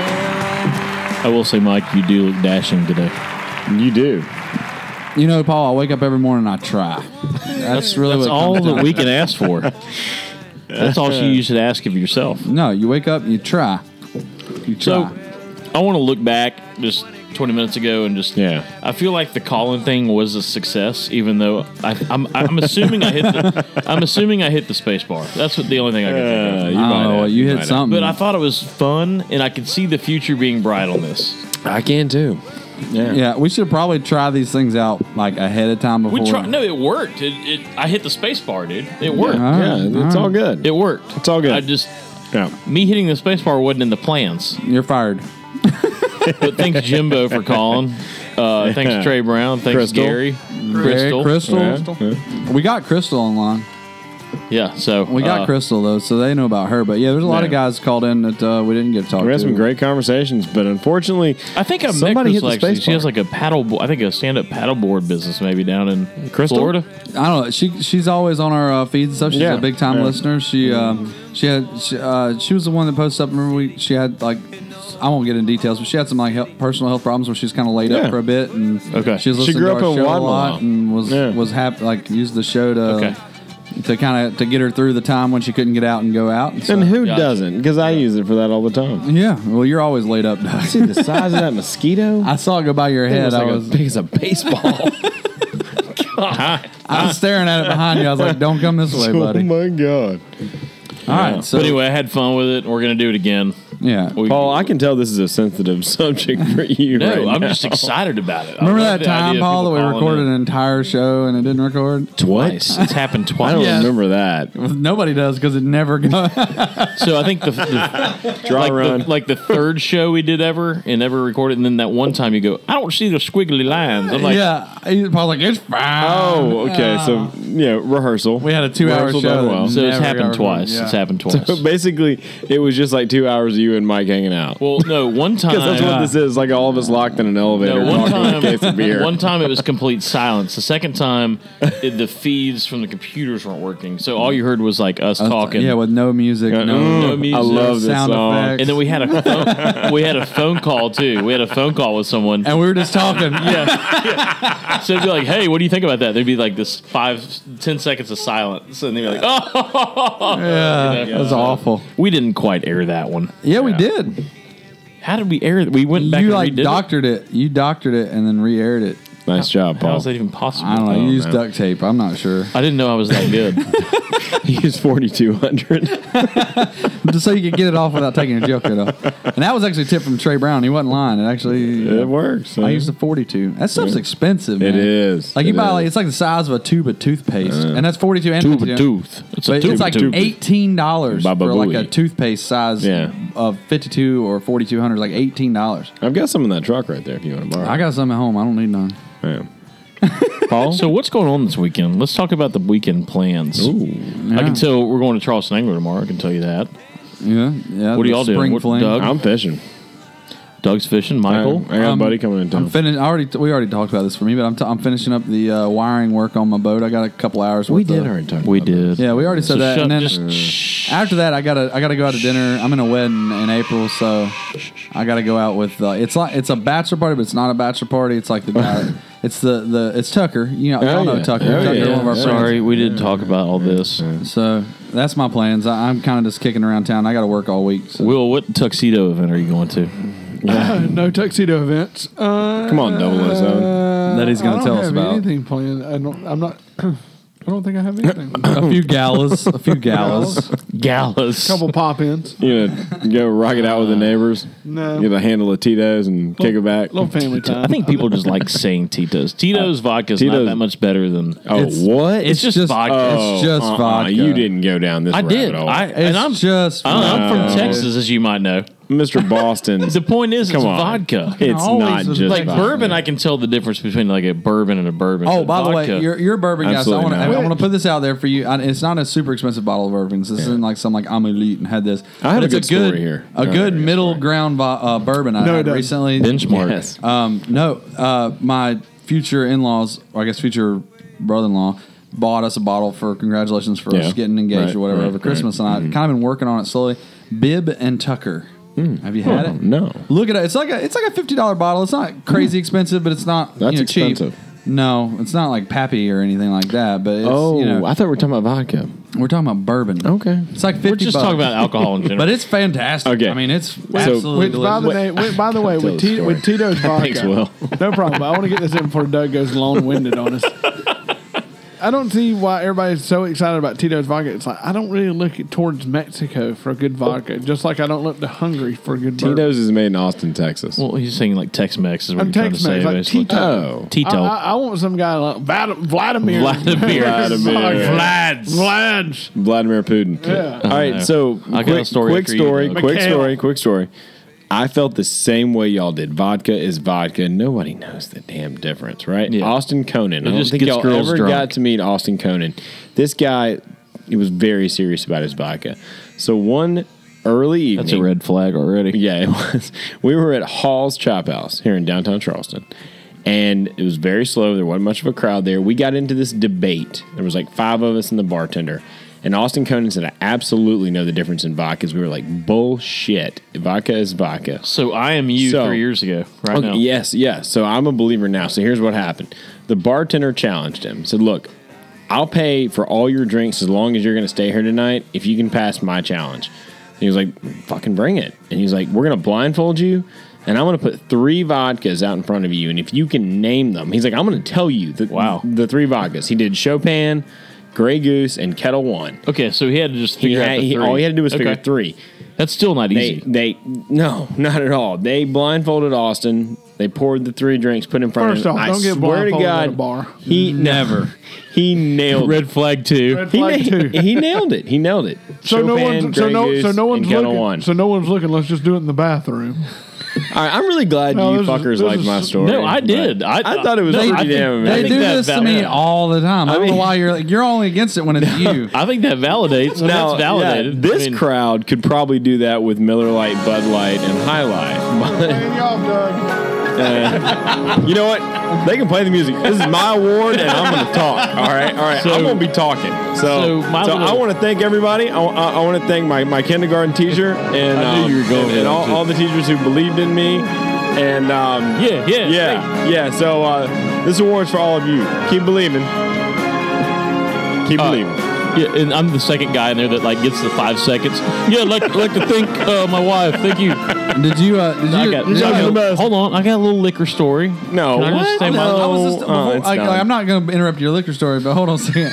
I will say, Mike, you do look dashing today. You do. You know, Paul, I wake up every morning and I try. That's really that's what all comes that down we to. can ask for. That's all you you should ask of yourself. No, you wake up, you try. You try. So, I want to look back just 20 minutes ago and just yeah. I feel like the calling thing was a success, even though I, I'm, I'm assuming I hit the I'm assuming I hit the space bar. That's what the only thing I can think Uh, of. you I don't might know, have, you you hit might have. something. but I thought it was fun, and I could see the future being bright on this. I can too. Yeah. yeah, we should probably try these things out like ahead of time before. We try, no, it worked. It, it, I hit the space bar, dude. It worked. Yeah, all right, Yeah, it's all all right. good. It worked. It's all good. I just me hitting the space bar wasn't in the plans. You're fired. but thanks Jimbo for calling. Uh, thanks Trey Brown. Thanks Crystal. Gary. Gary, Crystal. Yeah. We got Crystal online. Yeah, so We got uh, Crystal though, so they know about her. But yeah, there's a lot of Yeah. guys called in that uh, we didn't get to talk We to. had some great conversations, but unfortunately, I think I somebody met hit Crystal the actually. space She has like a paddle. Bo- I think a stand-up paddleboard business maybe down in Florida. I don't know. She she's always on our uh, feeds and stuff. She's Yeah. a big time Yeah. listener. She um she had she, uh, she was the one that posted up. Remember we she had like I won't get into details, but she had some like health, personal health problems where she's kind of laid Yeah. up for a bit and Okay. she was She listening grew to up our in show a Waterloo. lot and was Yeah. was happy like used the show to Okay. to kind of to get her through the time when she couldn't get out and go out. And, And stuff. who doesn't? Because I use it for that all the time. Yeah. Well, you're always laid up. Doc. See the size of that mosquito? I saw it go by your Thing head. was I like was as big as a baseball. I was staring at it behind you. I was like, "Don't come this way, buddy." Oh my god! All right. So but anyway, I had fun with it. We're gonna do it again. Yeah, Paul, I can tell this is a sensitive subject for you. No, right I'm now. just excited about it. I Remember love that the time, idea of Paul, that people we calling recorded in. an entire show and it didn't record? Twice. It's happened twice. I don't Yeah. remember that. Nobody does because it never goes. So I think the, the Dry like run. the, like the third show we did ever and never recorded, and then that one time you go, I don't see the squiggly lines. I'm like, yeah. He- Paul's like, it's fine. Oh, okay. So yeah, rehearsal. We had a two-hour show that So it's never happened got twice. recorded. It's Yeah. happened twice. So basically, it was just like two hours of you and Mike hanging out. Well, no, one time. Because that's what this is. Like all of us locked in an elevator, No, one talking with time, a case of beer. one time it was complete silence. The second time, it, the feeds from the computers weren't working, so all you heard was like us Us- talking. Yeah, with no music, no, no music, no sound effects. And then we had a phone, we had a phone call too. We had a phone call with someone, and we were just talking. yeah. So it'd be like, "Hey, what do you think about that?" There'd be like this five, ten seconds of silence, and they'd be like, "Oh, Yeah, that was awful. We didn't quite air that one. Yeah, we did. How did we air it? We went back You and like redid it? doctored it? You doctored it and then re-aired it. Nice job, Paul. How is that even possible? I don't know. Oh, you used man. duct tape. I'm not sure. I didn't know I was that good. he was 4,200. Just so you could get it off without taking your jail kit off. And that was actually a tip from Trey Brown. He wasn't lying. It actually It works, I yeah. used the 42. That stuff's Yeah. expensive, man. It is. Like you It buy is. like it's like the size of a tube of toothpaste, and that's 42 and Tube of 52. tooth. It's It's, a but tube of it's like tooth. eighteen dollars for Baba like Booey. a toothpaste size Yeah. of 52 or 4200, like eighteen dollars. I've got some in that truck right there if you want to borrow. I got some at home. I don't need none. Yeah. Paul? So what's going on this weekend? Let's talk about the weekend plans. Ooh, I Yeah. can tell we're going to Charleston Angler tomorrow. I can tell you that. Yeah, yeah. what are the y'all doing? spring What, fling. Doug? I'm fishing. Doug's fishing. Michael, I got a buddy coming in Um, I'm town. finished. I already we already talked about this for me, but I'm, t- I'm finishing up the uh, wiring work on my boat. I got a couple hours. We worth did of- already talk We did. Yeah, we already said So that. shut- and then just after that, I gotta I gotta go out to dinner. I'm in a wedding in April, so I gotta go out with. Uh, it's like it's a bachelor party, but it's not a bachelor party. It's like the guy. it's the the it's Tucker. You know, y'all Oh, know yeah. Tucker. Oh, Tucker, yeah. one of our Sorry, friends. we did talk about all this. So that's my plans. I, I'm kind of just kicking around town. I got to work all week. So. Will, what tuxedo event are you going to? Uh, no tuxedo events. Uh, Come on, 007. That he's gonna I don't tell us have about. anything planned. I don't. I'm not. I don't think I have anything. a few galas, a few galas, galas, couple pop-ins. You know, go rock it out with the neighbors. No. Get a handle of Tito's and kick it back. little family I think people just like saying Tito's. Tito's vodka is not Tito's- that much better than. Oh, what? It's, just, vodka. Oh, uh-uh. You didn't go down this I rabbit did. hole. I, and I'm just. I'm, I'm No. from Texas, as you might know. Mr. Boston. the point is, Come it's on. vodka. It's Always not was just like vodka. bourbon. I can tell the difference between like a bourbon and a bourbon. Oh, but by the way, vodka- you're, you're a bourbon guy, so I Absolutely want to not. I want to put this out there for you. I, it's not a super expensive bottle of bourbon. This isn't like some like I'm elite and had this. I have But a it's good story here. A No, good middle ground vo- uh, bourbon I No, it had doesn't. recently. Benchmark. Yes. Um, no, uh, my future in-laws, or I guess future brother-in-law, bought us a bottle for congratulations for Yeah. us getting engaged Right, or whatever right, Mm-hmm. over right. Christmas, and I kind of been working on it slowly. Bib and Tucker. Have you had Huh, it? Hmm. Oh, No. Look at it. It's like a it's like a fifty dollar bottle. It's not Mm-hmm. crazy expensive, but it's not you That's know, cheap. expensive. No, it's not like Pappy or anything like that. But it's, oh, you know, I thought we were talking about vodka. We're talking about bourbon. Okay. It's like 50 just bucks. talking about alcohol in general. but it's fantastic. Okay. I mean, it's So- absolutely Which, by the, delicious. way, which, by the way, with, T- with Tito's vodka, Thanks, Will. no problem. I want to get this in before Doug goes long-winded on us. I don't see why everybody's so excited about Tito's vodka. It's like I don't really look at, towards Mexico for a good vodka, just like I don't look to Hungary for a good bourbon. Tito's is made in Austin, Texas. Well, he's saying like Tex Mex is I'm Tex Mex, like Tito. Oh, I, I, I want some guy like Vlad- Vladimir. Vladimir. Vladimir. Vlad's. Vlad's. Vladimir Putin. Yeah. All right, so I got Uh-huh. a quick story quick for you, story, Doug. quick Mikhail. story, quick story. I felt the same way y'all did. Vodka is vodka. Nobody knows the damn difference, right? Austin Conan. It I don't just think gets y'all girls ever drunk. got to meet Austin Conan. This guy, he was very serious about his vodka. So one early evening, That's a red flag already. Yeah, it was. We were at Hall's Chop House here in downtown Charleston, and it was very slow. There wasn't much of a crowd there. We got into this debate. There was like five of us and the bartender. And Austin Conan said, "I absolutely know the difference in vodkas." We were like, "Bullshit! Vodka is vodka." So I am you three years ago, right now. Yes, yes. So I'm a believer now. So here's what happened: the bartender challenged him. Said, "Look, I'll pay for all your drinks as long as you're going to stay here tonight if you can pass my challenge. And he was like, fucking bring it. And he's like, we're going to blindfold you and I'm going to put three vodkas out in front of you. And if you can name them, he's like, I'm going to tell you the, wow. the three vodkas. He did Chopin, Grey Goose, and Kettle One. Okay, so he had to just figure out the he- three. All he had to do was figure Okay. three. That's still not easy. They, they no, not at all. They blindfolded Austin. They poured the three drinks, put in front First of off, him. I don't get swear to blindfolded at God, a bar. he never. He Mm. nailed Red flag two. Red he, flag na- two. he nailed it. He nailed it. So no Chopin, one's so Grey no Goose, so no and one's Kettle looking. One. So no one's looking. Let's just do it in the bathroom. All right, I'm really glad No, you this is- fuckers this liked is- my story. No, I but did. I, I- thought it was They- pretty damn They amazing. do this to me all the time. I, don't know why you're like, you're only against it when it's you. I think that validates. Now, that's validated. yeah, this crowd could probably do that with Miller Lite, Bud Light, and High Light. Hang off, Doug. Uh, you know what? They can play the music. This is my award, and I'm going to talk. All right, all right. I'm going to be talking. So So, so, my little- I want to thank everybody. I, I, I want to thank my, my kindergarten teacher and I knew um, you were going and, there, and all, too. all the teachers who believed in me. And um, yeah, yeah, yeah, yeah. So uh, this award's for all of you. Keep believing. Keep believing. Uh, Yeah, and I'm the second guy in there that like gets the five seconds. Yeah, I'd like I'd like to thank uh, my wife. Thank you. Did you? Uh, did I you- got, did you- hold on, I got a little liquor story. No, Can I just say my- I was just, Oh, it's before- like, done. like, I'm not going to interrupt your liquor story, but hold on a second.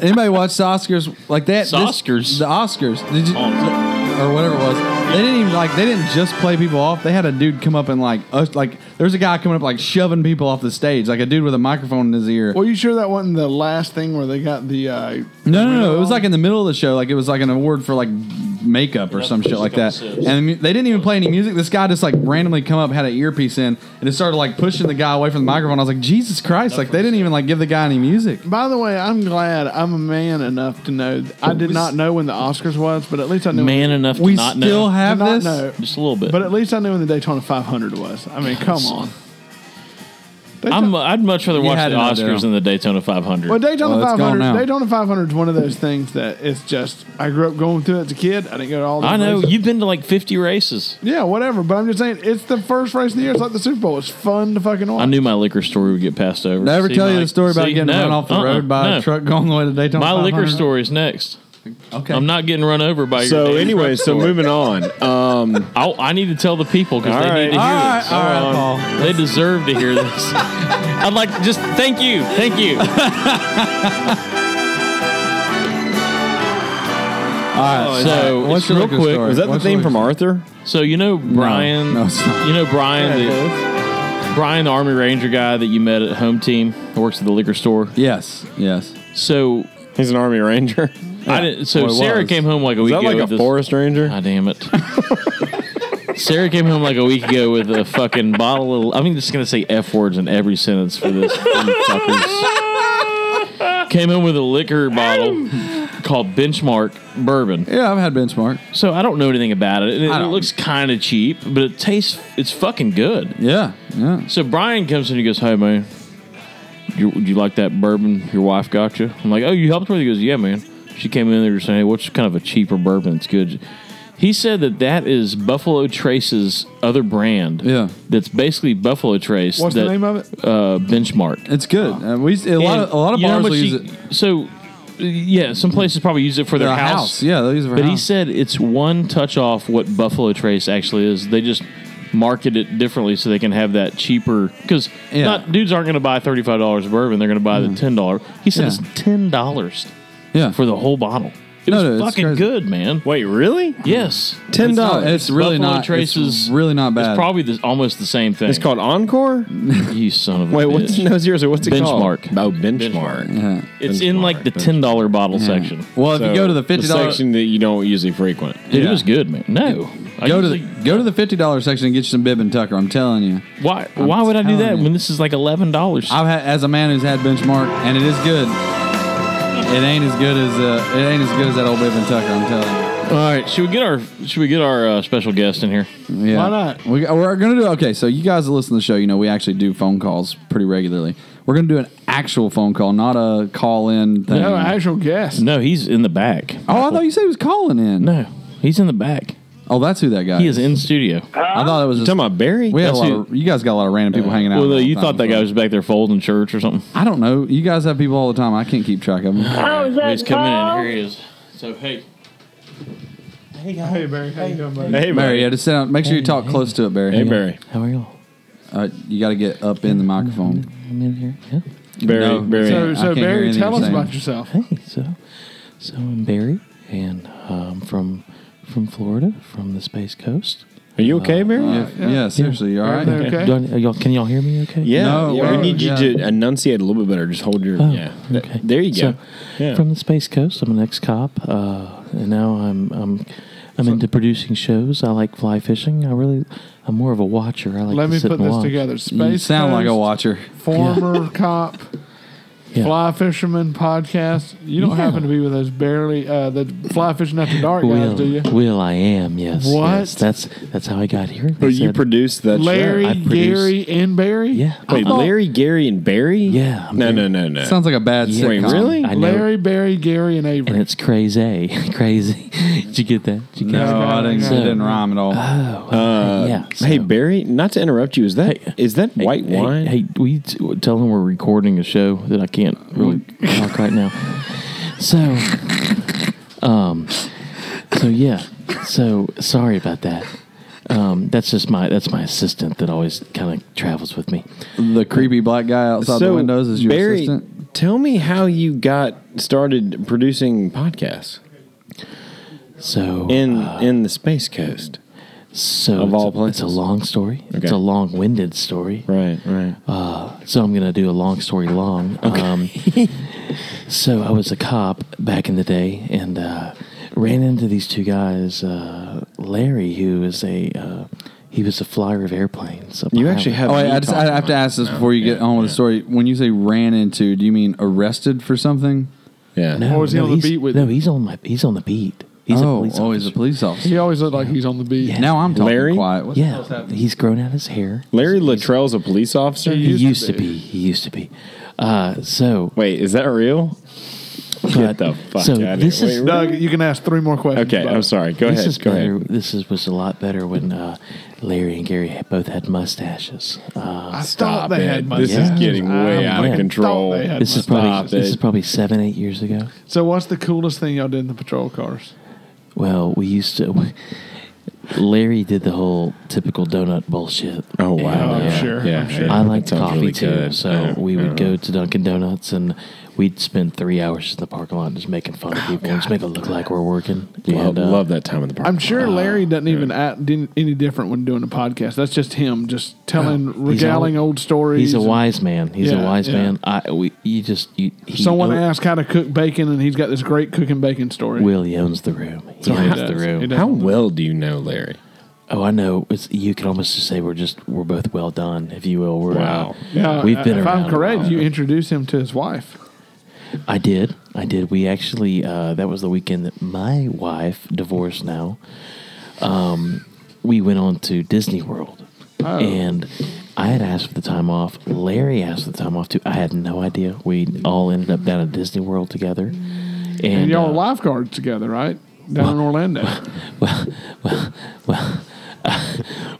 Anybody watch the Oscars like that? This- Oscars? the Oscars, did you, or whatever it was? They didn't even like they didn't just play people off. They had a dude come up and like us like there was a guy coming up like shoving people off the stage, like a dude with a microphone in his ear. Were you sure that wasn't the last thing where they got the? Uh, No, no, no. It was like in the middle of the show. Like it was like an award for like makeup or some shit like that. And the mu- they didn't even play any music. This guy just like randomly come up, had an earpiece in, and just started like pushing the guy away from the microphone. I was like, Jesus Christ! Like they didn't even like give the guy any music. By the way, I'm glad I'm a man enough to know. I did not know when the Oscars was, but at least I knew. Man enough to We not know. still have To not this? know. Just a little bit. But at least I knew when the Daytona 500 was. I mean, come on. I'm, I'd much rather You watch had the it out there. Oscars than the Daytona 500. Well, Daytona 500. Daytona 500 is one of those things that it's just. I grew up going through it as a kid. I didn't go to all. the I know races. you've been to like 50 races. Yeah, whatever. But I'm just saying, it's the first race of the year. It's like the Super Bowl. It's fun to fucking watch. I knew my liquor story would get passed over. Never See, tell you the Mike? story about See, getting no, run off the uh-uh, road by no. a truck going the way to Daytona. My liquor 500. story is next. Okay. I'm not getting run over by your So damn anyway, truck so story. moving on. Um, I'll, I need to tell the people because All they need to hear right. All this. right, all right, Um, They deserve to hear this. I'd like to just thank you, thank you. All right, so what's it's your real liquor quick. story? Was that the What's your theme liquor from story? Arthur? So you know Brian. no, it's not. You know Brian. Yeah, the, Brian, the Army Ranger guy that you met at Home Team, who works at the liquor store. Yes. Yes. So he's an Army Ranger. I didn't. So Or was. Sarah came home like a Is week that ago. like a with this- forest ranger? God damn it. Sarah came home like a week ago with a fucking bottle of. I'm just gonna say f words in every sentence for this. you fuckers. Came home with a liquor bottle called Benchmark Bourbon. Yeah, I've had Benchmark. So I don't know anything about it. It, I it don't. looks kind of cheap, but it tastes. It's fucking good. Yeah, yeah. So Brian comes in and he goes, "Hey man, you, you like that bourbon your wife got you?" I'm like, "Oh, you helped her." He goes, "Yeah, man." She came in there saying, "Hey, what's kind of a cheaper bourbon that's good?" He said that that is Buffalo Trace's other brand. Yeah, that's basically Buffalo Trace. What's the that, name of it? Uh, Benchmark. It's good. Uh, we a lot of- a lot of bars will use it. So, uh, yeah, some places probably use it for their, Their house. Yeah, they'll use it for But he house. said it's one touch off what Buffalo Trace actually is. They just market it differently so they can have that cheaper because Yeah. Mm. dudes aren't going to buy thirty five dollars bourbon. They're going to buy the ten dollar. He said Yeah. it's ten dollars. Yeah, for the whole bottle. It No, was no, it's fucking crazy. good, man. Wait, really? Yes, Ten dollars. It's, really Buffalo not. Trace is It's really not bad. it's probably the, almost the same thing. It's called Encore. you son of a Wait, bitch. what's no zero? What's it called? Benchmark. Oh, benchmark. It's in like the ten dollar bottle section. So, section that you don't usually frequent, Dude, it was good, man. No, I go to the, usually- go to the fifty dollars section and get you some bib and tucker. I'm telling you. Why? why would I do that when this is like eleven dollars? I've had as a man who's had benchmark, and it is good. It ain't as good as uh, it ain't as good as that old bib and tucker. I'm telling you. All right, should we get our should we get our uh, special guest in here? Yeah. We, we're going to do okay. So you guys that listen to the show, you know we actually do phone calls pretty regularly. We're going to do an actual phone call, not a call in thing. No, actual guest. No, he's in the back. Oh, I thought you said he was calling in. No, he's in the back. Oh, that's who that guy. He is in studio. I thought it was just, talking about Barry. We had a That's lot who- of, you guys got a lot of random people hanging out. Well, all the you time. thought that guy was back there folding shirts or something. I don't know. You guys have people all the time. I can't keep track of them. Oh, is that he's coming Paul? in. Here he is. So hey, Hey, Barry. How you doing, buddy? Barry, yeah, just sit down. Make sure you talk close to it, Barry. Hey, Hang on. Barry. How are y'all? Uh, you got to get up in the microphone. I'm in here. Yeah. Barry, Barry. So, I can't so hear Barry, anything tell you're us saying. about yourself. Hey, so so I'm Barry, and um, from from Florida, from the Space Coast. Uh, Are you okay, Barry? Yeah, yeah, seriously, you all right? Do I- are y'all, can y'all hear me? Okay. Yeah, No, yeah, well, we need yeah. you to enunciate a little bit better. Just hold your Oh, yeah. Th- There you go. So, From the Space Coast, I'm an ex-cop, uh, and now I'm I'm I'm into producing shows. I like fly fishing. I really I'm more of a watcher. I like. Let to me sit put and this watch. together. Space Coast, watcher. Former cop, fly fisherman podcast. You don't Yeah. happen to be with those barely uh, the fly fishing after dark Will, guys, do you? Will I am? Yes. What? yes. That's that's how I got here. But you produced that show. Larry, I produced- Gary, and Barry. Yeah. Wait, I thought- Larry, Gary, and Barry? Yeah. No, no, no, no. Sounds like a bad Yeah. Wait, sitcom. really? I know. Larry, Barry, Gary, and Avery. and it's crazy, crazy. Did you get that? Did you No, catch that? I didn't. it didn't rhyme at all. Uh, Yeah, Hey, Barry, not to interrupt you. Is that is that white hey, wine? Hey, we t- tell them we're recording a show that I can't Mm. really talk right now. So, um, so yeah, so sorry about that. Um, that's just my that's my assistant that always kind of travels with me. The creepy black guy outside the windows is your Barry, assistant. Oh. Tell me how you got started producing podcasts. So uh, in in the Space Coast. So of it's all a- places, it's a long story. It's Okay. a long-winded story. Right, right. Uh, so I'm gonna do a long story long. Um, so I was a cop back in the day, and uh, ran into these two guys, uh, Larry, who is a uh, he was a flyer of airplanes. up high. Oh, wait, I, just, I have to ask this before you get on with the story. When you say ran into, do you mean arrested for something? Yeah. No, no, he's- No, he's on my he's on the beat. He's oh, a police oh, he's a police officer. He always looked like he's on the beat. Yeah. Now I'm talking Larry? quiet. What yeah, he's grown out his hair. Larry Luttrell's a police officer. He used to be. He used to be. Uh, so wait, is that real? But- Get the fuck so out of this here. is- Wait, Doug, you can ask three more questions. Okay, about I'm it. sorry. Go this ahead. Is Go better. ahead. This is, was a lot better when uh, Larry and Gary had, both had mustaches. Uh, I thought they had This is getting way out of Yeah. control. they had This is Stop probably it. this is probably seven eight years ago. So, what's the coolest thing y'all did in the patrol cars? Well, we used to. Larry did the whole typical donut bullshit. Oh wow! And, uh, yeah. Yeah, yeah. I liked That sounds coffee really too, good. so Yeah, uh-huh. we would yeah. go to Dunkin' Donuts and we'd spend three hours in the parking lot just making fun of people, just make it look like we're working. Love, and, uh, love that time in the park. I'm sure Larry doesn't even act din- any different when doing a podcast. That's just him, just telling, regaling al- old stories. Oh, He's a and- wise man. He's Yeah, a wise yeah. man. I we you just you. He Someone own- asked how to cook bacon, and he's got this great cooking bacon story. Will he owns the room. He So he owns does. the room. He does How own well do you know Larry? Oh, I know. It's, you can almost just say we're just we're both well done, if you will. We're, Wow. uh, Yeah, we've been if around. I'm a correct, while. you introduced him to his wife. I did. I did. We actually uh, that was the weekend that my wife divorced. Now, um, we went on to Disney World, Oh. and I had asked for the time off. Larry asked for the time off too. I had no idea. We all ended up down at Disney World together, And, and uh, y'all are lifeguards together, right? Down in Orlando. well, well,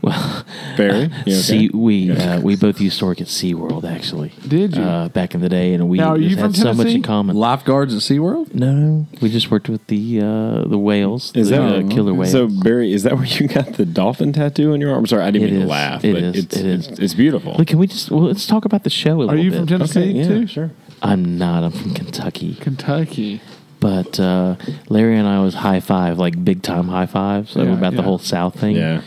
well. Barry, you okay? See, we uh, we both used to work at SeaWorld actually. Did you uh, back in the day? And we Now, are just you had from so much Tennessee? in common. Lifeguards at SeaWorld? No, no. We just worked with the uh, the whales. Is the, that uh, killer whales? So Barry, is that where you got the dolphin tattoo on your arm? I'm sorry, I didn't It mean is. to laugh. It but is. It's, It is. It's, it's beautiful. Look, can we just well, let's talk about the show a little bit? you from Tennessee, Okay, yeah, too? Sure. I'm not. I'm from Kentucky. Kentucky. But uh, Larry and I was high five, like big time high fives, like Yeah, about the yeah. whole South thing. Yeah.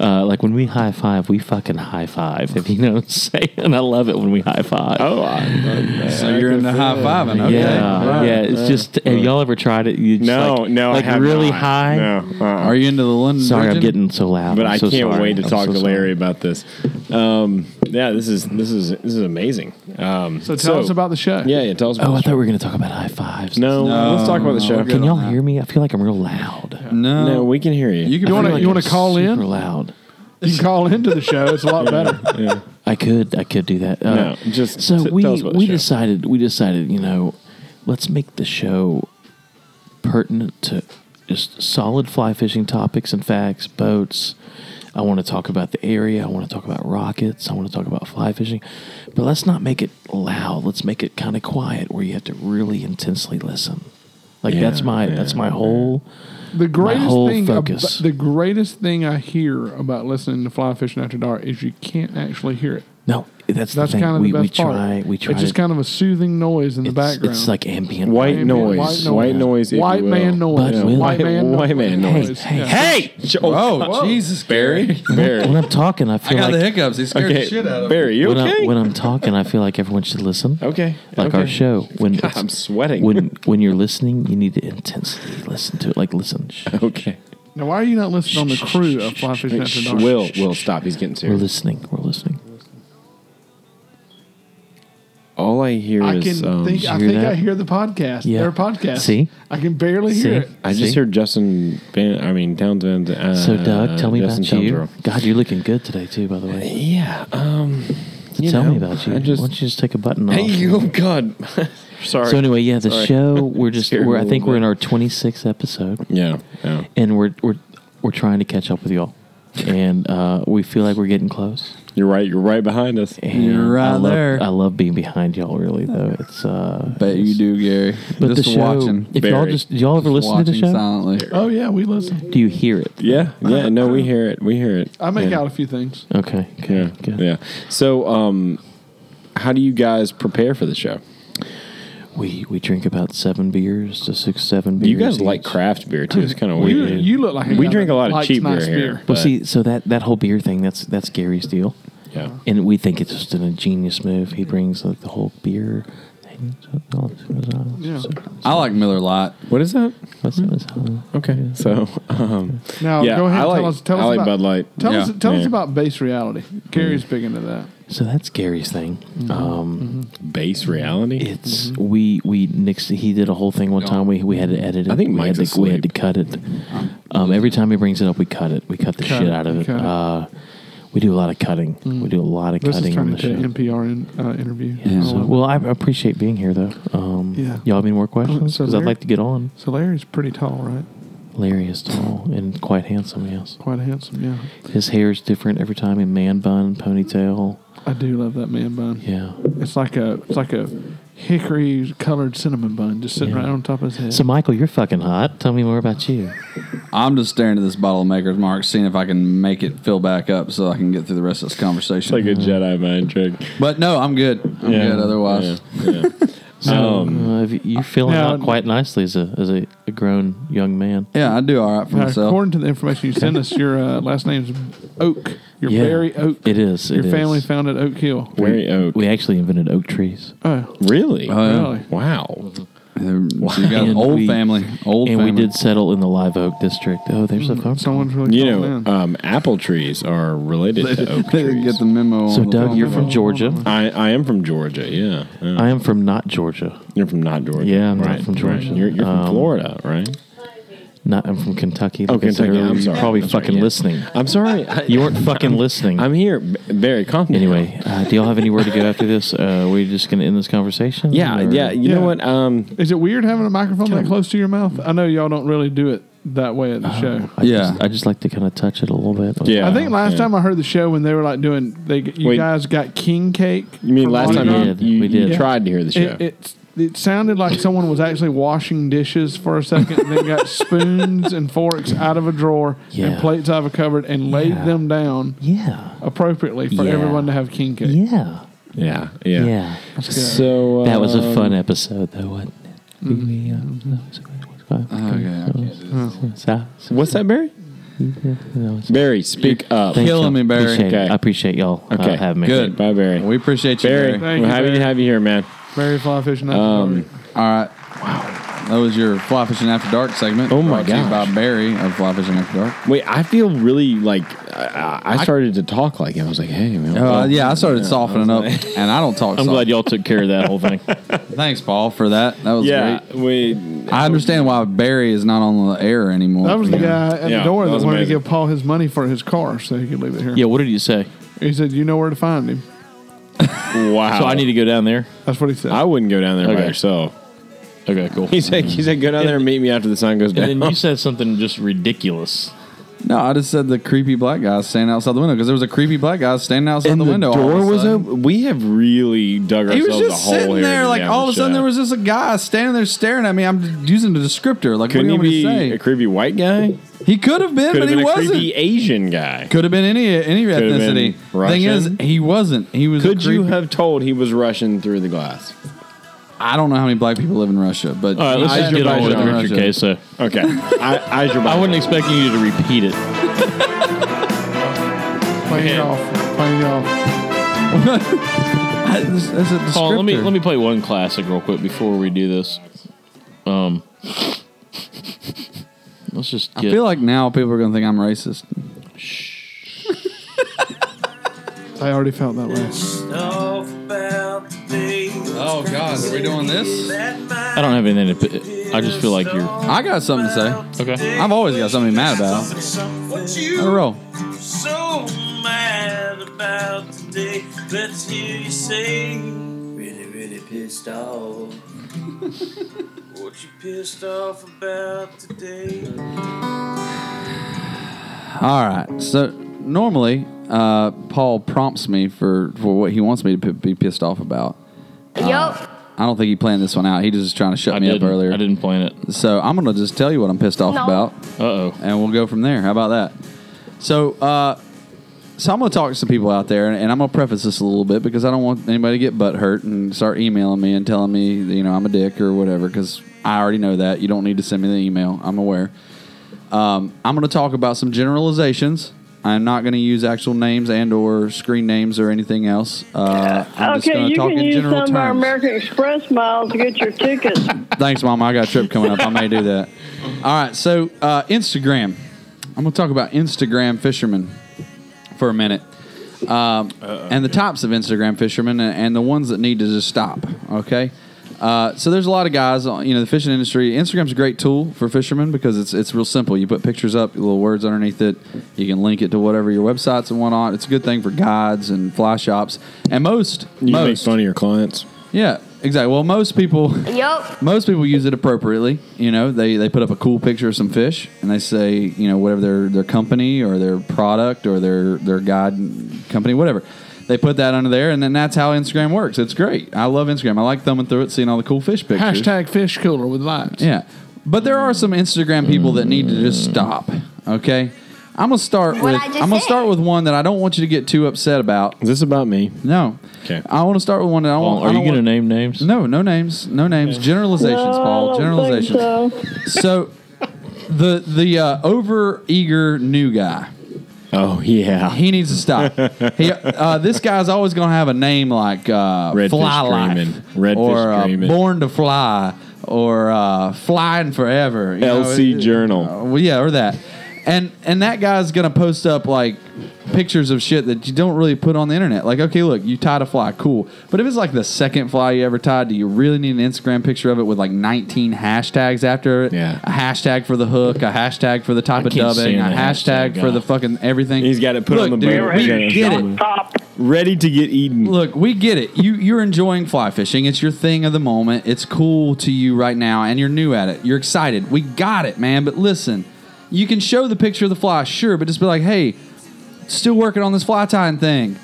Uh, like when we high five, we fucking high five. If you know what I'm saying, I love it when we high five. Oh, I, So you're into high fiving. Okay. Yeah, All right. yeah. It's just have y'all ever tried it? You just No, like, no, I like have really not. high. No, uh-uh. Are you into the London? Sorry, I'm Virgin? getting so loud. But I'm I so can't sorry. wait to I'm talk so to sorry. Larry about this. Um, yeah, this is this is this is amazing. Um, So tell us about the show. Yeah, yeah. Tell us. About Oh, the I show. thought we were going to talk about high fives. No, No, let's talk about the show. Can y'all hear me? I feel like I'm real loud. No, no, we can hear you. You, want to you want to call in? Super loud. You can call into the show. It's a lot better. Yeah. I could, I could do that. Uh, No, just so t- we tell us about the we show. decided we decided you know, let's make the show pertinent to just solid fly fishing topics and facts, boats. I want to talk about the area. I want to talk about rockets. I want to talk about fly fishing, but let's not make it loud. Let's make it kind of quiet where you have to really intensely listen. Like Yeah, that's my that's my whole The greatest my whole thing, ab- focus. the greatest thing I hear about listening to fly fishing after dark is you can't actually hear it. no, that's the That's thing. kind of we, the best we part. try we try. It's just to- kind of a soothing noise in the background. It's like ambient White Ambient noise, white noise. white noise, if White you will. man noise. But Yeah. when- White man white man noise. noise. Yeah. Hey! Oh, Jesus, Barry, Barry. When I'm talking, I feel got like the hiccups. He scared Okay, the shit out of me. Barry, you when, okay? I, when I'm talking, I feel like everyone should listen. Okay, like okay. our show. When God, it's- I'm sweating. When when you're listening, you need to intensely listen to it. Like listen. Shh, Okay. Now, why are you not listening on the crew of Fly Fishing After Shh, Dark? Will, Will, stop. He's getting We're serious. listening. We're listening. All I hear I is can um, think. I think I hear the podcast. Yeah. Their podcast. See? I can barely See? hear it. I just heard Justin. Van, I mean Townsend. Uh, so Doug, tell me Justin about you. Townsend. God, you're looking good today too. By the way. Yeah. Um. So you tell know, me about you. I just- Why don't you just take a button off? Hey, you, oh God. Sorry. So anyway, yeah, the Sorry. show we're just Scared we're me I a think little we're in our 26th episode. Yeah, yeah. And we're we're we're trying to catch up with y'all, and uh, we feel like we're getting close. You're right. You're right behind us. And I love, I love being behind y'all. Really though, it's uh. Bet you do, Gary. But just the show, watching. if y'all just do y'all ever Just listen to the watching show? silently. Oh yeah, we listen. Do you hear it? Yeah, yeah. No, we hear it. We hear it. I make yeah. out a few things. Okay. Yeah. Yeah. So, um, how do you guys prepare for the show? We we drink about seven beers to six seven beers. You guys like each. craft beer too. It's kind of You- weird. you look like a we guy drink a that lot of likes cheap nice beer, beer. here. Well, but- see, so that that whole beer thing that's that's Gary's deal. Yeah. And we think it's just an ingenious move. He brings like the whole beer. thing. Yeah. I like Miller Lite. What is that? What's what's- Okay. So, um, Now yeah, go ahead. I and like, tell us. Tell I us like about, Bud Light. Tell yeah. us. Tell us Yeah. about base reality. Gary's big into that. So that's Gary's thing. Mm-hmm. Um, base reality. It's we we Nick's he did a whole thing one time. We we had to edit it. I think we had, Mike's to, we had to cut it. Um, every time he brings it up, we cut it. We cut the Mm-hmm. Cut shit it, out of it. cut it. Uh, we do a lot of cutting. We do a lot of This is cutting on turning the into show. an NPR in, uh, interview. Yeah, so- well, I appreciate being here though. Um, Yeah. Y'all have any more questions? so Because I'd there- like to get on. so Larry's pretty tall, right? Larry is tall and quite handsome. Yes, Quite handsome. Yeah, his hair is different every time. A man bun, ponytail. I do love that man bun. Yeah. It's like a it's like a hickory colored cinnamon bun just sitting Yeah. right on top of his head. So Michael, you're fucking hot. Tell me more about you. I'm just staring at this bottle of Maker's Mark, seeing if I can make it fill back up so I can get through the rest of this It's conversation. like a Jedi mind trick. But no, I'm good. I'm Yeah. good otherwise. Yeah. Um, So uh, if you- you're feeling Now- out quite nicely as a as a, a grown young man. Yeah, I do all right for Now, myself. according to the information you sent us, your uh, last name's Oak. Your Yeah, Barry Oak. It is. Your it is. family founded Oak Hill. Very oak. We actually invented oak trees. Oh, Really? really? Wow. So you got an And old we- family. Old and family. we did settle in the Live Oak district. Oh, there's a phone. call. Someone's Mm, really You calling know, in. um, apple trees are related to oak They didn't trees. get the memo. So on the Doug, phone you're call. from Georgia. I, I am from Georgia. Yeah. yeah. I am from not Georgia. You're from not Georgia. Yeah, I'm not right, from Georgia. Right. You're, you're from Um, Florida, right? Not I'm from Kentucky. Oh, Like I said Kentucky. earlier, I'm you're sorry. Probably I'm sorry, fucking yeah. listening. I'm sorry. I, You weren't fucking listening. I'm here. B- Very confident. Anyway, uh, do y'all have anywhere to go after this? Uh, we're just gonna end this conversation. Yeah, or- yeah. You Yeah. know what? Um, Is it weird having a microphone that close to your mouth? I know y'all don't really do it that way at Oh. the show. I Just, I just like to kind of touch it a little bit. I think last time I heard the show when they were like doing they you Wait. guys got king cake. You mean from last Long time John? you- you- We did. you tried to hear the show. It, it, it sounded like someone was actually washing dishes for a second, and then got spoons and forks out of a drawer Yeah. and plates out of a cupboard and laid them down. Yeah, appropriately for Yeah. everyone to have king cake. Yeah, Yeah, yeah. Yeah. So that was a fun um, episode, though, wasn't it? uh, Mm-hmm. What's that, Barry? Barry, speak up. Thanks, y'all. Killing me, Barry. Appreciate it. Okay. I appreciate y'all uh, Okay. having me. Good. Bye, Barry. We appreciate you, Barry. Barry. Thank We're you, happy to Barry. have you here, man. Mary fly fishing. after Um, dark. All right. Wow. That was your Fly Fishing After Dark segment. Oh, my God. By Barry of Fly Fishing After Dark. Wait, I feel really like I, I I started to talk like him. I was like, hey, man. Uh, yeah, I started Yeah, softening I up, was and I don't talk. I'm glad y'all took care of that whole thing. Thanks, Paul, for that. That was Yeah, great. We, I understand why Barry is not on the air anymore. That was the guy at the door that, wanted to to give Paul his money for his car so he could leave it here. Yeah, what did you say? He said, "You know where to find him." Wow. So I need to go down there. That's what he said. I wouldn't go down there by Okay. yourself. Okay, cool. He said, he said, go down there and meet me after the sun goes And down. then you said something just ridiculous. No, I just said the creepy black guy standing outside the window because there was a creepy black guy standing outside and the, window. all door of a was sudden. open. We have really dug He ourselves was just a hole sitting here there, to like have all of a sudden show. there was just a guy standing there staring at me. I'm just using the descriptor. Like, Couldn't what he do you be want me to a say? creepy white guy? He could have been, Could but have been he a wasn't. creepy Asian guy. Could have been any any Could have been ethnicity. Thing is, Russian. he wasn't. He was. a Could you creepy- have told he was Russian through the glass? I don't know how many black people live in Russia, but All right, let's just get on with Richard Queso. Okay. I, I wasn't expecting you to repeat it. Playing it off. Playing it off. that's, that's a Paul, let me descriptor. let me play one classic real quick before we do this. Um, let's just. I Get, feel like now people are going to think I'm racist. I already felt that way. Oh God, are we doing this? I don't have anything to. p- I just feel like you're. I got something to say. Okay. I've always got something to be mad about. I roll. So mad about today. Let's hear you say. Really, really pissed off. what you pissed off about today? All right. So normally, uh, Paul prompts me for, for what he wants me to p- be pissed off about. Yup. I don't think he planned this one out. He just was trying to shut me up earlier. I didn't plan it. So I'm going to just tell you what I'm pissed off No. about. Uh oh. And we'll go from there. How about that? So, uh, so I'm going to talk to some people out there, and, and I'm going to preface this a little bit because I don't want anybody to get butt hurt and start emailing me and telling me, you know, I'm a dick or whatever. Because I already know that. You don't need to send me the email. I'm aware. Um, I'm going to talk about some generalizations. I'm not going to use actual names and or screen names or anything else. Uh, I'm just okay, going to you talk can in use some general of our terms. American Express miles to get your tickets. Thanks, Mom. I got a trip coming up. I may do that. All right. So, uh, Instagram. I'm going to talk about Instagram fishermen for a minute. Um, and the types of Instagram fishermen and, and the ones that need to just stop. Okay. Uh, so there's a lot of guys, uh, you know, the fishing industry. Instagram's a great tool for fishermen because it's it's real simple. You put pictures up, little words underneath it. You can link it to whatever your websites and whatnot. It's a good thing for guides and fly shops and most You most make fun of your clients. yeah, exactly. Well, most people, Yup. most people use it appropriately. You know, they they put up a cool picture of some fish, and they say, you know, whatever their their company or their product or their their guide company, whatever. They put that under there, and then that's how Instagram works. It's great. I love Instagram. I like thumbing through it, seeing all the cool fish pictures. Hashtag fish cooler with lights. Yeah, but there are some Instagram people that need to just stop. Okay, I'm gonna start What with I I'm just gonna said. start with one that I don't want you to get too upset about. Is this about me? No. Okay. I want to start with one that I Paul, want. are I you don't gonna want- name names? No, no names, no names. Generalizations, No, I Paul. don't think Generalizations. so. the the uh, over eager new guy. Oh yeah, he needs to stop. he, uh, this guy's always going to have a name like uh, Redfish Fly Life Dreamin'. Redfish or uh, Dreamin'. Born to Fly or uh, Flying Forever. you know, LC it- Journal. uh, well, yeah, or that. And and that guy's gonna post up like pictures of shit that you don't really put on the internet. Like, okay, look, you tied a fly, cool. But if it's like the second fly you ever tied, do you really need an Instagram picture of it with like 19 hashtags after it? Yeah. A hashtag for the hook, a hashtag for the type of can't dubbing, a stand the hashtag, hashtag for guy. the fucking everything. He's got it put Look, on the dude, boat. we Yeah. get it. Ready to get eaten. Look, we get it. You you're enjoying fly fishing. It's your thing of the moment. It's cool to you right now, and you're new at it. You're excited. We got it, man. But listen, You can show the picture of the fly, sure, but just be like, hey, still working on this fly tying thing.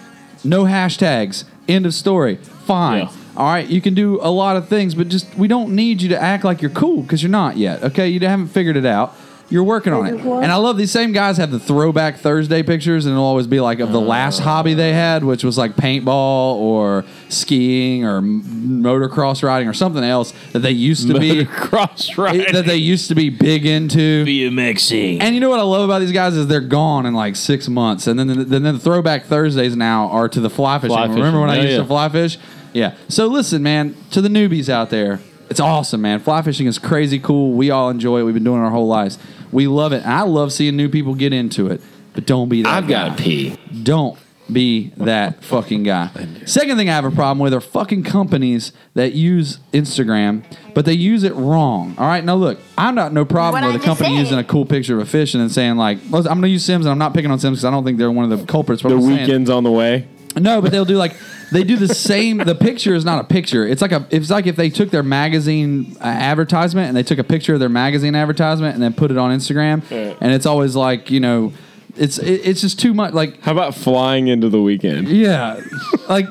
No hashtags. End of story. Fine. All right, you can do a lot of things, but just we don't need you to act like you're cool because you're not yet. Okay, you haven't figured it out. You're working on it, and I love these same guys have the throwback Thursday pictures, and it'll always be like of the Oh. last hobby they had, which was like paintball or skiing or m- motocross riding or something else that they used to be cross right that they used to be big into BMXing. And you know what I love about these guys is they're gone in like six months, and then then, then the throwback Thursdays now are to the fly fishing. Fly Remember when I fishing. Oh, used Yeah, to fly fish? Yeah. So listen, man, to the newbies out there, it's awesome, man. Fly fishing is crazy cool. We all enjoy it. We've been doing it our whole lives. We love it. And I love seeing new people get into it. But don't be that. I've got to pee. Don't be that fucking guy. Second thing I have a problem with are fucking companies that use Instagram, but they use it wrong. All right, now look, I'm not no problem What I with a just company said. using a cool picture of a fish and then saying like, "Listen, I'm going to use Sims, and I'm not picking on Sims because I don't think they're one of the culprits. But The I'm saying- weekend's on the way. no, but they'll do like they do the same. The picture is not a picture. It's like a. It's like if they took their magazine uh, advertisement and they took a picture of their magazine advertisement and then put it on Instagram, Yeah. and it's always like you know, it's it, it's just too much. Like how about flying into the weekend? Yeah, like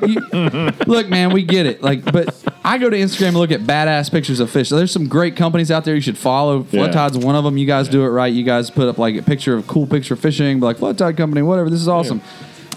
you, look, man, we get it. Like, but I go to Instagram and look at badass pictures of fish. There's some great companies out there you should follow. Yeah. Flood Tide's one of them. You guys do it right. You guys put up like a picture of cool picture of fishing, but like Flood Tide Company, whatever. This is awesome.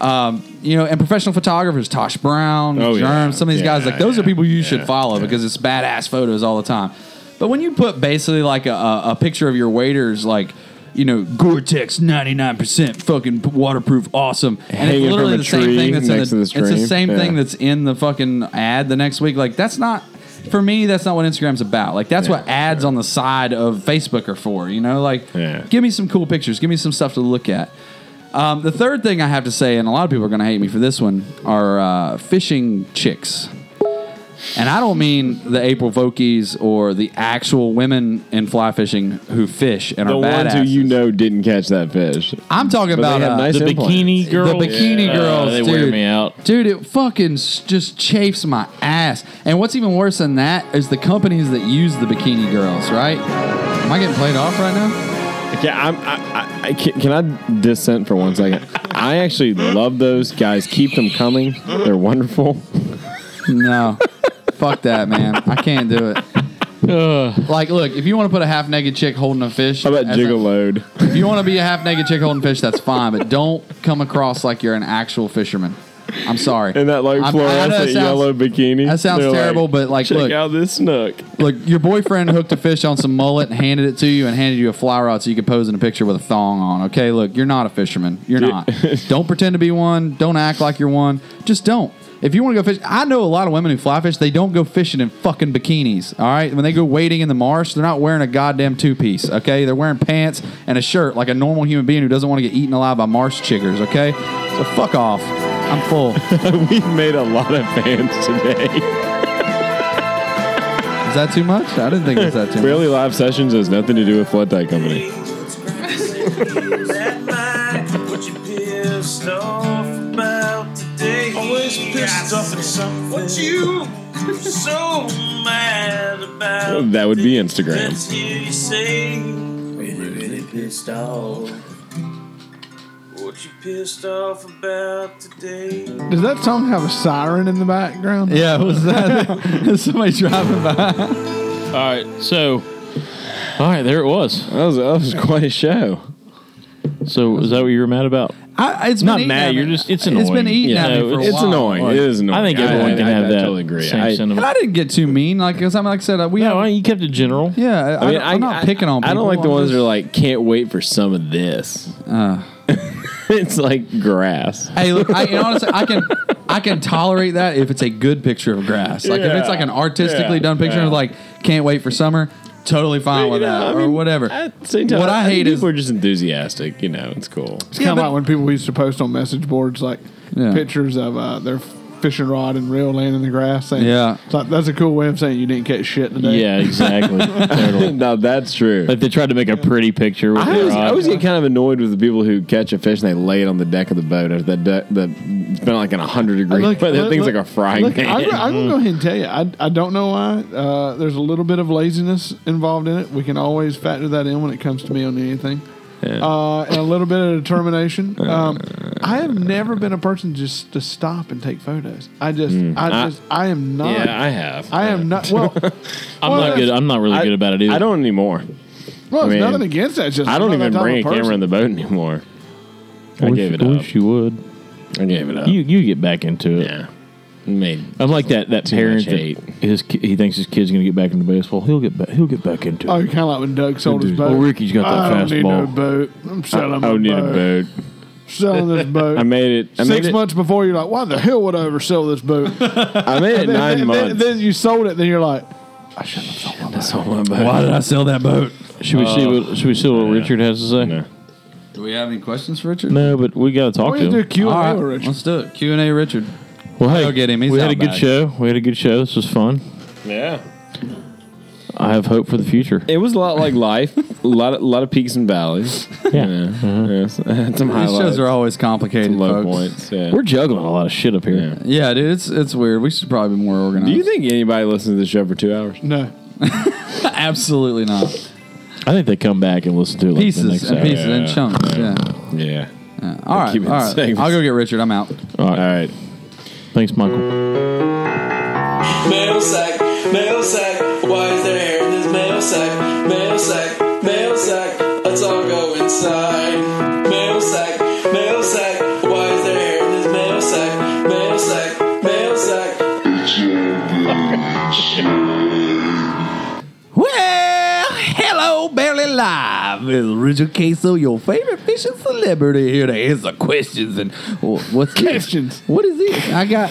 Um, you know, and professional photographers, Tosh Brown, Oh, Germ, yeah. some of these Yeah, guys, like those are people you should follow because it's badass photos all the time. But when you put basically like a, a, a picture of your waiters, like you know, Gore-Tex ninety nine percent fucking waterproof, awesome, and Hanging it's from literally a the same tree thing that's in next the, to the it's the stream. same Yeah. thing that's in the fucking ad the next week. Like that's not for me. That's not what Instagram's about. Like that's what ads on the side of Facebook are for. You know, like give me some cool pictures. Give me some stuff to look at. Um, the third thing I have to say, and a lot of people are going to hate me for this one, are uh, fishing chicks. And I don't mean the April Vokies or the actual women in fly fishing who fish and the are ones who badass. you know didn't catch that fish. I'm talking But they about had uh, nice the implants. bikini girls. The bikini Yeah, girls. they dude. wear me out. dude. It fucking s- just chafes my ass. And what's even worse than that is the companies that use the bikini girls. Right? Am I getting played off right now? Okay, I'm, I, I, I, can, can I dissent for one second? I actually love those guys. Keep them coming. They're wonderful. No. Fuck that, man. I can't do it. like, look, if you want to put a half naked chick holding a fish, how about jiggle load? If you want to be a half naked chick holding fish, that's fine, but don't come across like you're an actual fisherman. I'm sorry. And that like I'm- I know that fluorescent sounds- yellow bikini. that sounds They're terrible, but, like, check look. out this snook. Look, your boyfriend hooked a fish on some mullet and handed it to you and handed you a fly rod so you could pose in a picture with a thong on. Okay, look, you're not a fisherman. You're not. don't pretend to be one. Don't act like you're one. Just don't. If you want to go fish, I know a lot of women who fly fish. They don't go fishing in fucking bikinis. All right, when they go wading in the marsh, they're not wearing a goddamn two piece. Okay, they're wearing pants and a shirt like a normal human being who doesn't want to get eaten alive by marsh chiggers. Okay, so fuck off. I'm full. we made a lot of fans today. Is that too much? I didn't think it was that too much. Really, live sessions has nothing to do with Flood Tide Company. What you pissed off about today? Always pissed off at something. What you so mad about? That would be Let's Instagram. hear you say. Really, really pissed off. What you pissed off about today? Does that song have a siren in the background? Yeah, was that somebody driving by? All right, so, all right, there it was. That was, that was quite a show. So, is that what you were mad about? I, it's not been eating at mad. me. You're just it's It's annoying. been eating You at me know, for a it's while. annoying. It is annoying. I think everyone can have that. Same And sentiment. I didn't get too mean. Like, cause I'm like I said, uh, we no, you kept it general. Yeah, I, I, am not picking on. people. I don't like the I'm ones that just- Uh. are like, can't wait for some of this. it's like grass. Hey, look, I, and honestly, I can I can tolerate that if it's a good picture of grass. Like if it's Yeah, like an artistically yeah, done picture yeah. of like can't wait for summer, totally fine with that or whatever. Same time, what I, think hate is people are just enthusiastic. You know, it's cool. It's kind of like when people used to post on message boards like Yeah. pictures of uh, their fishing rod and reel laying in the grass. Saying, Yeah. it's like, that's a cool way of saying you didn't catch shit today. Yeah, exactly. Totally. no, that's true. Like they tried to make a pretty picture with I their always, I eye. always get kind of annoyed with the people who catch a fish and they lay it on the deck of the boat after that duck that it's been like in a hundred degrees, but that thing's like a frying look, pan. Mm-hmm. I'm, I'm gonna go ahead and tell you, I, I don't know why. Uh, there's a little bit of laziness involved in it. We can always factor that in when it comes to me on anything. uh, and a little bit of determination. Uh, Um, I have never been a person just to stop and take photos. I just, Mm. I I- just, I am not. Yeah, I have. I am not. Well, I'm well, not good. I'm not really I- good about it either. I don't anymore. Well, I it's mean, nothing against that. It's just I I'm don't not even that bring a type of camera in the boat anymore. I wish- gave it I up. wish you would. I gave it up. You you get back into it. Yeah. I mean, I'm like that that Too parent much hate. that his ki- he thinks his kid's gonna get back into baseball. He'll get back. He'll get back into Oh, it. kind of like when Doug sold his Dude. boat. Oh, Ricky's got that I don't need no fastball. boat. I'm selling my I, I need boat. a boat. Selling this boat. I made it. I Six made it- months before, you're like, why the hell would I ever sell this boat? I made it And then- nine then- months. Then, then you sold it. Then you're like, I shouldn't have sold That's all my boat. Why did I sell that boat? Should we see Uh, what Should we see what Richard has to say? No, Do we have any questions for Richard? but we got to talk to him. All right, Let's do it. Q and A, Richard. Well, hey, Go get him. He's we had out a good back. show. We had a good show. This was fun. Yeah. I have hope for the future. It was a lot like life. a lot, of, a lot of peaks and valleys. Yeah, Uh-huh. yeah. some These highlights. shows are always complicated. Some low folks. points. Yeah. We're juggling a lot of shit up here. Yeah, dude, it's it's weird. We should probably be more organized. Do you think anybody listens to the show for two hours? No. Absolutely not. I think they come back and listen to it like Pieces the next and hour. pieces and chunks, Yeah. All right, Keep it all right. segments. I'll go get Richard. I'm out. All right. Thanks, Michael. Mail sack, mail sack. Why is there hair in this mail sack? Mail sack, mail sack. Let's all go inside. Mail sack, mail sack. Why is there hair in this mail sack? Mail sack, mail sack. Well, hello, Barely Live. It's Richard Queso, your favorite fishing celebrity, here to answer questions and wh- what's questions. What is this? I got.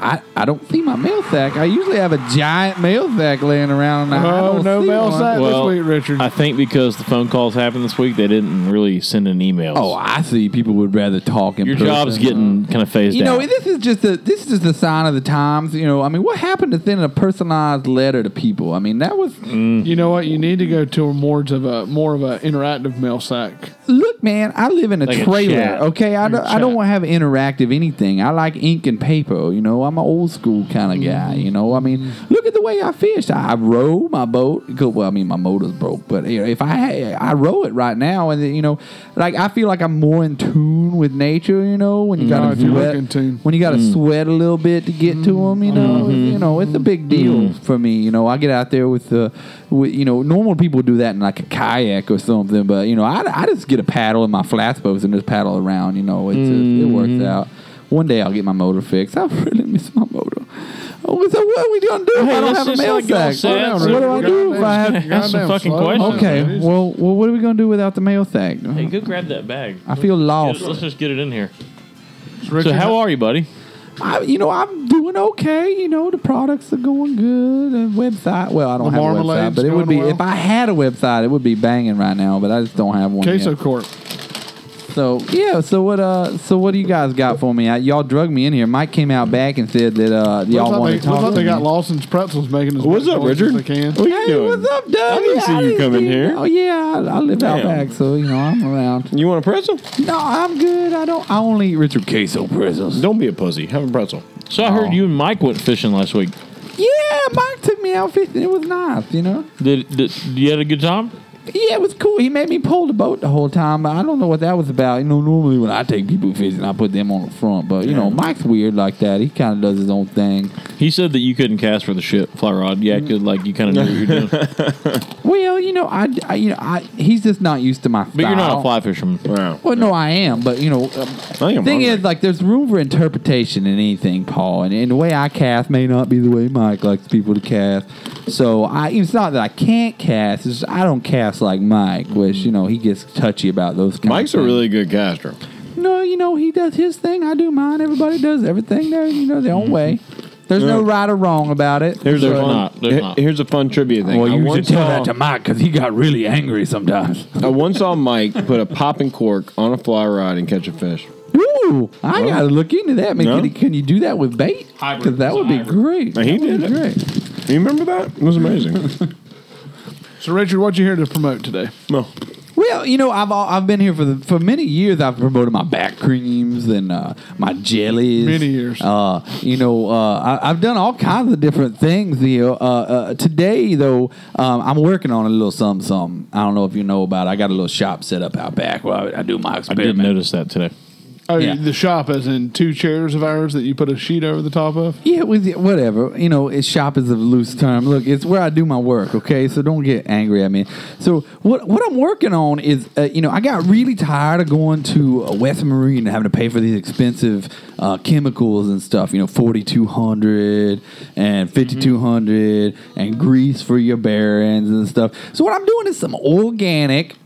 I, I don't see my mail sack. I usually have a giant mail sack laying around. And I Oh, don't no see mail one. sack this Well, week, Richard. I think because the phone calls happened this week, they didn't really send an email. Oh, I see. People would rather talk in Your person. job's getting kind of phased You know, out. this is just a this is just a sign of the times. You know, I mean, what happened to sending a personalized letter to people? I mean, that was Mm. You know what? You need to go to a more of a more of an interactive mail sack. look, man, I live in a Like a trailer. Oh, chat. okay, I don't, I don't want to have interactive anything. I like ink and paper. You know, I'm an old school kind of guy. Mm-hmm. You know, I mean, look at the way I fished. I, I row my boat. Good- Well, I mean, my motor's broke, but you know, if I had, I row it right now, and then, you know, like I feel like I'm more in tune with nature. You know, when you got Mm-hmm. if you to look sweat, in when you got Mm. Mm. to sweat a little bit to get to 'em, to them. You know, Mm-hmm. you know, it's a big deal Mm. for me. You know, I get out there with the, with, you know, normal people do that in like a kayak or something, but you know, I, I just get a paddle in my flatboats and just paddle around. You know, it's just, it Mm-hmm. works out. One day I'll get my motor fixed. I really miss my motor. Oh, so what are we gonna do if Hey, I don't let's have a just mail like y'all sack? said, What, so do I do if I have goddamn- Ask some goddamn fucking slow. questions, Okay, man. well, well, what are we gonna do without the mail sack? Hey, go grab that bag. I feel lost. Let's just get it in here. Richard- so, how are you, buddy? I, you know, I'm doing okay. You know, the products are going good. And website, well, I don't The have a website, marmalade's but it would be going well? if I had a website, it would be banging right now. But I just don't have one. Queso yet. Corp. So yeah. So what? Uh. So what do you guys got for me? I, y'all drug me in here. Mike came out back and said that uh, Looks y'all like want they, to talk. looks like to they got me. Lawson's pretzels making as What's much up, noise Richard? As they can. What you Hey, doing? what's up, Doug? I didn't Yeah, see I you didn't coming see- here. oh, yeah, I- I live out back, so you know I'm around. You want a pretzel? No, I'm good. I don't. I only eat Richard Queso pretzels. Oh. Don't be a pussy. Have a pretzel. So, I heard you and Mike went fishing last week. Yeah, Mike took me out fishing. It was nice. You know. Did, did you had a good time? Yeah, it was cool. He made me pull the boat the whole time. I don't know what that was about. You know, normally when I take people fishing, I put them on the front. But you know, Mike's weird like that. He kind of does his own thing. He said that you couldn't cast for the ship fly rod. Yeah, good. Like you kind of knew what you were doing, Well, you know, I, I you know, I he's just not used to my. but you're not a style. fly fisherman. Well, no, I am, but you know, um, I'm thing is, like, there's room for interpretation in anything, Paul, and, and the way I cast may not be the way Mike likes people to cast. So I, it's not that I can't cast; it's just I don't cast like Mike, which you know he gets touchy about those. Kind Mike's of a things. really good caster. No, you know, he does his thing. I do mine. Everybody does everything their, you know, their own way. There's no right or wrong about it. Here's a So- fun, he- here's a fun trivia thing. Well, I you should once tell saw- that to Mike because he got really angry sometimes. I once saw Mike put a popping cork on a fly rod and catch a fish. Ooh, I Well. gotta look into that. Man, No. can, can you do that with bait? Because that would be great. Now, he That did would be it. great. You remember that? It was amazing. So, Richard, what you here to promote today? Well, Well, you know, I've al- I've been here for the for many years. I've promoted my back creams and uh, my jellies. Many years. Uh, you know, uh, I, I've done all kinds of different things. You know, uh, uh, today though, um, I'm working on a little something. Something I don't know if you know about. it. I got a little shop set up out back where I, I do my I did experiment. notice that today. Oh, Yeah. the shop as in two chairs of ours that you put a sheet over the top of. Yeah, with the- whatever. You know, it's shop is a loose term. Look, it's where I do my work, okay? So don't get angry at me. So what what I'm working on is, uh, you know, I got really tired of going to uh, West Marine and having to pay for these expensive uh, chemicals and stuff. You know, 4200 Mm-hmm. and 5200 and grease for your bearings and stuff. So what I'm doing is some organic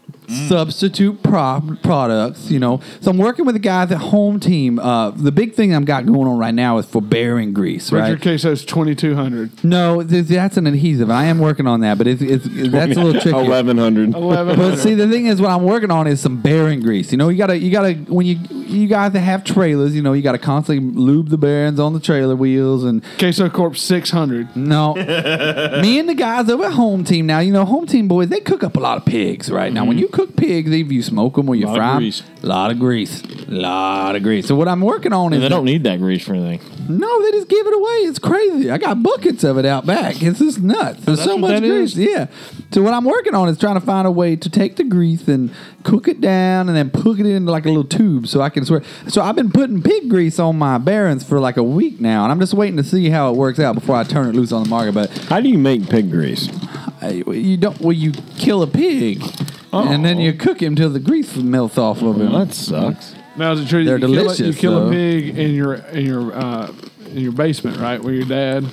substitute prop products, you know. So I'm working with the guys at Home Team. Uh, the big thing I've got going on right now is for bearing grease, right? Richard Queso's twenty two hundred. No, th- that's an adhesive. I am working on that, but it's, it's that's a little tricky. 1100. But see, the thing is, what I'm working on is some bearing grease. You know, you gotta, you gotta, when you, you guys that have trailers, you know, you gotta constantly lube the bearings on the trailer wheels and. Queso Corp 600. No, me and the guys over at Home Team now, you know, Home Team boys, they cook up a lot of pigs right now. When you cook pigs, either you smoke them or you Mm-hmm. Lot of fry them. grease. A lot of grease. A lot of grease. So what I'm working on And is they don't need that grease for anything. no, they just give it away. It's crazy. I got buckets of it out back. It's just nuts. There's That's so what much that grease. is? Yeah. So what I'm working on is trying to find a way to take the grease and cook it down and then put it into like a little tube so I can swear. So I've been putting pig grease on my bearings for like a week now, and I'm just waiting to see how it works out before I turn it loose on the market. But how do you make pig grease? you don't. Well, you kill a pig. And then you cook him till the grease melts off of him. Oh. That sucks. Now is it true that They're you delicious. kill, a, you kill though. a pig in your in your uh, in your basement, right, with your dad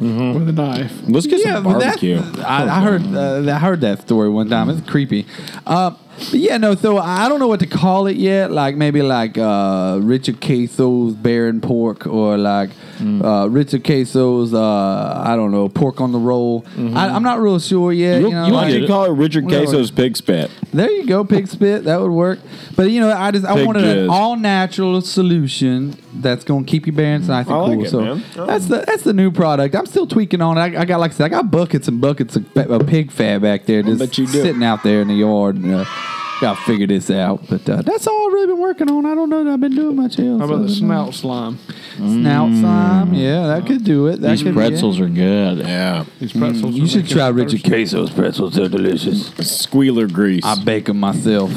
Mm-hmm. with a knife? Let's but that's- I, I heard uh, I heard that story one time. It's creepy. Uh, but yeah, no. So I don't know what to call it yet. Like maybe like uh, Richard Queso's Baron Pork, or like Mm. uh, Richard Queso's uh, I don't know Pork on the Roll. I, I'm not real sure yet. You'll- know, Mm-hmm. you like- could call it Richard Whatever. Queso's pig spit. There you go, pig spit. That would work. But you know, I just I Pig wanted an jizz. all natural solution that's going to keep you bearings nice I and cool. like it, so man. that's the that's the new product. I'm still tweaking on it. I, I got like I said, I got buckets and buckets of, fa- of pig fat back there, just bet you do. sitting out there in the yard. And, uh, got to figure this out. But uh, that's all I've really been working on. I don't know that I've been doing much else. How about other the than snout slime? that. Mm. Snout slime, yeah, that could do it. That These could, pretzels are good. Yeah. These pretzels Mm, you should try Richard Queso's pretzels. They're delicious. Squealer grease. I bake them myself.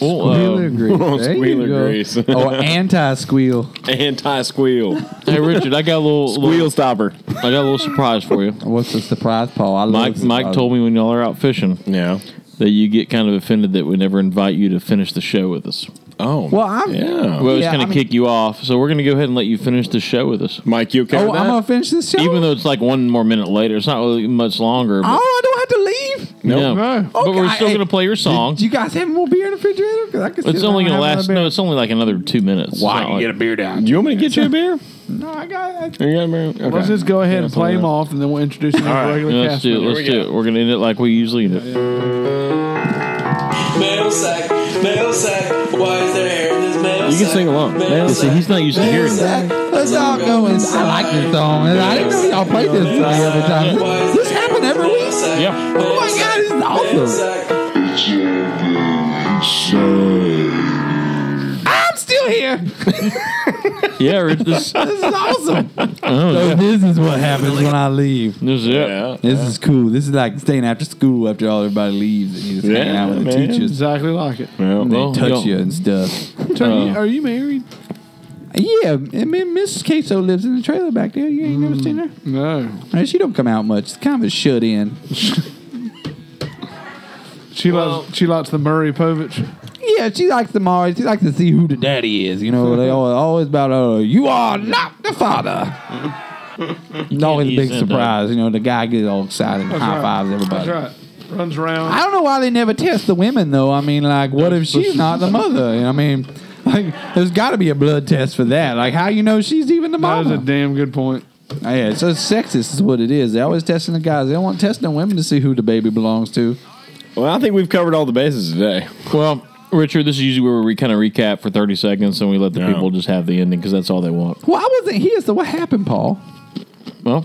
Oh, uh, Squealer grease. Oh, There you squealer go. grease. oh, anti squeal. Anti squeal. Hey Richard, I got a little Squeal little- stopper. I got a little surprise for you. What's the surprise, Paul? I love Mike Mike surprises. told me when y'all are out fishing, yeah, that you get kind of offended that we never invite you to finish the show with us. Oh, Well, I'm- yeah. yeah. We always Yeah, kind I of mean- kick you off, so we're going to go ahead and let you finish the show with us. Mike, you okay Oh, I'm gonna finish this show. Even though it's like one more minute later, it's not really much longer. But, oh, I don't have to leave. no. but we're Okay, still I- going to play your song. Do you guys have more beer in the refrigerator? 'Cause I could it's sit only around going to and have last. another No, it's only like another two minutes. It's Why? not You like- get a beer down. Do you want me to get you a beer? beer. No, I got. You got a beer? Okay. Let's just go ahead and Yeah, play them something. off, and then we'll introduce them to All right, regular let's cast do it. members. Let's do it. We're going to end it like we usually end it. Mail sack, mail sack. Why is there hair in this mail You can sing along. See, he's not used to hearing that. Let's all go inside. I like this song. and I didn't know y'all played this song every time. This happened every week. Yeah. Oh my god, this is awesome. I'm still here. Yeah, Richard. This, This is awesome. oh, So yeah. this is what happens when I leave. This is it. This is cool. This is like staying after school after all everybody leaves and you just hanging out with the man. teachers. Exactly like it. And they well, touch don't- you and stuff. Uh, Tony, are, Uh, you, married? Yeah, and me and Mrs. Queso lives in the trailer back there. You ain't Mm. never seen her. No. And she don't come out much. It's kind of a shut in. She likes she likes the Murray Povich. Yeah, she likes the Mars. She likes to see who the daddy is. You know, they always, always about, uh, you are not the father. It's always a use big that, surprise. You know, the guy gets all excited and That's high fives right. everybody. That's right. Runs around. I don't know why they never test the women though. I mean, like, what if she's not the mother? I mean, like, there's got to be a blood test for that. Like, how you know she's even the mother? That is a damn good point. Yeah, it's so sexist is what it is. They always testing the guys. They don't want testing the women to see who the baby belongs to. Well, I think we've covered all the bases today. Well, Richard, this is usually where we kind of recap for 30 seconds and we let the people just have the ending because that's all they want. Well, I wasn't here, so what happened, Paul? Well,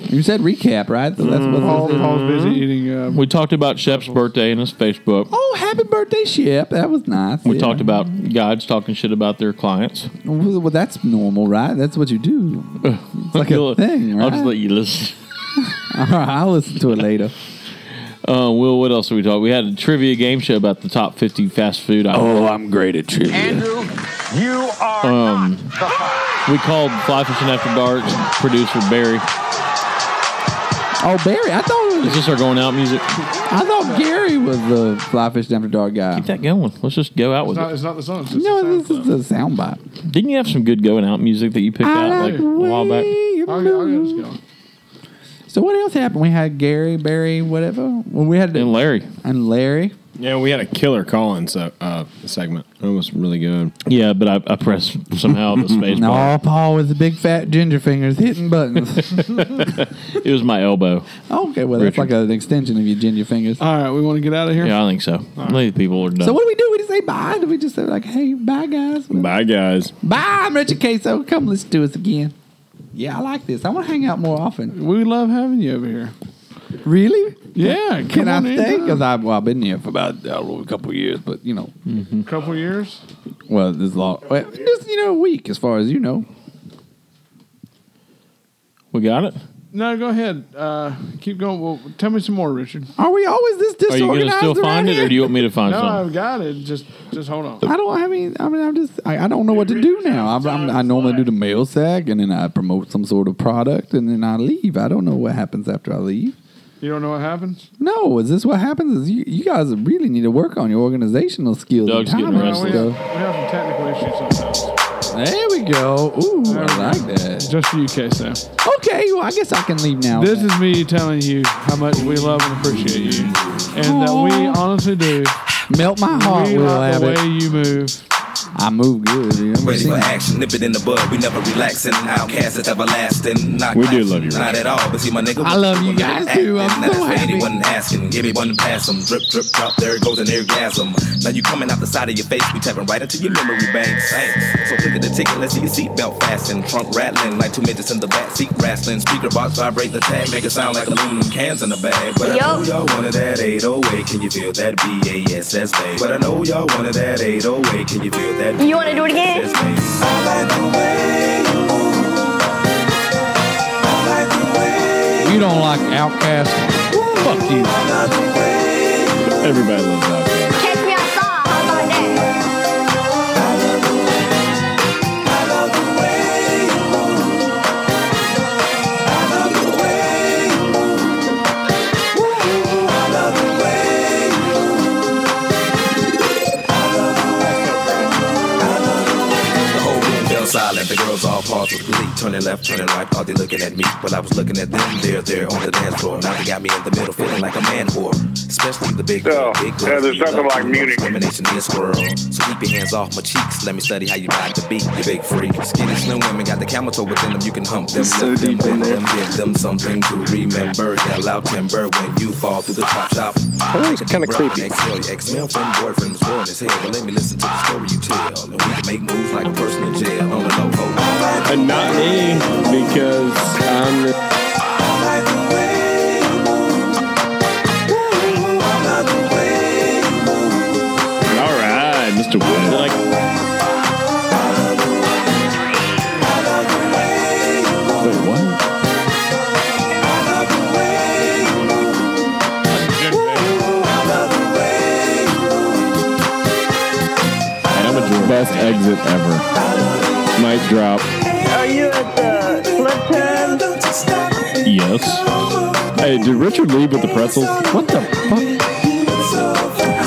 You said recap, right? So that's what Paul, Mm. Paul's busy eating. Uh, We talked about Shep's birthday and his Facebook. Oh, happy birthday, Shep. That was nice. We yeah. talked about guides talking shit about their clients. Well, well, that's normal, right? That's what you do. It's like a You'll- thing, right? I'll just let you listen. I'll listen to it later. Uh, Will, what else did we talk? We had a trivia game show about the top 50 fast food items. Oh, I'm great at trivia. Andrew, you are um, we called Fly Fishing After Dark producer Barry. Oh, Barry, I thought it was. Is this our going out music? I thought Gary was the fly fishing after dark guy. Keep that going. Let's just go out it's, with not, it. it's not the song. It's just No, this is the soundbite. Didn't you have some good going out music that you picked I out like like the a while back? I'll, get- I'll get this going. So what else happened? We had Gary, Barry, whatever. Well, we had and Larry. And Larry. Yeah, we had a killer call-in se- uh, segment. That was really good. Yeah, but I, I pressed somehow the space no, bar. Paul with the big fat ginger fingers hitting buttons. It was my elbow. okay, well that's like an extension of your ginger fingers. All right, we want to get out of here. Yeah, I think so. I think people are done. So what do we do? We just say bye. Do we just say like, hey, bye guys? Bye, guys. Bye, I'm Richard Queso. Come listen to us again. Yeah, I like this. I want to hang out more often. We love having you over here. Really? Yeah, Can come I on stay? anytime. Because I've, well, I've been here for about uh, a couple of years, but you know, Mm-hmm. Couple years. well, this long, well, just you know, a week as far as you know. We got it. No, go ahead. Uh, keep going. Well, tell me some more, Richard. Are we always this Are you gonna disorganized still around find it, or here? do you want me to find no, some? I've got it. Just, just hold on. I don't have any. I mean, I'm just. I, I don't know what to do now. I'm, I'm, I normally do the mail sack, and then I promote some sort of product, and then I leave. I don't know what happens after I leave. You don't know what happens. No, Oh, is this what happens? Is you, you guys really need to work on your organizational skills. Doug's and getting timing arrested. stuff. We have some technical issues sometimes. There we go. Ooh, I we go. like that. Just for you, Queso. Okay, well, I guess I can leave now. This is me telling you how much we love and appreciate you, and that we Aw. honestly do. Melt my heart, We Will like the Abbott. way you move. I move good. Dude. I'm Ready singing. for action, nip it in the bud. We never relaxing. Outcast is everlasting. Not We do clashing, love you, Not Rick. at all. But see, my nigga. I love you guys, too. I'm Not so for happy. Anyone asking. Give me one and pass 'em. Drip, drip, drop. There it goes an orgasm. Now you coming out the side of your face. We tapping right into your memory bank. Thanks. So click at the ticket. Let's see your seatbelt fasten. Trunk rattling like two midgets in the back seat wrestling. Speaker box vibrate the tag. Make it sound like aluminum cans in the bag. But I know y'all wanted that 808. Can you feel that BASS bass? But I know y'all wanted that 808. Can you feel that You want to do it again? You don't like Outcast? Fuck you. Everybody loves Outcast. Catch me outside. How about that? The whole room fell silent. The girls all paused with glee, turning left, turning right. Thought they looking at me, but I was looking at them. They're there on the dance floor. Now they got me in the middle, feeling like a man whore. Especially the big, big girls. yeah, there's nothing like Munich. Discrimination in this world. So keep your hands off my cheeks. Let me study how you ride the beat. You big freak. Skinny slim women got the camel toe within them. You can hump them, so them, bend them, give them something to remember. That loud timber when you fall through the top shop. Oh, it's kind of creepy. Ex-girlfriend, boyfriend was boring as hell. But let me listen to the story you tell, and we can make moves like a person in jail on the low. And not me, because I'm the. All right, Mr. Wood. Wait, what? Best exit ever. Mic drop. Are you at the slip tub? Yes. Hey, did Richard leave with the pretzels? What the fuck?